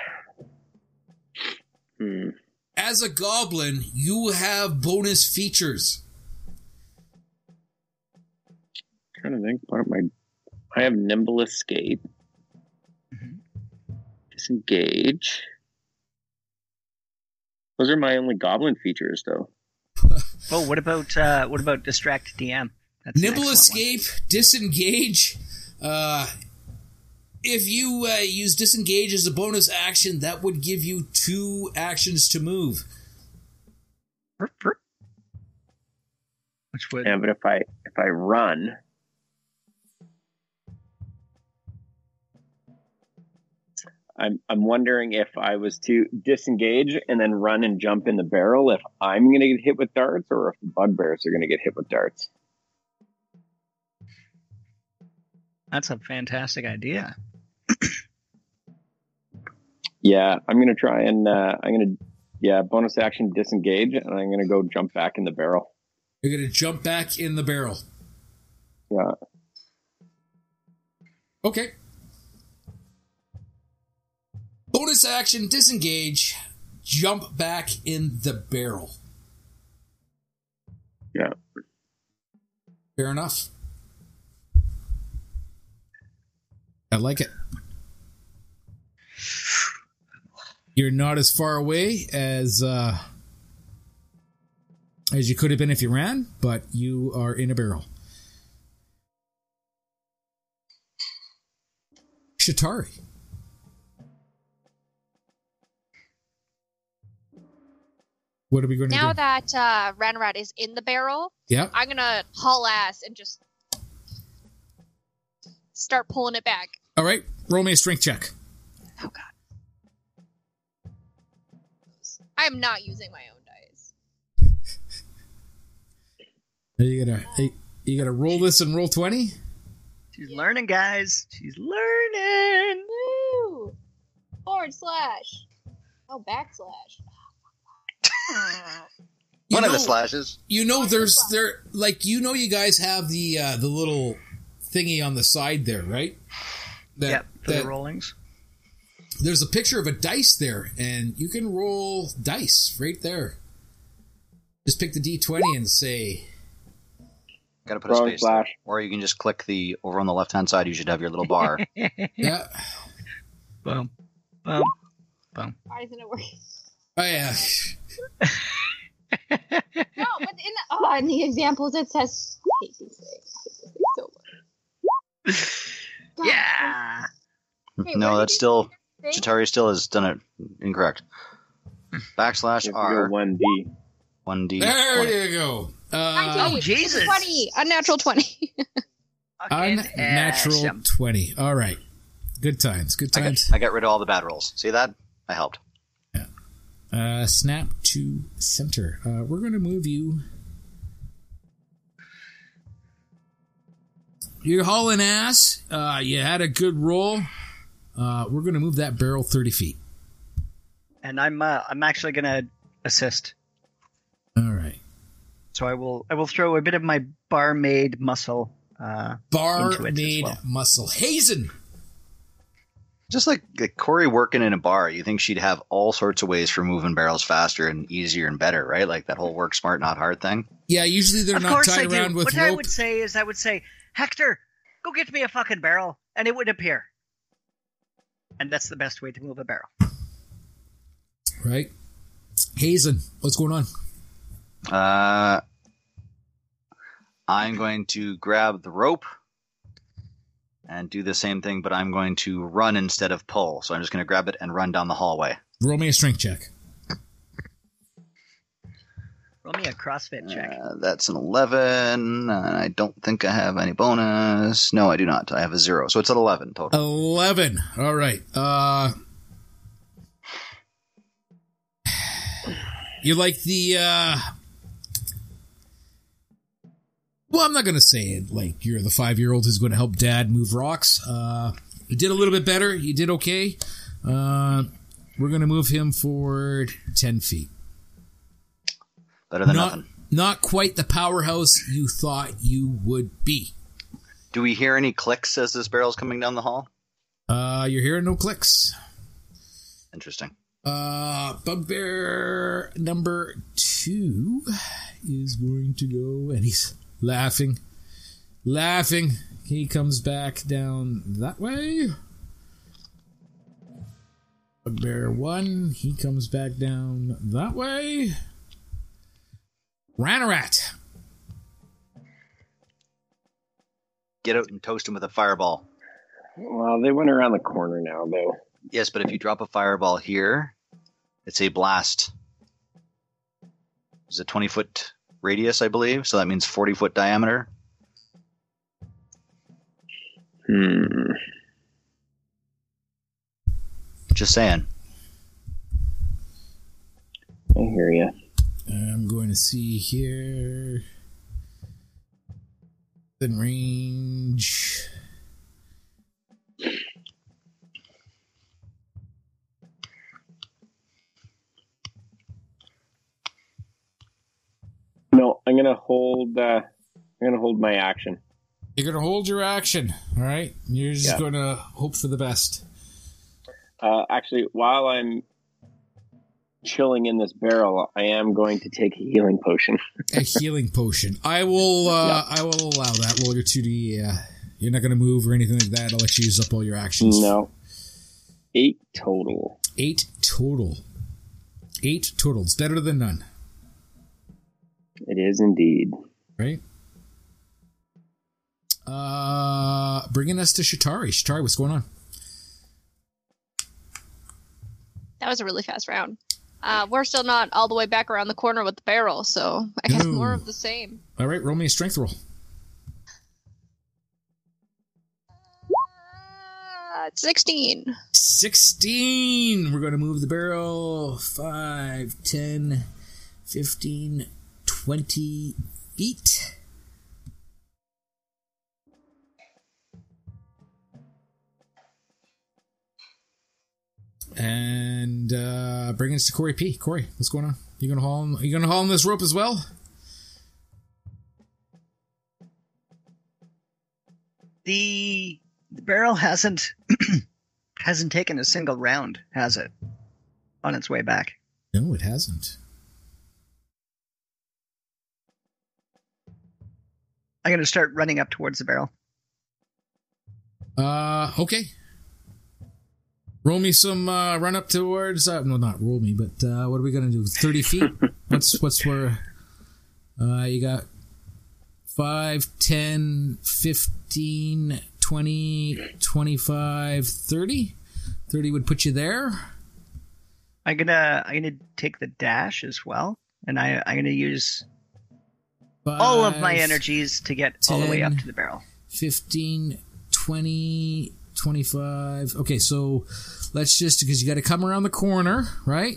D: Hmm.
C: as a goblin, you have bonus features.
D: trying to think what my I have nimble escape. Disengage. Those are my only goblin features though.
B: Oh, what about uh, what about distract DM? That's an
C: Nibble
B: excellent
C: escape, disengage. Uh, if you uh, use disengage as a bonus action, that would give you two actions to move.
B: one. Burp, burp. Which would
D: Yeah, but if I if I run I'm I'm wondering if I was to disengage and then run and jump in the barrel if I'm gonna get hit with darts or if the bugbears are gonna get hit with darts.
B: that's a fantastic idea.
D: Yeah, I'm gonna try and uh, I'm gonna yeah, bonus action disengage and I'm gonna go jump back in the barrel.
C: You're gonna jump back in the barrel.
D: Yeah.
C: Okay. Bonus action, disengage, jump back in the barrel.
D: Yeah.
C: Fair enough. I like it. You're not as far away as uh, as you could have been if you ran, but you are in a barrel. Shatari. What are we going to
F: Now
C: do?
F: that uh, Ranrat is in the barrel,
C: yeah.
F: I'm gonna haul ass and just start pulling it back.
C: All right. Roll me a strength check.
F: Oh god. I'm not using my own dice.
C: Are you gonna are you gonna roll this and roll twenty?
B: She's learning, guys. She's learning.
F: Woo! Forward slash. Oh, backslash.
C: You
E: One
C: know,
E: of the slashes.
C: You know, there's there like you know you guys have the uh, the little thingy on the side there, right? That,
B: yep, for
C: that
B: the rollings.
C: There's a picture of a dice there, and you can roll dice right there. Just pick the d20 and say,
E: Got to put a
D: Wrong
E: space. there.
D: flash.
E: Or you can just click the over on the left hand side. You should have your little bar.
C: yeah,
B: Boom. Boom.
F: Why isn't it working?
C: oh yeah,
F: No, but in the, oh, in the examples it says. I hate these things. I hate these things so much.
B: Yeah.
F: Wait,
E: no,
F: where
E: that's
F: did
E: still
F: you say-
E: Chitari still has done it incorrect. Backslash
D: You have to go
E: R
D: one D.
E: one D.
C: there you go. Uh,
B: Oh, Jesus.
F: Twenty, unnatural twenty.
B: Fucking
C: unnatural
B: awesome.
C: 20. All right. Good times. Good
E: I got,
C: times.
E: I got rid of all the bad rolls. See that? I helped.
C: Uh, snap to center. Uh, we're going to move you. You're hauling ass. Uh, you had a good roll. Uh, we're going to move that barrel 30 feet.
B: And I'm uh, I'm actually gonna assist.
C: All right.
B: So I will I will throw a bit of my barmaid muscle. Uh,
C: Bar
B: Into it as
C: made
B: well.
C: muscle. Hazen.
E: Just like, like Corey working in a bar, you think she'd have all sorts of ways for moving barrels faster and easier and better, right? Like that whole work smart, not hard thing.
C: Yeah, usually they're
B: of
C: not
B: course I
C: tied
B: do.
C: around with
B: what I
C: rope.
B: would say is I would say, Hector, go get me a fucking barrel, and it would appear. And that's the best way to move a barrel.
C: Right? Hazen, what's going on?
E: Uh, I'm going to grab the rope and do the same thing, but I'm going to run instead of pull. So I'm just going to grab it and run down the hallway.
C: Roll me a strength check.
B: Roll me a CrossFit check.
E: Uh, that's an 11. Uh, I don't think I have any bonus. No, I do not. I have a zero. So it's an 11 total.
C: Oh, 11. All right. Uh You like the uh Well, I'm not going to say it like you're the 5-year-old who's going to help dad move rocks. Uh you did a little bit better. You did okay. Uh we're going to move him forward 10 feet.
E: Better than
C: not
E: nothing.
C: not quite the powerhouse you thought you would be.
E: Do we hear any clicks as this barrel's coming down the hall?
C: Uh you're hearing no clicks.
E: Interesting.
C: Uh, bugbear number two is going to go, and he's laughing, laughing. He comes back down that way. Bugbear one, he comes back down that way. Ranarat.
E: Get out and toast him with a fireball.
D: Well, they went around the corner now, though.
E: Yes, but if you drop a fireball here, it's a blast. It's a 20 foot radius, I believe. So that means 40 foot diameter.
D: Hmm.
E: Just saying.
D: I hear you.
C: I'm going to see here. Then range.
D: No, I'm gonna hold. Uh, I'm gonna hold my action.
C: You're gonna hold your action, all right? You're just
D: Yeah.
C: gonna hope for the best.
D: Uh, actually, while I'm chilling in this barrel, I am going to take a healing potion.
C: A healing potion. I will. Uh, I will allow that. Roll your two D. Uh, you're not gonna move or anything like that. I'll let you use up all your actions.
D: No, eight total.
C: Eight total. Eight total. It's better than none,
D: It is indeed.
C: right? Uh, bringing us to Shatari. Shatari, what's going on?
F: That was a really fast round. Uh, we're still not all the way back around the corner with the barrel, so I guess
C: No.
F: more of the same.
C: All right, roll me a strength roll.
F: Uh, Sixteen.
C: 16. We're going to move the barrel 5, 10, 15, 20 feet. And uh, bring us to Corey P. Corey, what's going on? You gonna haul? In, you gonna haul in this rope as well?
B: The, the barrel hasn't Hasn't taken a single round, has it? On its way back.
C: No, it hasn't.
B: I'm going to start running up towards the barrel.
C: Uh, okay. Roll me some uh, run up towards. Uh, no, not roll me, but uh, what are we gonna do? Thirty feet. what's what's where? Uh, you got 5, 10, 15, 20, 25, 30. 30 would put you there.
B: I'm gonna I'm gonna take the dash as well, and I I'm gonna use all of my
C: Five,
B: energies to get all the way up
C: 10.
B: to the barrel.
C: 15, 20, 25. Okay, so let's just because you got to come around the corner, right?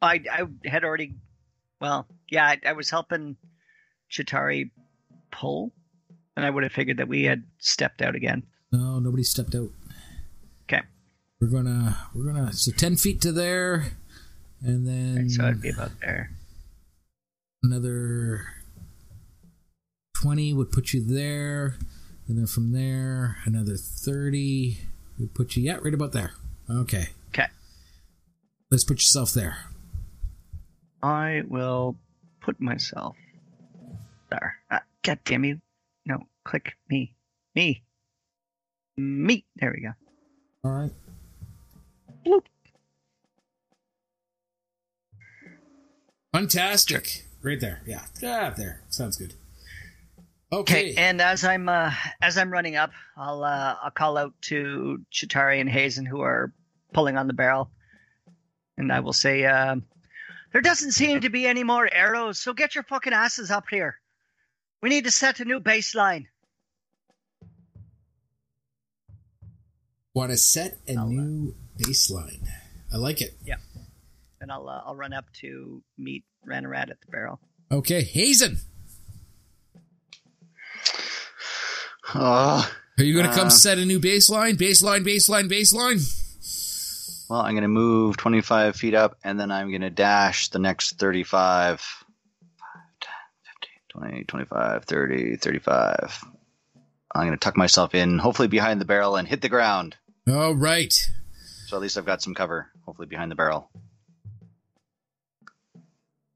B: I I had already, well, yeah, I, I was helping Chitari pull, and I would have figured that we had stepped out again.
C: No, nobody stepped out.
B: Okay,
C: We're gonna we're gonna so 10 feet to there, and then
B: so it'd be about there.
C: another 20 would put you there and then from there another 30 would put you yeah right about there okay
B: Okay,
C: let's put yourself there
B: I will put myself there. Ah, God damn you! No, click me, me, me. There we go.
C: all right fantastic right there yeah ah, there sounds good okay
B: Okay, and as I'm uh, as I'm running up, I'll uh, I'll call out to Chitari and Hazen who are pulling on the barrel, and I will say, um, "There doesn't seem to be any more arrows, so get your fucking asses up here. We need to set a new baseline.
C: want to set a
B: I'll, uh,
C: new baseline i like it
B: And I'll uh, I'll run up to meet Ranarat at the barrel.
C: okay hazen
E: Oh,
C: are you gonna
E: Uh,
C: come set a new baseline baseline baseline baseline
E: well, I'm going to move 25 feet up, and then I'm going to dash the next 35. 20, 25, 30, 35. I'm going to tuck myself in, hopefully behind the barrel, and hit the ground.
C: all right
E: So at least I've got some cover, hopefully behind the barrel.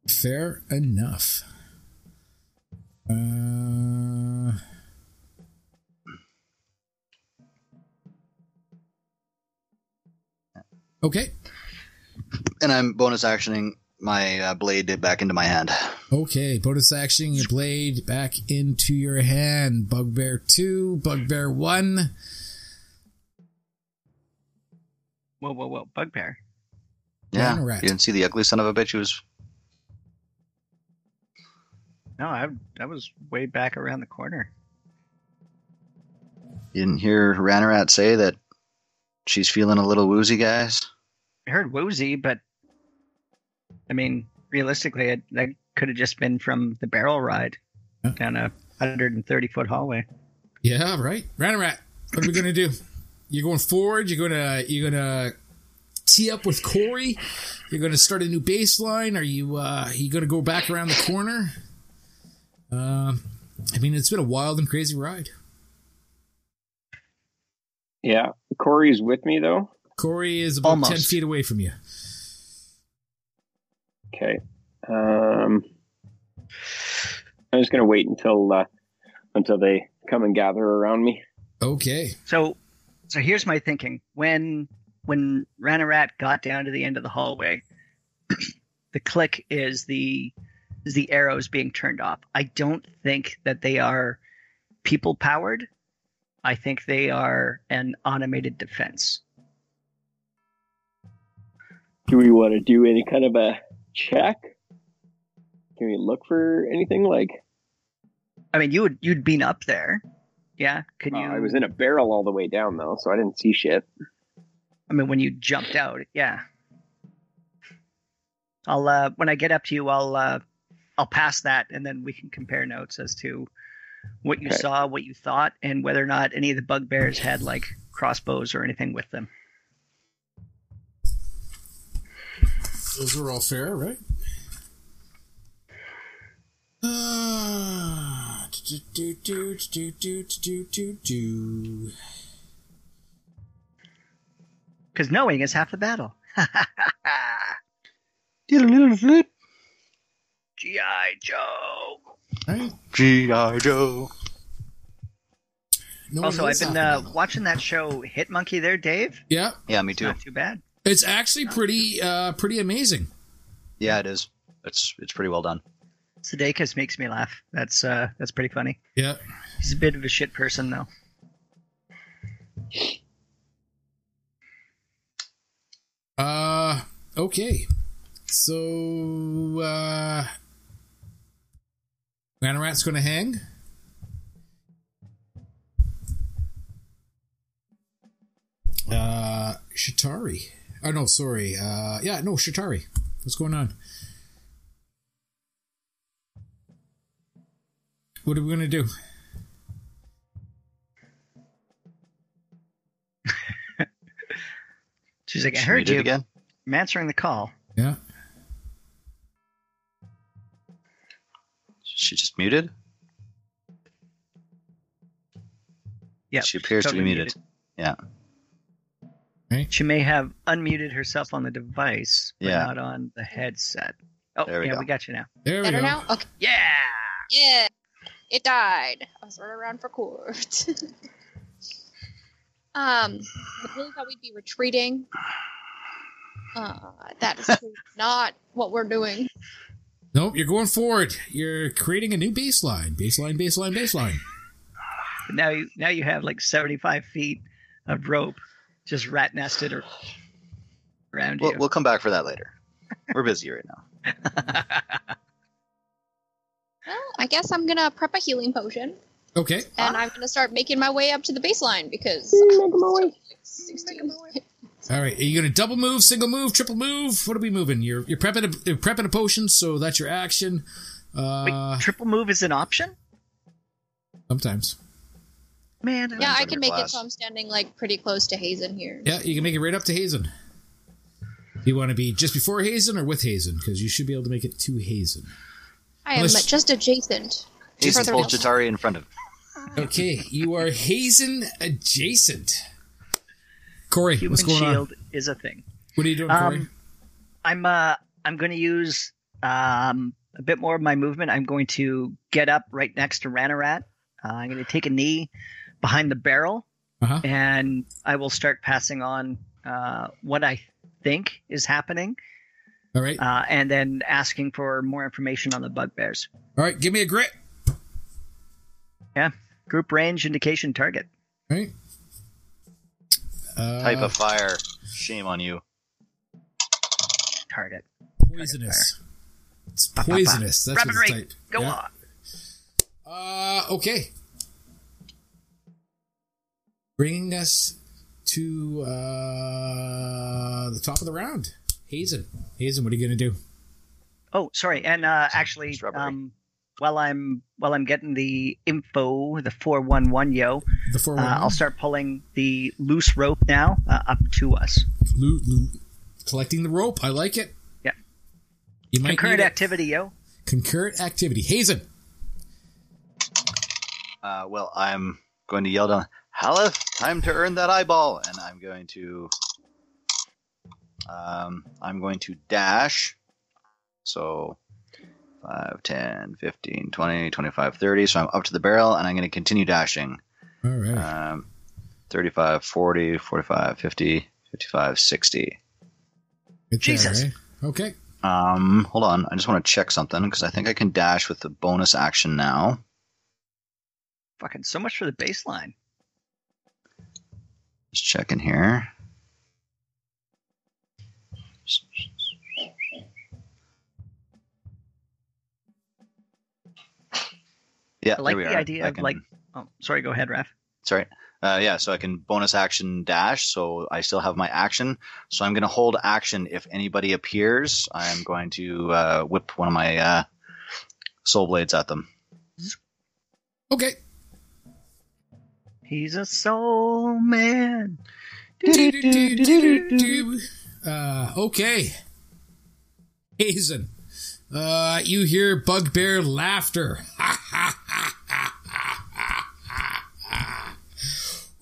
C: Fair enough. Uh, okay.
E: And I'm bonus actioning my uh, blade back into my hand.
C: Okay. Bonus action your blade back into your hand. Bugbear 2, Bugbear 1.
B: Whoa, whoa, whoa, bugbear!
E: Yeah,
C: Rhino rat.
E: you didn't see the ugly son of a bitch who was.
B: No, I I was way back around the corner.
E: You didn't hear Ranarat say that she's feeling a little woozy, guys.
B: I heard woozy, but I mean, realistically, it, that could have just been from the barrel ride
C: Yeah.
B: down a 130 foot hallway.
C: Yeah, right. Rat rat. What are we gonna do? You're going forward. You're gonna you're gonna tee up with Corey. You're gonna start a new baseline. Are you uh, you gonna go back around the corner? Um, I mean, it's been a wild and crazy ride.
D: Yeah, Corey's with me though.
C: Corey is about
B: Almost.
C: ten feet away from you.
D: Okay. Um, I'm just gonna wait until uh, until they come and gather around me.
C: Okay.
B: So, so here's my thinking: when when Ranarat got down to the end of the hallway, the click is the is the arrows being turned off. I don't think that they are people powered. I think they are an automated defense.
D: Do we want to do any kind of a check? Can we look for anything? Like,
B: I mean, you would you'd been up there, yeah? Could
D: uh,
B: you?
D: I was in a barrel all the way down though, so I didn't see shit.
B: I mean, when you jumped out, yeah. I'll uh, when I get up to you, I'll uh, I'll pass that, and then we can compare notes as to what you
D: Okay.
B: saw, what you thought, and whether or not any of the bugbears had like crossbows or anything with them.
C: Those were all fair, right? Uh, do, do, do, do, do, do, do, do, do.
B: because knowing is half the battle.
E: G.I.
B: GI Joe.
C: Right?
E: Joe.
C: No one
B: Also, I've
C: knows
B: been
C: that.
B: uh, watching that show Hit Monkey. There, Dave.
C: yeah,
E: Yeah, me too.
B: Not too bad.
C: it's actually pretty, uh, pretty amazing.
E: Yeah, it is. It's it's pretty well done.
B: Sudeikis makes me laugh. That's uh, that's pretty funny.
C: Yeah,
B: He's a bit of a shit person though.
C: Uh, okay. So, uh, Manorat's going to hang. Uh, Shatari. Oh, no, sorry. Uh, yeah, no, Shatari. What's going on? What are we going to do?
B: She's like, I
E: Should we
B: heard
E: do it
B: you.
E: again.
B: I'm answering the call.
C: Yeah.
E: She just muted.
B: Yeah,
E: she appears to be
B: totally
E: muted. Yeah,
B: She may have unmuted herself on the device, but
E: Yeah.
B: not on the headset. Oh,
E: There we
B: yeah,
E: go.
B: we got you now.
C: There we
F: Better
C: go.
F: now? Okay.
B: Yeah.
F: Yeah. It died. I was running around for court. um, I really thought we'd be retreating. Uh, that is not what we're doing.
C: Nope, you're going forward. You're creating a new baseline. Baseline, baseline, baseline.
B: But now you now you have like 75 feet of rope just rat nested ar- around
E: we'll,
B: you.
E: we'll come back for that later. We're busy right now.
F: Well, I guess I'm gonna prep a healing potion,
C: Okay.
F: and I'm gonna start making my way up to the baseline because sixteen.
C: All right, are you going to double move, single move, triple move? What are we moving? You're you're prepping a, you're prepping a potion, so that's your action.
B: Wait,
C: Uh,
B: triple move is an option?
C: sometimes,
B: Man, I
E: Depends
F: Yeah, I
E: on your
F: can make it
E: class.
F: so I'm standing like pretty close to Hazen here.
C: yeah, you can make it right up to Hazen. Do you want to be just before Hazen or with Hazen? Because you should be able to make it to Hazen.
F: I am
C: Unless-
F: just adjacent.
E: Jason
F: Further
E: pulls
F: down.
E: Chitari in front of.
C: Okay, you are Hazen adjacent. Corey,
B: human
C: what's going on?
B: shield is a thing.
C: What are you doing, Corey?
B: Um, I'm uh I'm going to use um a bit more of my movement. I'm going to get up right next to Ranarat. Uh, I'm going to take a knee behind the barrel,
C: Uh-huh.
B: and I will start passing on uh, what I think is happening,
C: All right, all
B: uh, and then asking for more information on the bugbears.
C: right. Give me a grit.
B: Yeah, group range indication target.
C: All right. Uh,
E: Type of fire. Shame on you.
B: Target.
C: poisonous. It's
B: Ba, ba, ba.
C: poisonous. That's
B: Rapid
C: what it's
B: rate.
C: typed.
B: Go
C: Yeah.
B: on.
C: Uh, okay. Bringing us to uh, the top of the round. Hazen. Hazen, what are you going to do?
B: Oh, sorry. And uh, actually,
E: Strawberry.
B: um, while I'm while I'm getting the info, the four one one yo,
C: The 4
B: uh, I'll start pulling the loose rope now uh, up to us.
C: Loot, loot. Collecting the rope. I like it.
B: Yep.
C: You might
B: Concurrent
C: need it.
B: activity yo.
C: Concurrent activity. Hazen.
E: Uh, well, I'm going to yell down, Halif, time to earn that eyeball, and I'm going to, um, I'm going to dash. So, 5, 10, 15, 20, 25, 30. So I'm up to the barrel, and I'm going to continue dashing.
C: All right.
E: Um, 35, 40, 45, 50, 55, 60.
C: Good job,
B: Jesus.
C: right? Okay.
E: Um, hold on. I just want to check something because I think I can dash with the bonus action now.
B: Fucking so much for the baseline.
E: Just checking here. Yeah,
B: I like
E: there we
B: the
E: are.
B: idea
E: I
B: of, like- Oh, sorry. Go ahead, Raph.
E: sorry. Uh, yeah, so I can bonus action dash, so I still have my action. So I'm going to hold action if anybody appears. I'm going to uh, whip one of my uh, soul blades at them.
C: Okay.
B: He's a soul man.
C: Uh, okay. Hazen. Uh, you hear bugbear laughter.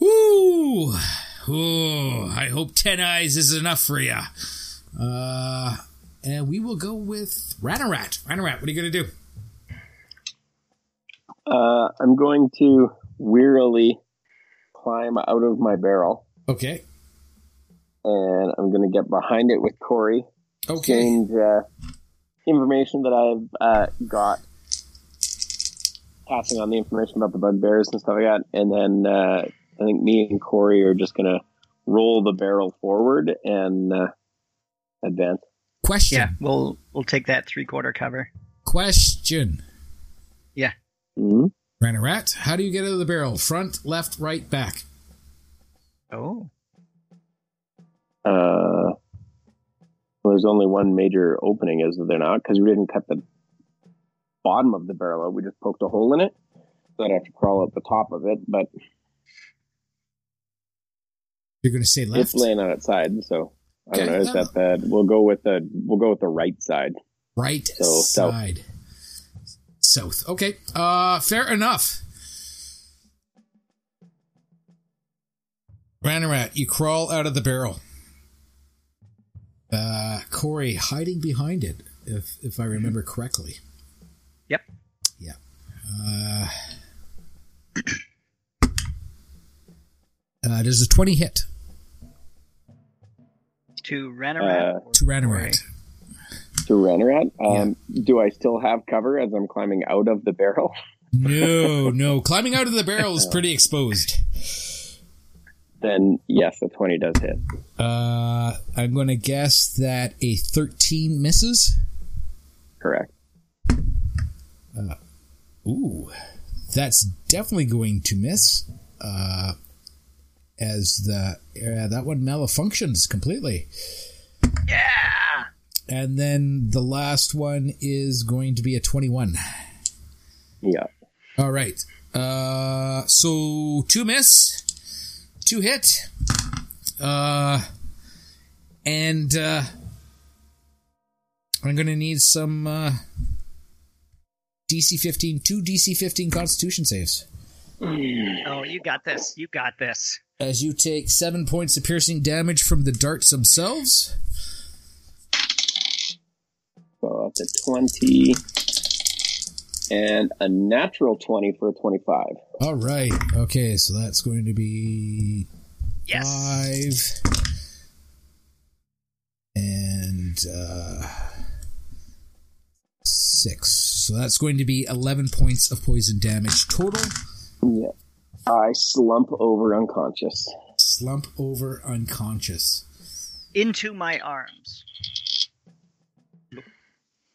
C: Woo! Oh, I hope ten eyes is enough for you. Uh, and we will go with Ranarat. Ranarat, what are you gonna do?
D: Uh, I'm going to wearily climb out of my barrel,
C: Okay.
D: and I'm going to get behind it with Corey.
C: Okay.
D: Change uh, information that I've uh, got, passing on the information about the bugbears and stuff like that, and then uh, I think me and Corey are just going to roll the barrel forward and uh, advance.
C: Question.
B: Yeah, we'll we'll take that three quarter cover.
C: Question.
D: hmm
C: Ranarat, how do you get out of the barrel? Front, left, right, back.
B: Oh,
D: Uh, well, there's only one major opening, is there not? Because we didn't cut the bottom of the barrel out. We just poked a hole in it. So I'd have to crawl up the top of it, but
C: You're gonna say left.
D: it's laying on its side. So I don't
C: Okay, Oh.
D: know. Is
C: no.
D: that the we'll go with the we'll go with the right side.
C: right
D: So, south.
C: side south. okay uh fair enough Ranarat, you crawl out of the barrel uh corey hiding behind it if if i remember correctly
B: Yep.
C: yeah uh, uh does a 20 hit
B: to Ranarat.
D: Uh,
B: or
C: to Ranarat.
B: Corey.
D: To Ranarat. Um, Do I still have cover as I'm climbing out of the barrel?
C: no no climbing out of the barrel is pretty exposed
D: Then yes, the twenty does hit.
C: Uh, I'm going to guess that a 13 misses.
D: Correct.
C: Ooh, that's definitely going to miss. Uh, as the uh, that one malfunctions completely. Yeah. And then the last one is going to be a 21.
D: Yeah.
C: All right. Uh, so two miss, two hit, uh, and uh, I'm gonna need some uh, DC 15, two DC 15 Constitution saves.
B: Oh, you got this. You got this.
C: As you take seven points of piercing damage from the darts themselves,
D: So that's a twenty. And a natural twenty for a twenty-five.
C: All right. Okay, so that's going to be
B: Yes.
C: five and uh, six. So that's going to be eleven points of poison damage total.
D: Yeah. I slump over unconscious.
C: Slump over unconscious.
B: Into my arms.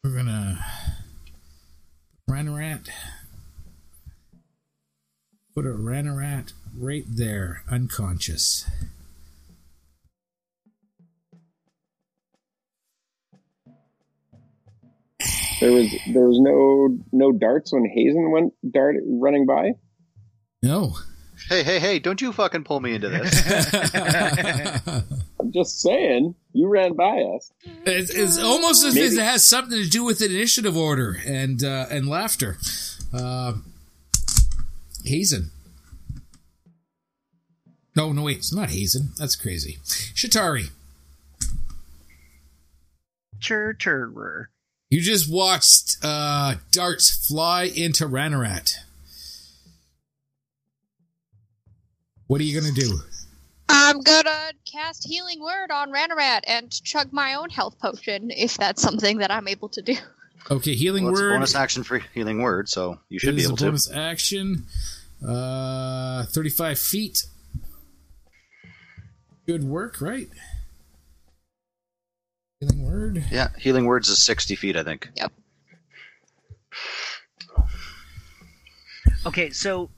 C: We're gonna Ranarat. Put a Ranarat right there, unconscious.
D: There was there was no no darts when Hazen went dart running by.
C: No.
E: Hey, hey, hey, don't you fucking pull me into this.
D: I'm just saying, you ran by us.
C: It's, it's almost as if
D: Maybe-
C: it has something to do with an initiative order and uh, and laughter. Uh, Hazen. No, no, wait, it's not Hazen. That's crazy. Shatari,
B: Churterer.
C: you just watched uh, darts fly into Ranarat. What are you gonna do?
F: I'm gonna cast Healing Word on Ranarat and chug my own health potion if that's something that I'm able to do.
C: Okay, healing
E: well, it's a
C: word.
E: bonus action for healing word, so you
C: It
E: should be
C: is a
E: able to.
C: bonus action. Uh, thirty-five feet. Good work, right? Healing word.
E: Yeah, healing words is 60 feet, I think.
B: Okay, so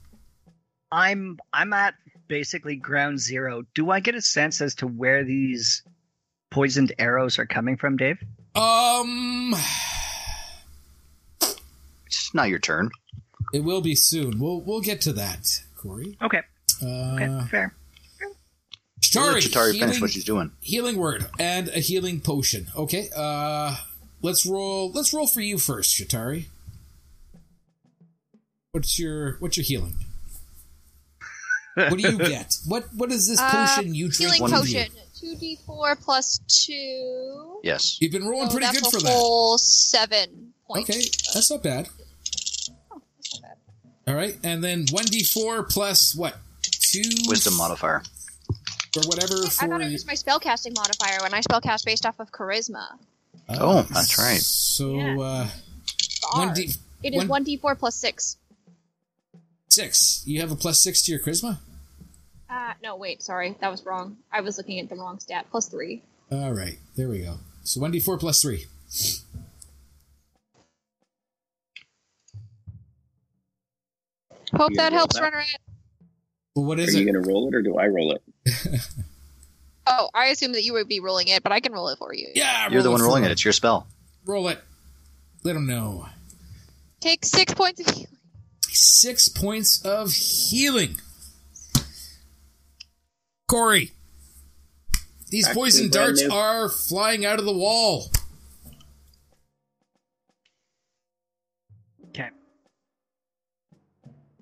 B: I'm I'm at basically ground zero. Do I get a sense as to where these poisoned arrows are coming from, Dave?
C: Um,
E: It's not your turn.
C: it will be soon. We'll we'll get to that, Corey.
B: Okay, okay,
C: Uh,
B: fair.
E: We'll
C: Chitari,
E: let Chitari finish
C: healing,
E: what she's doing.
C: healing word and a healing potion. Okay. Uh, let's roll. Let's roll for you first, Shatari. What's your what's your healing? What do you get? What What is this
F: Uh,
C: potion you drink?
F: Healing
E: one
C: give you?
F: potion. 2d4 plus 2.
E: Yes.
C: You've been rolling
F: So
C: pretty
F: Oh, that's
C: good for
F: a
C: that.
F: whole 7 points. Oh,
C: Okay, that's not bad.
F: That's not bad.
C: All right, and then one d four plus what? Two
E: Wisdom modifier.
C: or whatever
F: I
C: for
F: gotta use my spellcasting modifier when I spellcast based off of charisma.
E: Oh, that's right.
C: So
F: Yeah.
C: uh,
F: Bar.
C: one d
F: It is
C: one-
F: one d four plus six.
C: six. You have a plus six to your charisma.
F: Uh, no, wait, sorry, that was wrong. I was looking at the wrong stat. Plus three.
C: All right, there we go. So one d four plus three.
F: Hope
D: You
F: that
D: roll
F: helps,
D: that.
F: runner. At.
C: Well, what
D: Are
C: is
D: you
C: it?
D: going to roll it or do I roll it?
F: Oh, I assume that you would be rolling it, but I can roll it for you.
C: yeah,
E: You're the
C: roll
E: one rolling
C: for
E: it. It's your spell.
C: Roll it. Let them know.
F: Take six points of healing.
C: Six points of healing. Corey, these
D: Back to
C: poison
D: brand
C: darts
D: new.
C: are flying out of the wall.
B: Okay.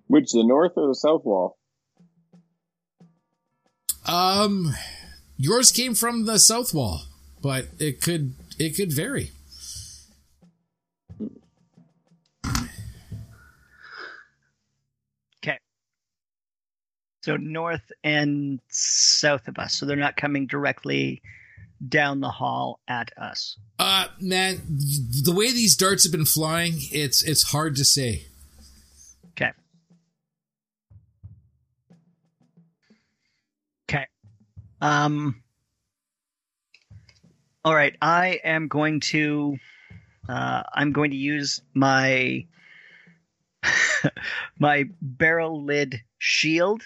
D: Which, the north or the south wall?
C: Um, yours came from the south wall, but it could it could vary.
B: So north and south of us. So they're not coming directly down the hall at us.
C: Uh, man, the way these darts have been flying, it's it's hard to say.
B: Okay. Okay. Um. All right. I am going to. Uh, I'm going to use my my barrel lid shield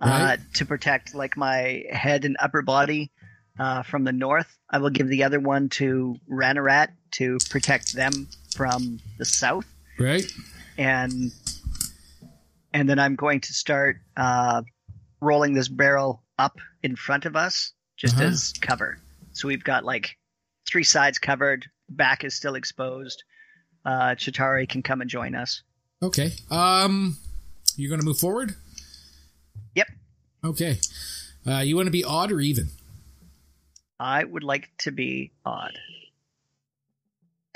B: uh,
C: Right.
B: to protect like my head and upper body uh, from the north. I will give the other one to Ranarat to protect them from the south
C: Right?
B: and and then I'm going to start uh, rolling this barrel up in front of us just
C: Uh-huh.
B: as cover. So we've got like three sides covered, back is still exposed. Uh, Chitari can come and join us.
C: Okay. Um, you're gonna move forward.
B: Yep,
C: Okay. Uh, you want to be odd or even?
B: I would like to be odd.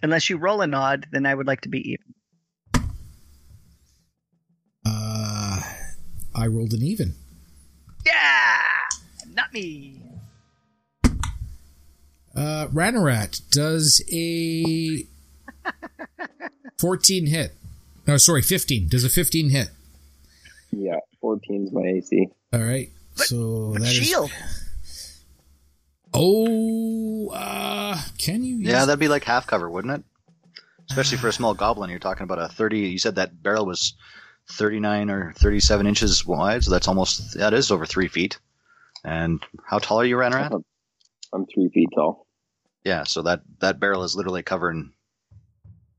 B: Unless you roll an odd, then I would like to be even.
C: Uh, I rolled an even.
B: Yeah, not me.
C: Uh, Ranarat does a fourteen hit. No, sorry, fifteen. Does a fifteen hit?
D: Yeah, 14's my AC.
C: All right. so
B: But
C: that is-
B: shield.
C: Oh, uh, can you? use-
E: Yeah, that'd be like half cover, wouldn't it? Especially for a small goblin. You're talking about a 30. You said that barrel was 39 or 37 inches wide, so that's almost that is over three feet. And how tall are you, Ranarat?
D: Oh. I'm three feet tall.
E: Yeah, so that that barrel is literally covering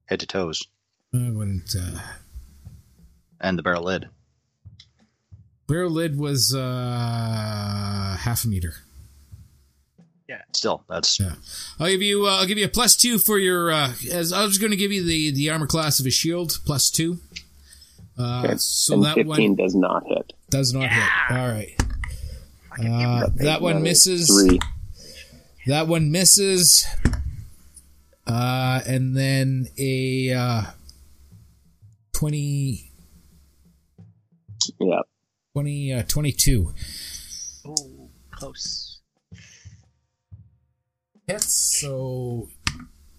E: head to toes
C: I wouldn't. Uh,
E: and the barrel lid.
C: barrel lid was uh, half a meter.
E: Still, that's
C: Yeah. I'll give you. Uh, I'll give you a plus two for your. Uh, as I was going to give you the the armor class of a shield plus two. Uh, So
D: and
C: that
D: 15
C: one
D: does not hit.
C: does not hit. All right. Uh, that one
D: Another
C: misses.
D: Three.
C: That one misses. Uh, and then a uh, 20,
D: Yeah.
C: 20 uh, 22.
B: Oh, close.
C: Hits. So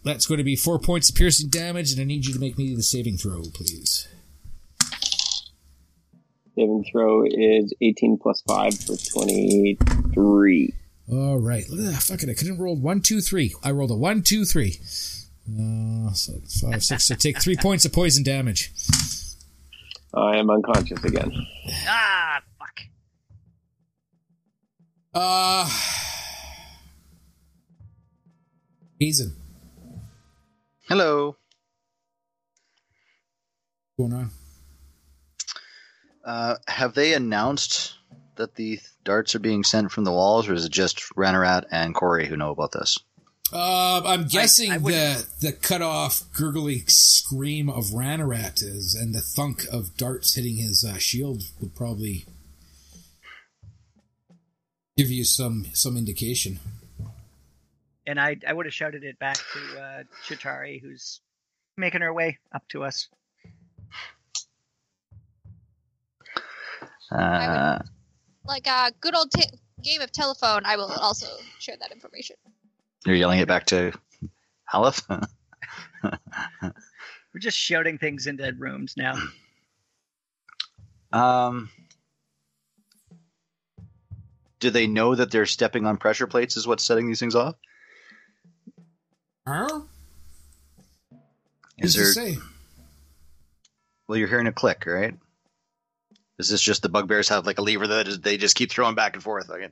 C: that's going to be four points of piercing damage, and I need you to make me the saving throw, please.
D: Saving throw is 18 plus 5 for 23.
C: All right. Ugh, fuck it. I couldn't roll one, two, three. I rolled a one, two, three. Uh, so five, six. So take three points of poison damage.
D: I am unconscious again.
B: Ah, fuck.
C: Uh, Hazen,
E: hello.
C: what's going on?
E: Uh, have they announced that the darts are being sent from the walls, or is it just Ranarat and Corey who know about this?
C: Uh, I'm guessing
B: I would-
C: the the cut off gurgly scream of Ranarat is, and the thunk of darts hitting his uh, shield would probably give you some some indication.
B: And I, I would have shouted it back to uh, Chitari, who's making her way up to us.
E: Uh,
F: Like a good old ta game of telephone, I will also share that information.
E: you're yelling it back to Aleph?
B: We're just shouting things into rooms now.
E: um, do they know that they're stepping on pressure plates is what's setting these things off?
C: Huh?
E: Is
C: Who's to
E: there,
C: say?
E: well, you're hearing a click, right? Is this just the bugbears have like a lever that is- they just keep throwing back and forth? Again?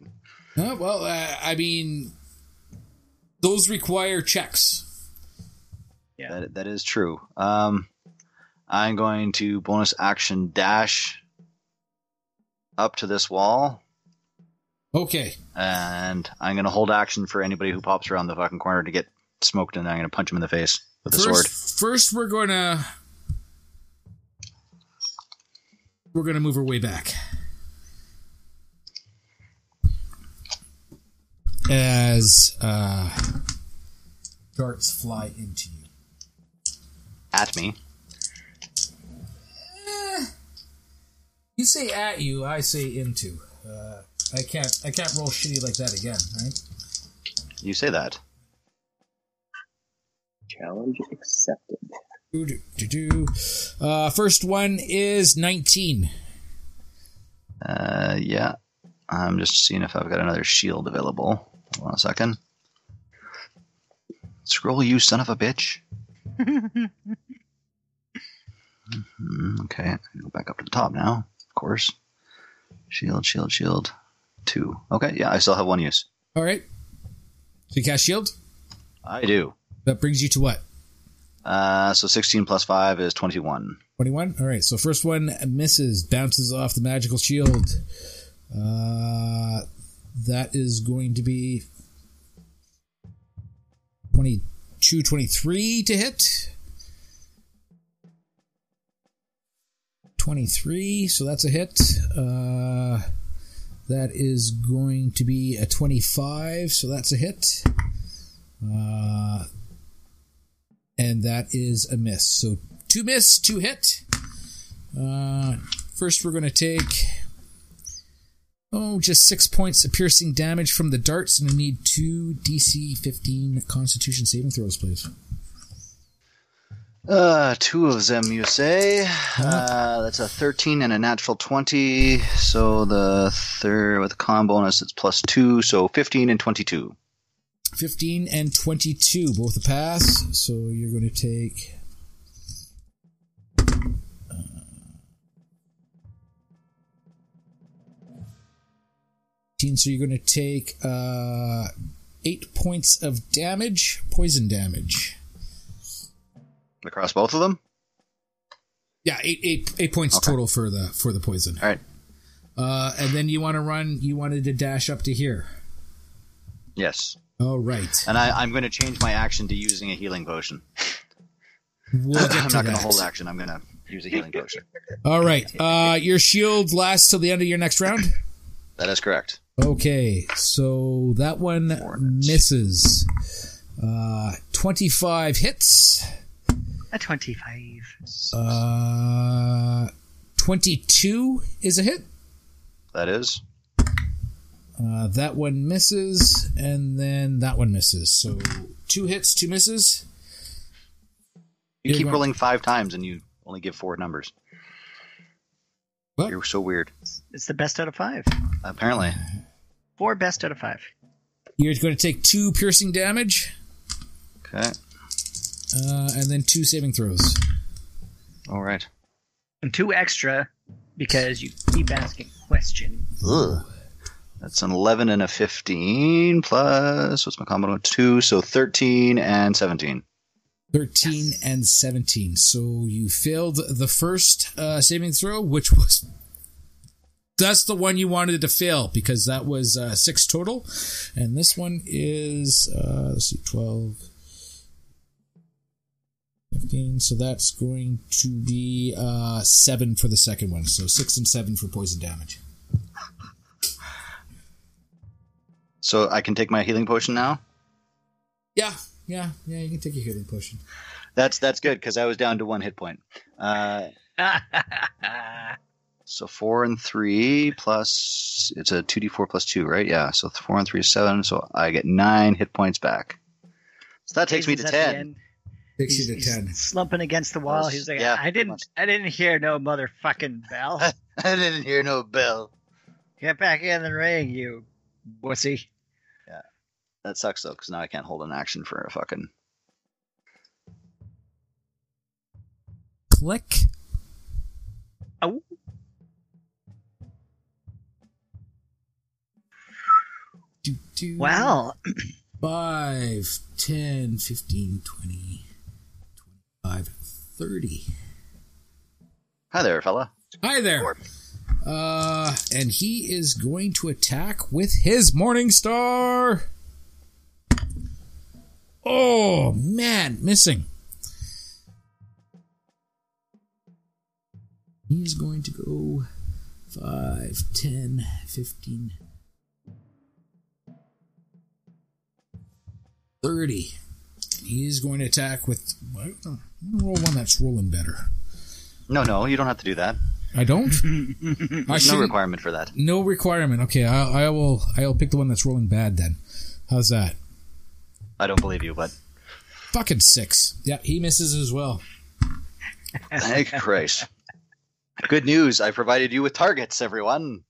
C: Uh, well, uh, I mean, those require checks.
B: Yeah.
E: That, that is true. Um, I'm going to bonus action dash up to this wall,
C: Okay.
E: and I'm going to hold action for anybody who pops around the fucking corner to get smoked, and I'm going to punch him in the face with a
C: first,
E: sword.
C: first, we're gonna we're gonna move our way back. As uh, darts fly into you.
E: At me.
C: You say at you, I say into. Uh, I can't. I can't roll shitty like that again, right?
E: You say that.
D: Challenge accepted.
C: Doo, doo, doo, doo. Uh, first one is nineteen.
E: Uh, yeah. I'm just seeing if I've got another shield available. Hold on a second. Scroll, you son of a bitch. Mhm, okay, I can go back up to the top now, of course. Shield, shield, shield. Two. Okay, yeah, I still have one use.
C: All right. So you cast shield.
E: I do.
C: That brings you to what?
E: Uh, so 16 plus 5 is 21.
C: 21 all right so first one misses bounces off the magical shield uh that is going to be 22 23 to hit 23 so that's a hit uh that is going to be a 25 so that's a hit uh and that is a miss. So two miss, two hit. Uh, first, we're going to take oh, just six points of piercing damage from the darts, and I need two DC 15 Constitution saving throws, please.
E: Uh, two of them, you say. Uh, that's a 13 and a natural 20. So the third with con bonus, it's plus two, so 15 and 22.
C: 15 and 22, both a pass. So you're going to take. uh, So you're going to take uh, eight points of damage, poison damage.
E: Across both of them?
C: Yeah, eight, eight, eight points
E: Okay.
C: total for the for the poison.
E: All right.
C: Uh, and then you want to run. You wanted to dash up to here.
E: Yes.
C: All right,
E: And I, I'm going to change my action to using a healing potion.
C: we'll get to
E: I'm not going
C: that.
E: to hold action. I'm going to use a healing potion.
C: All right, uh, your shield lasts till the end of your next round.
E: That is correct.
C: Okay, so that one misses. Uh, 25 hits.
B: A 25.
C: Uh, 22 is a hit.
E: That is.
C: Uh, that one misses, and then that one misses. So two hits, two misses.
E: You
C: You're
E: keep
C: going-
E: rolling five times and you only give four numbers.
C: What?
E: You're so weird.
B: It's the best out of five.
E: Apparently.
B: Four best out of five.
C: You're going to take two piercing damage,
E: Okay.
C: uh, and then two saving throws.
E: All right.
B: And two extra because you keep asking questions.
E: Ugh. That's an 11 and a 15 plus, what's my combo? Two, so 13 and 17.
C: 13 and 17. So you failed the first uh, saving throw, which was. That's the one you wanted to fail because that was uh, six total. And this one is, uh, let's see, 12, 15. So that's going to be uh, seven for the second one. So six and seven for poison damage.
E: So I can take my healing potion now.
C: Yeah, yeah, yeah. You can take a healing potion.
E: That's that's good because I was down to one hit point. Uh, so four and three plus it's a two d four plus two, right? Yeah. So four and three is seven. So I get nine hit points back. So that takes me to
B: Jason's at the
E: ten.
B: end.
C: Takes you to
B: He's- he's
C: ten.
B: Slumping against the wall. He's like,
E: Yeah,
B: I
E: pretty
B: didn't,
E: much.
B: I didn't hear no motherfucking bell.
E: I didn't hear no bell.
B: Get back in the ring, you wussy.
E: That sucks though, because now I can't hold an action for a fucking.
H: Click.
B: Oh.
C: Do, do.
B: Well,
C: 5, 10, 15, 20, 25, 30.
E: Hi there, fella.
C: Hi there. Uh, and he is going to attack with his Morning Star. Oh, man, missing. He is going to go 5, 10, 15, 30. He is going to attack with. I'm going to roll one that's rolling better.
E: No, no, you don't have to do that.
C: I don't? I
E: There's no
C: shouldn't-
E: requirement for that.
C: no requirement. Okay, I, I will. I will pick the one that's rolling bad. Then, how's that?
E: I don't believe you, but
C: Fucking six. Yep, he misses as well.
E: thank Christ. Good news! I provided you with targets, everyone.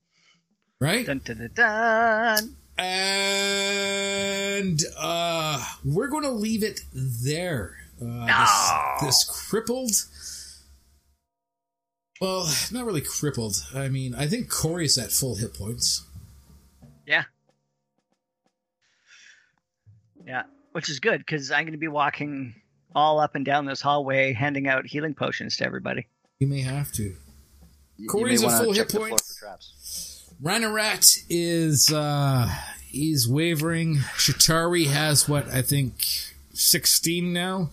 C: Right.
B: dun, dun, dun, dun.
C: And uh, we're going to leave it there. Uh, this, this crippled. Well, not really crippled. I mean, I think Corey's at full hit points.
B: yeah, which is good because I'm going to be walking all up and down this hallway, handing out healing potions to everybody.
C: You may have to.
E: You- you
C: Corey's
E: may
C: at
E: wanna
C: full
E: check
C: hit
E: the floor
C: points.
E: for traps.
C: Rhinorat is uh he's wavering. Shatari has what I think sixteen now.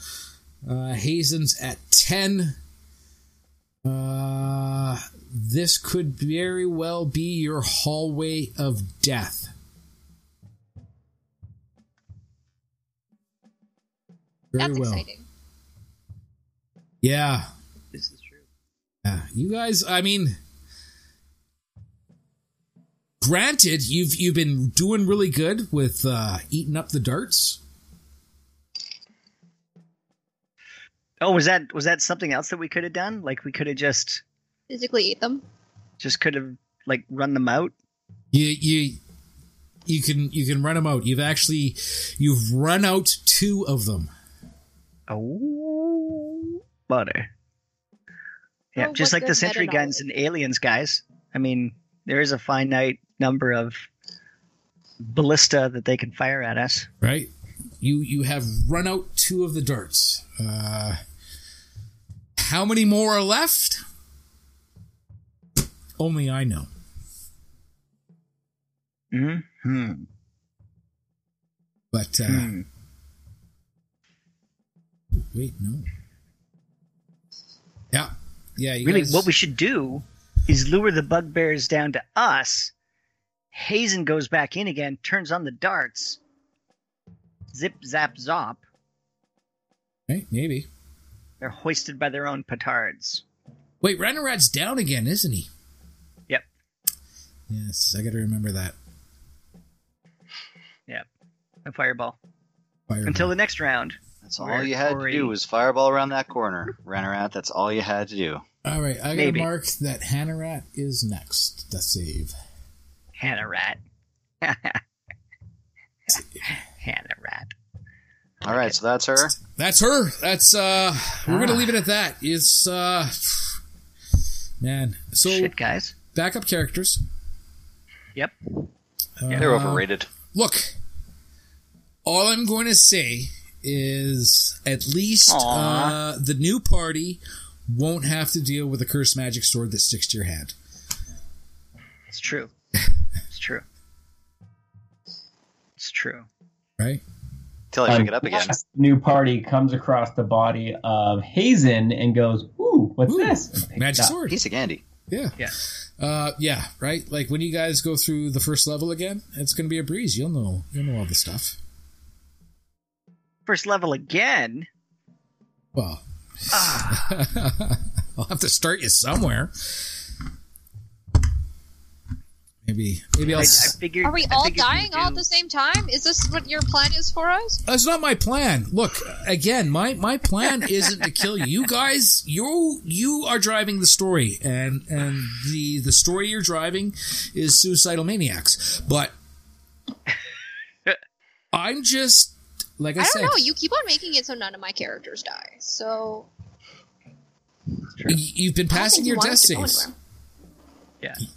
C: Uh Hazen's at ten. Uh this could very well be your hallway of death. Very
F: That's
C: well.
F: exciting.
C: Yeah.
B: This is true.
C: Yeah, you guys. I mean, granted, you've you've been doing really good with uh, eating up the darts.
B: Oh, was that was that something else that we could have done? Like we could have just
F: Physically eat them.
B: just could have like run them out.
C: You you you can you can run them out. You've actually you've run out two of them.
B: Oh, butter. Yeah,
F: Oh,
B: just
F: what
B: like the
F: good
B: sentry
F: meta
B: guns and aliens, guys. I mean, there is a finite number of ballista that they can fire at us.
C: Right. You you have run out two of the darts. Uh, how many more are left? Only I know.
B: Hmm.
C: But uh,
B: Hmm.
C: Wait, no. Yeah. Yeah. You
B: Really,
C: guys-
B: what we should do is lure the bugbears down to us. Hazen goes back in again, turns on the darts. Zip, zap, zop.
C: Hey, maybe.
B: They're hoisted by their own petards.
C: Wait, Rhinorat's down again, isn't he?
B: Yep.
C: Yes, I got to remember that.
B: Yep. A fireball.
C: Fireball.
B: Until the next round.
E: That's all
B: Where
E: you had
B: Corey-
E: to do was fireball around that corner, Ranarat. That's all you had to do.
C: All right, I got to
B: Maybe.
C: mark that Hanarat is next. That's save.
B: Hannah rat. Hannah rat.
E: All right, so that's her.
C: That's her. That's uh we're going to
B: Ah.
C: leave it at that. It's uh man. So
B: Shit, guys.
C: backup characters.
B: Yep.
C: Uh,
E: They're overrated.
C: look all i'm going to say is at least
B: Aw.
C: uh, the new party won't have to deal with a cursed magic sword that sticks to your hand
B: It's true. It's true. It's true.
C: right
E: Till I pick it up again.
I: New party comes across the body of Hazen and goes, "Ooh, what's
C: Ooh,
I: this?" And picks
C: magic
I: it up.
C: sword
E: Piece of candy.
C: Yeah.
B: Yeah.
C: Uh, yeah. Right. Like when you guys go through the first level again, it's going to be a breeze. You'll know. You'll know all the stuff.
B: First level again.
C: Well,
B: Ah,
C: I'll have to start you somewhere. Maybe. Maybe
B: I,
C: I'll.
B: I
C: s-
B: figured.
F: Are we
B: I
F: all
B: figured you
F: dying
B: would
F: all at
B: do-
F: the same time? Is this what your plan is for us?
C: That's not my plan. Look, again, my my plan isn't to kill you. You guys, you you are driving the story, and and the the story you're driving is suicidal maniacs. But I'm just like I,
F: I
C: said.
F: don't know. You keep on making it so none of my characters die. So
C: y- You've been
F: I don't
C: passing
F: think you
C: your
F: want
C: death
F: it to go
C: saves.
F: anywhere.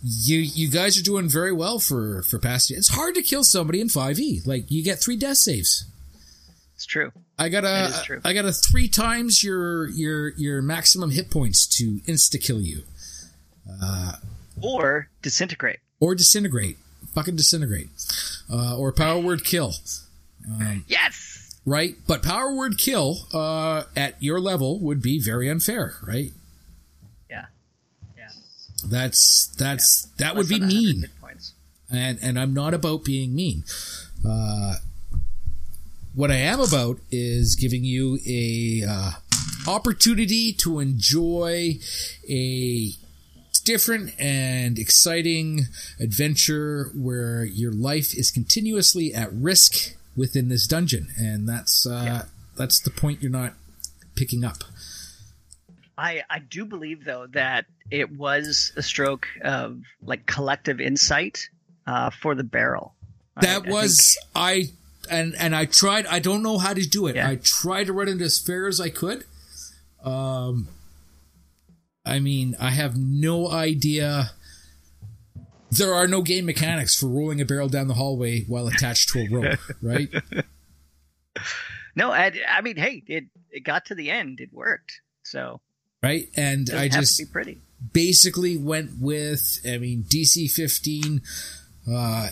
C: You you guys are doing very well for for passing. It's hard to kill somebody in five e. Like you get three death saves.
B: It's true.
C: I got
B: That is
C: a
B: true.
C: I got a three times your your your maximum hit points to insta kill you
B: Or disintegrate.
C: or disintegrate, fucking disintegrate, uh, or power word kill,
B: Yes.
C: right? But power word kill uh, at your level would be very unfair, right?
B: Yeah.
C: That's that's that would
B: Less
C: be
B: than 100
C: mean,
B: hit points.
C: and and I'm not about being mean. Uh, what I am about is giving you a uh, opportunity to enjoy a different and exciting adventure where your life is continuously at risk within this dungeon, and that's uh, that's the point you're not picking up.
B: I, I do believe though that it was a stroke of like collective insight uh, for the barrel. I- I
C: That
B: think-
C: was I and and I tried. I don't know how to do it.
B: Yeah.
C: I tried to run it as fair as I could. Um, I mean, I have no idea. There are no game mechanics for rolling a barrel down the hallway while attached to a rope, right?
B: no. I, I mean, hey, it it got to the end. It worked. So
C: Right, and
B: it
C: I
B: doesn't have
C: just
B: to be pretty.
C: basically went with I mean DC 15 uh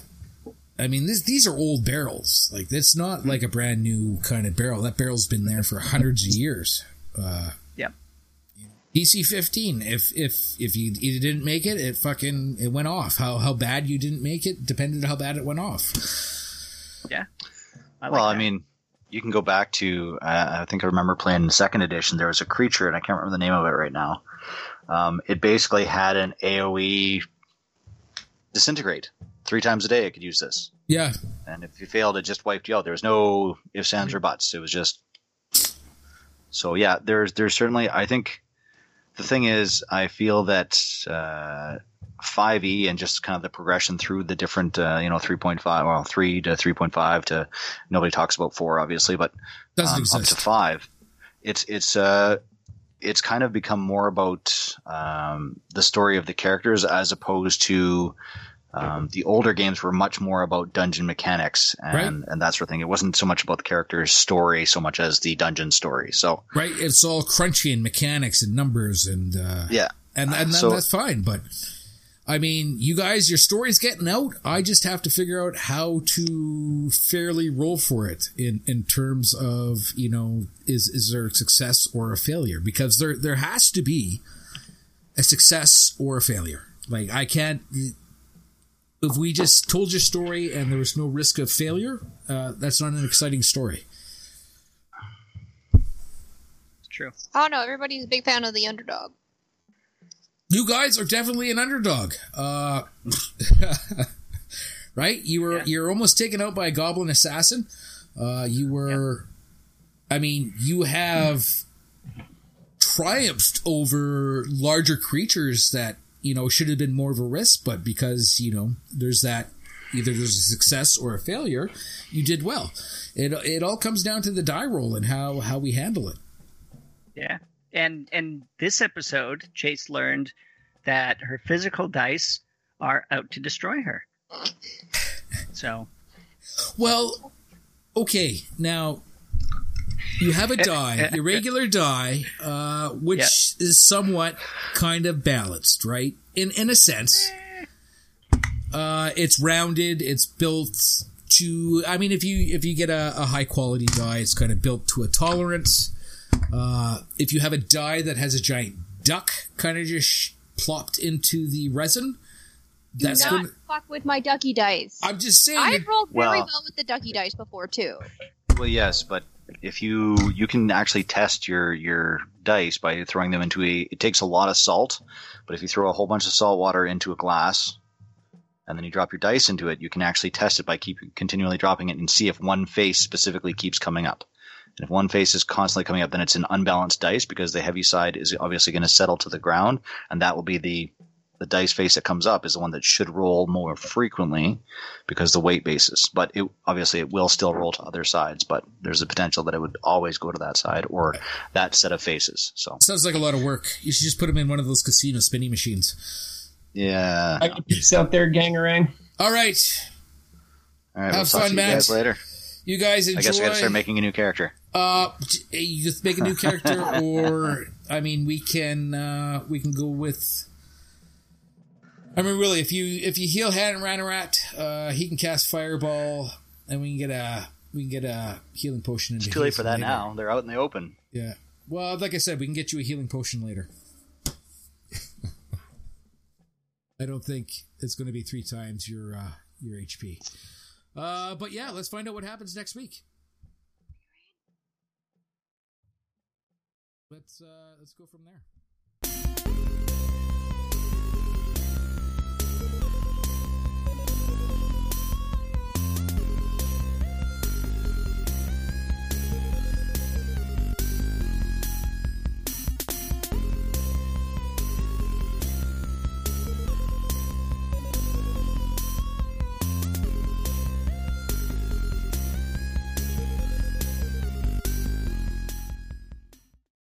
C: I mean this these are old barrels like it's not like a brand new kind of barrel that barrel's been there for hundreds of years uh
B: Yep.
C: DC 15 if if if you, you didn't make it it fucking it went off how how bad you didn't make it depended on how bad it went off
B: I like
E: well,
B: that.
E: I mean, you can go back to uh, I think I remember playing second edition. There was a creature, and I can't remember the name of it right now. Um, it basically had an AOE disintegrate three times a day. It could use this,
C: yeah
E: and if you failed, it just wiped you out. There was no ifs, ands, or buts. It was just so. Yeah, there's there's certainly. I think the thing is, I feel that. Uh, 5e and just kind of the progression through the different uh, you know 3.5 well 3 to 3.5 to nobody talks about 4 obviously but
C: doesn't
E: um, up
C: exist
E: to five. It's it's uh it's kind of become more about um, the story of the characters as opposed to um, the older games were much more about dungeon mechanics and,
C: Right.
E: and that sort of thing. It wasn't so much about the character's story so much as the dungeon story. So
C: right it's all crunchy and mechanics and numbers and uh
E: yeah,
C: and, and then
E: So-
C: that's fine. But I mean, you guys, your story's getting out. I just have to figure out how to fairly roll for it in in terms of you know is is there a success or a failure because there there has to be a success or a failure. Like I can't. If we just told your story and there was no risk of failure, uh, that's not an exciting story.
B: It's true.
F: I don't know. Oh, Everybody's a big fan of the underdog.
C: you guys are definitely an underdog. Uh, right? You were you're almost taken out by a goblin assassin. Uh, you were, I mean, you have triumphed over larger creatures that you know should have been more of a risk, but because you know there's that either there's a success or a failure, you did well. It it all comes down to the die roll and how how we handle it.
B: Yeah. And and this episode, Chase learned that her physical dice are out to destroy her. So
C: Well, okay. Now you have a die, your regular die, uh, which is somewhat kind of balanced, right? In in a sense, uh, it's rounded. It's built to. I mean, if you if you get a, a high quality die, it's kind of built to a tolerance. Uh, if you have a die that has a giant duck kind of just plopped into the resin.
F: Do
C: That's
F: not
C: going.
F: fuck with my ducky dice.
C: I'm just saying.
F: I rolled very
E: Well.
F: well with the ducky dice before too.
E: Well, yes, but if you you can actually test your your dice by throwing them into a it takes a lot of salt, but if you throw a whole bunch of salt water into a glass and then you drop your dice into it, you can actually test it by keep continually dropping it and see if one face specifically keeps coming up. And if one face is constantly coming up, then it's an unbalanced dice because the heavy side is obviously going to settle to the ground, and that will be the the dice face that comes up is the one that should roll more frequently because the weight basis. But it obviously it will still roll to other sides, but there's a potential that it would always go to that side or that set of faces. So
C: Sounds like a lot of work. You should just put them in one of those casino spinning machines.
E: yeah.
G: I got peace out there, gangarang.
C: All right,
E: All right, we'll
C: Have
E: talk
C: fun,
E: to you
C: Matt.
E: guys later.
C: you guys enjoy.
E: I guess I gotta start making a new character.
C: Uh, j- you just make a new character, or I mean, we can uh, we can go with. I mean, really, if you if you heal Han and Ranarat, uh, he can cast Fireball, and we can get a we can get a healing potion.
E: It's too late for that now. They're out in the open.
C: Yeah. Well, like I said, we can get you a healing potion later. I don't think it's going to be three times your uh, your HP. Uh, but yeah, let's find out what happens next week. Let's uh, let's go from there.